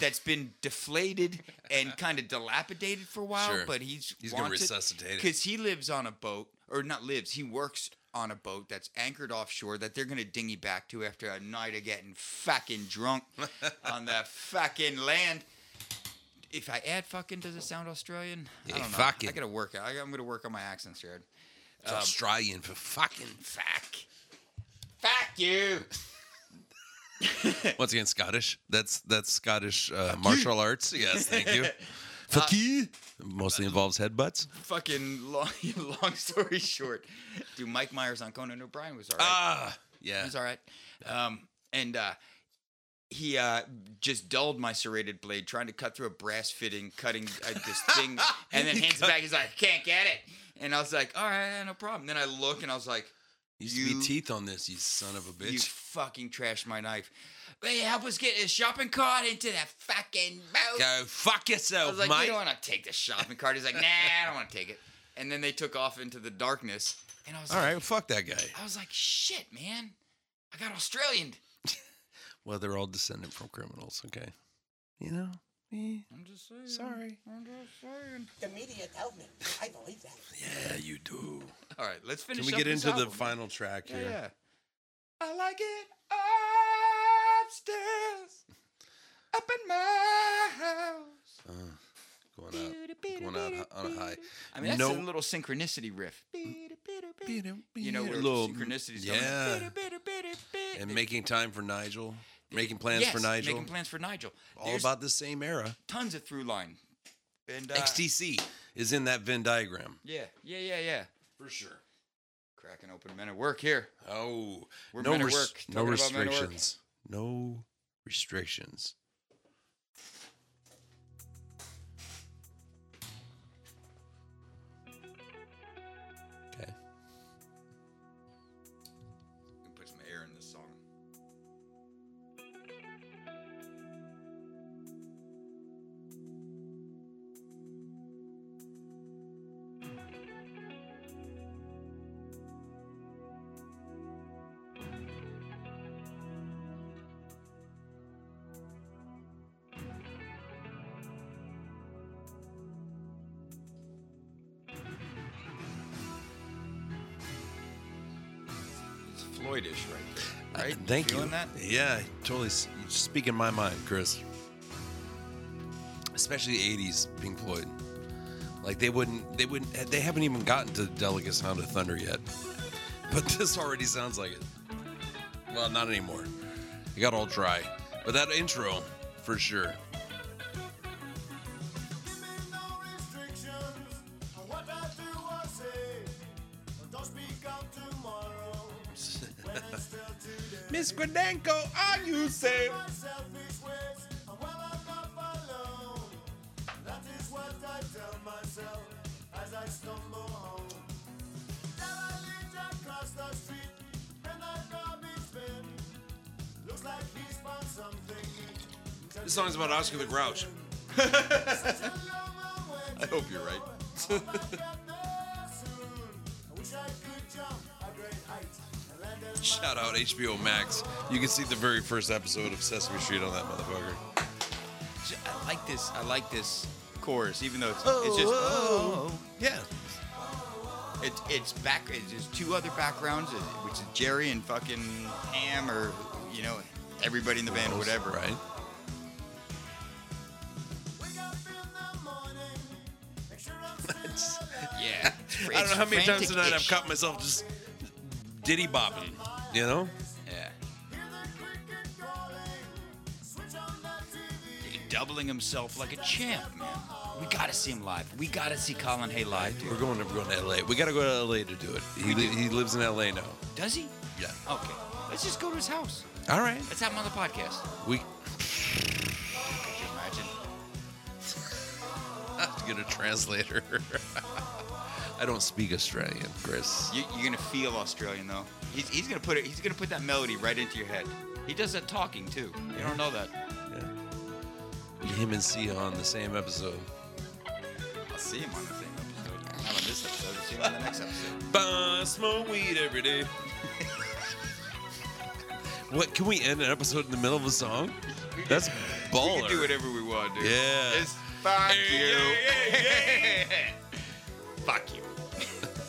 A: that's been deflated and kind of dilapidated for a while,
B: Sure.
A: but he's
B: He's gonna resuscitate it.
A: because he lives on a boat or not lives he works on a boat that's anchored offshore that they're gonna dinghy back to after a night of getting fucking drunk on the fucking land. If I add fucking, does it sound Australian? I
B: Yeah,
A: don't know.
B: fucking.
A: I gotta work. I, I'm gonna work on my accents, Jared.
B: It's
A: um,
B: Australian for fucking.
A: Fuck. Fuck you.
B: Once again, Scottish. That's that's Scottish uh, martial arts. Yes, thank
A: Uh,
B: you. Fuck you. Mostly involves headbutts.
A: Fucking long, long story short, dude, Mike Myers on Conan O'Brien was all right.
B: Ah, yeah.
A: He's all right. Um, and uh, he uh, just dulled my serrated blade, trying to cut through a brass fitting, cutting uh, this thing, and then hands it back. He's like, "Can't get it." And I was like, "All right, no problem." Then I look and I was like,
B: Used to
A: You-
B: be teeth on this, you son of a
A: "You
B: bitch.
A: fucking trashed my knife." Hey, help us get a shopping cart into that fucking boat.
B: Go fuck
A: I
B: yourself,
A: was like,
B: mate.
A: "You don't want to take the shopping cart." He's like, "Nah, I don't want to take it." And then they took off into the darkness, and I was
B: All
A: like,
B: right, fuck that guy.
A: "I was like, shit, man, I got Australian."
B: Well, they're all descended from criminals. Okay, you know. eh,
A: I'm just saying.
B: Sorry.
A: I'm just saying.
D: The media told me. I believe that.
B: Yeah, you do.
A: All right, let's finish.
B: Can we
A: up
B: get
A: this
B: into the
A: album.
B: final track
A: Yeah,
B: here?
A: yeah. I like it upstairs, up in my house.
B: Going out, going out hi- Uh, on a high.
A: I mean, that's
B: No-
A: a little synchronicity riff. You know, where
B: Little-
A: synchronicities come in.
B: Yeah. and making time for Nigel, making plans
A: yes,
B: for Nigel.
A: Making plans for Nigel.
B: all
A: There's
B: about the same era.
A: tons of through line. And uh,
B: XTC is in that Venn diagram
A: Yeah, yeah, yeah, yeah.
B: for sure.
A: Cracking open men at work here.
B: Oh,
A: We're men at work,
B: no
A: talking about men at work.
B: restrictions. No restrictions.
A: Floydish right there. Right?
B: Uh, Thank
A: Feeling
B: you.
A: that?
B: Yeah, totally s- speaking my mind, Chris. Especially '80s Pink Floyd. Like they wouldn't, they wouldn't, they haven't even gotten to the delicate sound of thunder yet. But this already sounds like it. Well, not anymore. It got all dry. But that intro, for sure.
C: Give me no restrictions on what I do or say. Don't speak of tomorrow when it's still today.
B: Miss Gradenko, are you safe?
C: My selfish ways are well enough alone. That is what I tell myself as I stumble home. Derelict across the street in a garbage bin. Looks like he's found something.
B: This song's about Oscar the Grouch.
A: I hope you're right.
B: Shout out HBO Max. You can see the very first episode of Sesame Street on that motherfucker.
A: J- I like this. I like this chorus, even though it's, it's just oh.
B: Yeah.
A: It's it's back. It's just two other backgrounds, uh, which is Jerry and fucking Ham, or you know, everybody in the band, or whatever.
B: Right.
A: Yeah. It's fr-
B: I don't
A: it's
B: know how many times
A: frantic
B: tonight I've
A: itch.
B: caught myself just diddy bopping. You know?
A: Yeah. Doubling himself like a champ, man. We gotta see him live. We gotta see Colin Hay live,
B: We're
A: dude.
B: going to, we're going to LA. We got to go to LA to do it. He, li- he lives in LA now.
A: Does he?
B: Yeah.
A: Okay. Let's just go to his house.
B: All right.
A: Let's have him on the podcast.
B: We
A: Could you imagine?
B: have to get a translator. I don't speak Australian, Chris.
A: You, you're gonna feel Australian though. He's, he's gonna put it. He's gonna put that melody right into your head. He does that talking too. You don't know that.
B: Yeah. Him and Sia on the same episode.
A: I'll see him on the same episode. Not on this episode. See him on the next episode.
B: Bah, smoke weed every day. what? Can we end an episode in the middle of a song? That's baller.
A: We can do whatever we want, dude.
B: Yeah.
A: It's fuck
B: Yeah,
A: you.
B: yeah,
A: fuck you.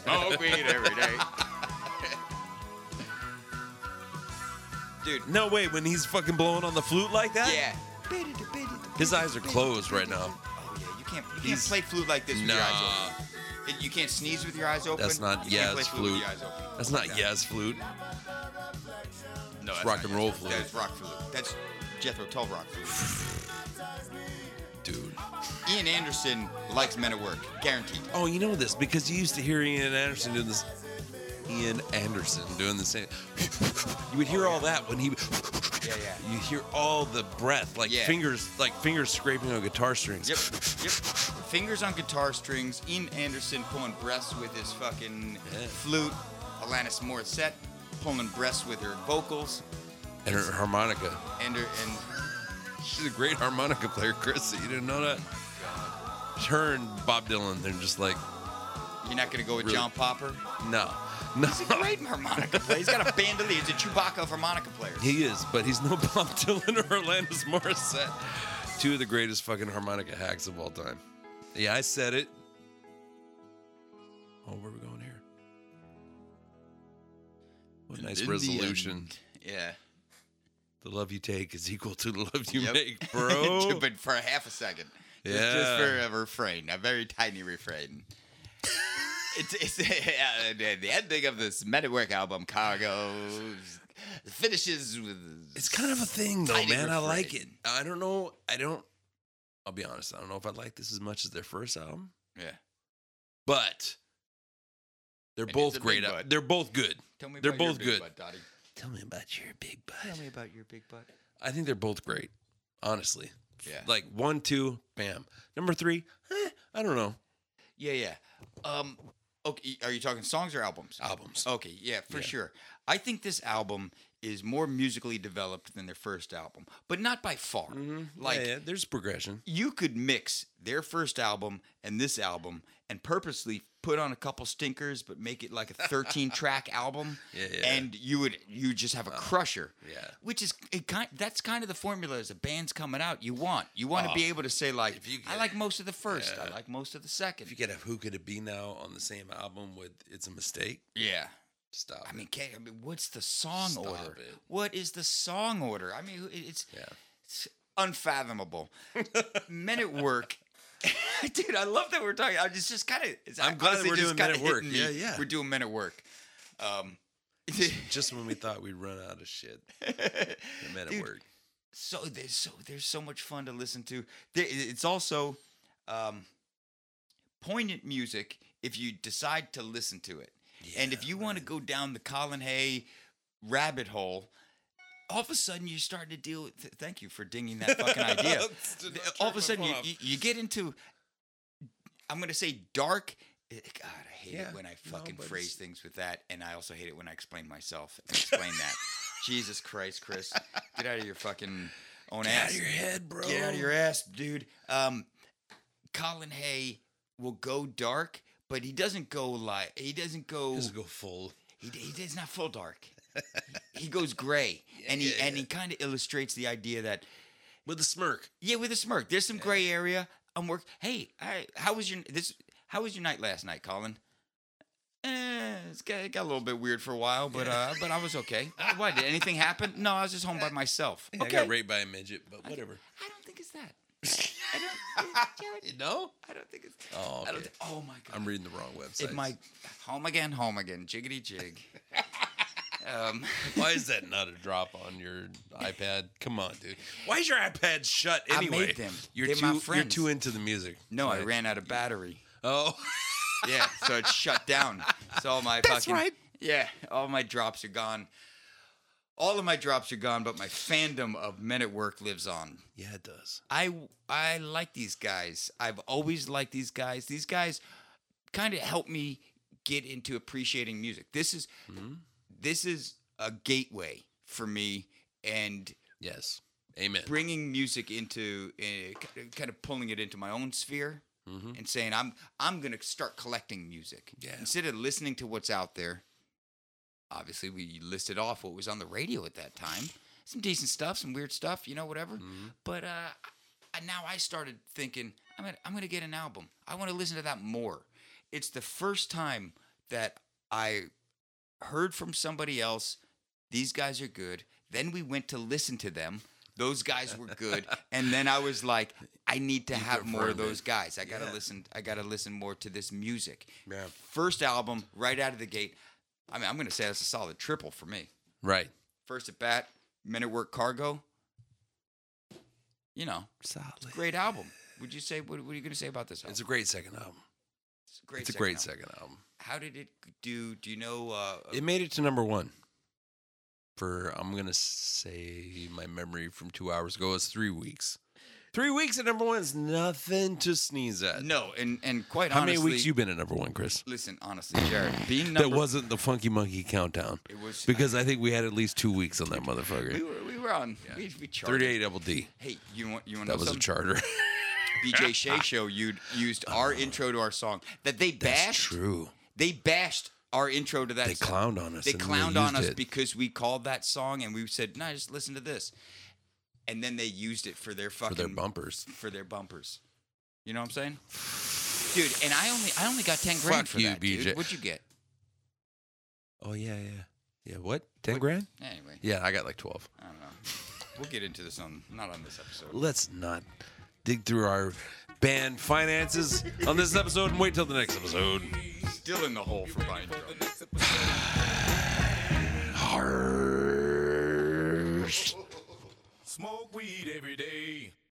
A: Smoke weed every day. dude.
B: No, wait. When he's fucking blowing on the flute like that?
A: Yeah.
B: His eyes are closed right now.
A: Oh yeah. You can't. You can't
B: He's-
A: play flute like this with your eyes open.
B: Nah,
A: It- You can't sneeze with your eyes open.
B: that's not
A: You can't play
B: Yaz flute.
A: With your eyes open.
B: That's not Yaz flute.
A: No,
B: rock
A: that's not
B: and
A: Jethro-
B: roll flute.
A: That's rock flute. That's Jethro Tull rock flute.
B: Dude.
A: Ian Anderson likes men at work, guaranteed.
B: Oh, you know this because you used to hear Ian Anderson doing this. Ian Anderson doing the same. You would hear all that when he.
A: Yeah, yeah.
B: You hear all the breath, like
A: Yeah.
B: fingers, like fingers scraping on guitar strings.
A: Yep, yep. Fingers on guitar strings. Ian Anderson pulling breasts with his fucking
B: Yeah.
A: flute. Alanis Morissette pulling breasts with her vocals.
B: And her harmonica.
A: And her, and
B: She's a great harmonica player, Chris. You didn't know that. Her and Bob Dylan, they're just like,
A: you're not gonna go with
B: Really?
A: John Popper.
B: no, no.
A: He's a great harmonica player. He's got a bandolier. He's a Chewbacca of harmonica players.
B: He is, but he's no Bob Dylan or Alanis Morissette. Two of the greatest fucking harmonica hacks of all time. Yeah, I said it. Oh, where are we going here? What a nice
A: In the
B: resolution.
A: end. Yeah.
B: The, love you take is equal to the love you
A: Yep.
B: make, bro.
A: but for half a second. Just,
B: Yeah.
A: just for a refrain, a very tiny refrain. it's it's uh, the the ending of this Meta Work album, Cargo, finishes with.
B: it's kind of a thing, though,
A: Tiny
B: man. I like it.
A: refrain.
B: I don't know. I don't. I'll be honest. I don't know if I like this as much as their first album,
A: Yeah.
B: but they're
A: It is
B: both
A: a big
B: great. al-
A: but.
B: They're both good.
A: Tell me
B: They're
A: about your
B: both
A: big
B: good.
A: butt, Dottie.
B: Tell me about your big butt.
A: Tell me about your big butt.
B: I think they're both great, honestly.
A: Yeah.
B: Like one, two, bam. Number three, eh, I don't know.
A: yeah, yeah. Um, okay, are you talking songs or albums?
B: Albums.
A: Okay, yeah, for
B: Yeah.
A: sure. I think this album is more musically developed than their first album, but not by far.
B: Mm-hmm.
A: Like
B: yeah, yeah, there's progression.
A: you could mix their first album and this album and purposely put on a couple stinkers but make it like a 13 track album
B: Yeah, yeah. Uh,
A: and you would you would just have a crusher
B: yeah.
A: which is it kind that's kind of the formula as a band's coming out you want you want to be able to say like
B: Oh, if you
A: i
B: get-
A: like most of the first i
B: yeah.
A: like most of the second
B: If you get a Who Could It Be Now on the same album with It's a Mistake,
A: yeah
B: Stop.
A: I mean, can I mean, what's the song
B: Stop
A: order?
B: it.
A: What is the song order? I mean, who- it- it's
B: Yeah.
A: it's unfathomable. Men at work. Dude, I love that we're talking. I just just kind of.
B: I'm glad that we're doing Men at Work.
A: Me.
B: Yeah, yeah.
A: We're doing men at work. Um,
B: just when we thought we'd run out of shit, the men at
A: Dude.
B: work.
A: so there's so there's so much fun to listen to. There, it's also um, poignant music if you decide to listen to it, and if you want to go down the Colin Hay rabbit hole. All of a sudden, you're starting to deal with. th- thank you for dinging that fucking idea.
B: Let's do not
A: all of a
B: turn
A: sudden,
B: my
A: you,
B: phone off.
A: you, you get into. I'm gonna say dark. eh, God, I hate
B: Yeah,
A: it when I
B: no,
A: fucking
B: but it's-
A: phrase things with that, and I also hate it when I explain myself and explain that. Jesus Christ, Chris, get out of your fucking own
B: Get
A: ass.
B: out of your head, bro.
A: Get out of your ass, dude. Um, Colin Hay will go dark, but he doesn't go like he doesn't go.
B: Just go full.
A: He, d- he d- he's not full dark. He- he goes gray, and he
B: yeah,
A: and
B: yeah.
A: he kind of illustrates the idea that
B: With a smirk.
A: yeah, with a smirk. There's some gray area. I'm work. Hey, I, how was your this? How was your night last night, Colin? Eh, it's got, it got a little bit weird for a while, but uh, but I was okay. Why did anything happen? No, I was just home by myself.
B: Yeah,
A: Okay.
B: I got raped by a midget, but whatever.
A: I don't think it's that. I don't, eh, Jared,
B: No?
A: I don't think it's.
B: Oh,
A: I don't
B: okay.
A: thi- oh my god!
B: I'm reading the wrong website.
A: It might home again, home again, jiggity jig. um,
B: Why is that not a drop on your iPad? Come on, dude. Why is your iPad shut
A: I
B: anyway?
A: made them.
B: You're
A: They're
B: too
A: my
B: you're
A: friends.
B: too into the music.
A: no, I
B: Right.
A: ran out of battery.
B: Oh,
A: Yeah, so it's shut down. So all my
B: That's
A: fucking
B: right.
A: yeah, all my drops are gone. All of my drops are gone, but my fandom of Men at Work lives on.
B: yeah, it does.
A: I I like these guys. I've always liked these guys. These guys kind of help me get into appreciating music. This is this is a gateway for me and
B: Yes. Amen.
A: bringing music into uh, kind of pulling it into my own sphere and saying I'm I'm going to start collecting music
B: Yeah.
A: instead of listening to what's out there. Obviously, we listed off what was on the radio at that time. Some decent stuff, some weird stuff, you know, whatever. But uh, I, now I started thinking I'm gonna, I'm going to get an album. I want to listen to that more. It's the first time that I heard from somebody else these guys are good then we went to listen to them those guys were good and then i was like i need to have more of
B: confirmed it.
A: those guys i gotta
B: Yeah.
A: listen i gotta listen more to this music
B: Yeah.
A: first album right out of the gate i mean i'm gonna say that's a solid triple for me
B: Right.
A: first at bat men at work cargo you know
B: Solid.
A: great album would you say what, what are you gonna say about this album?
B: It's a great second album.
A: It's a great
B: it's a great
A: album.
B: second album.
A: how did it do do you know uh,
B: It made it to number one. For I'm gonna say my memory from two hours ago is three weeks. Three weeks at number one is nothing to sneeze at.
A: uh, no and and quite
B: How
A: honestly
B: many weeks you been at number one, Chris?
A: listen honestly jared being number
B: that wasn't the Funky Monkey countdown.
A: It was-
B: because I think we had at least two weeks on that
A: We
B: motherfucker.
A: were, we were on. We, we charted.
B: 38 Double D.
A: Hey, you want you want to
B: That
A: know
B: was a
A: something?
B: charter.
A: BJ Shea show. You used our intro to our song that they
B: Uh, That's
A: bashed.
B: true.
A: They bashed our intro to that.
B: They
A: song.
B: clowned on us
A: They
B: and they
A: clowned on
B: used
A: us
B: it.
A: because we called that song and we said, "No, just listen to this," and then they used it for their
B: For
A: fucking
B: their bumpers.
A: for their bumpers. You know what I'm saying, dude? And I only I only got ten grand
B: Fuck
A: for
B: you,
A: that,
B: BJ.
A: dude. What'd you get?
B: Oh, yeah, yeah. Yeah, what? 10 grand?
A: Anyway,
B: Yeah, I got like 12.
A: I don't know. We'll get into this on not on this episode.
B: Let's not dig through our band finances on this episode and wait till the next episode.
A: Still in the hole for buying drugs.
B: Arr.
F: Smoke weed every day.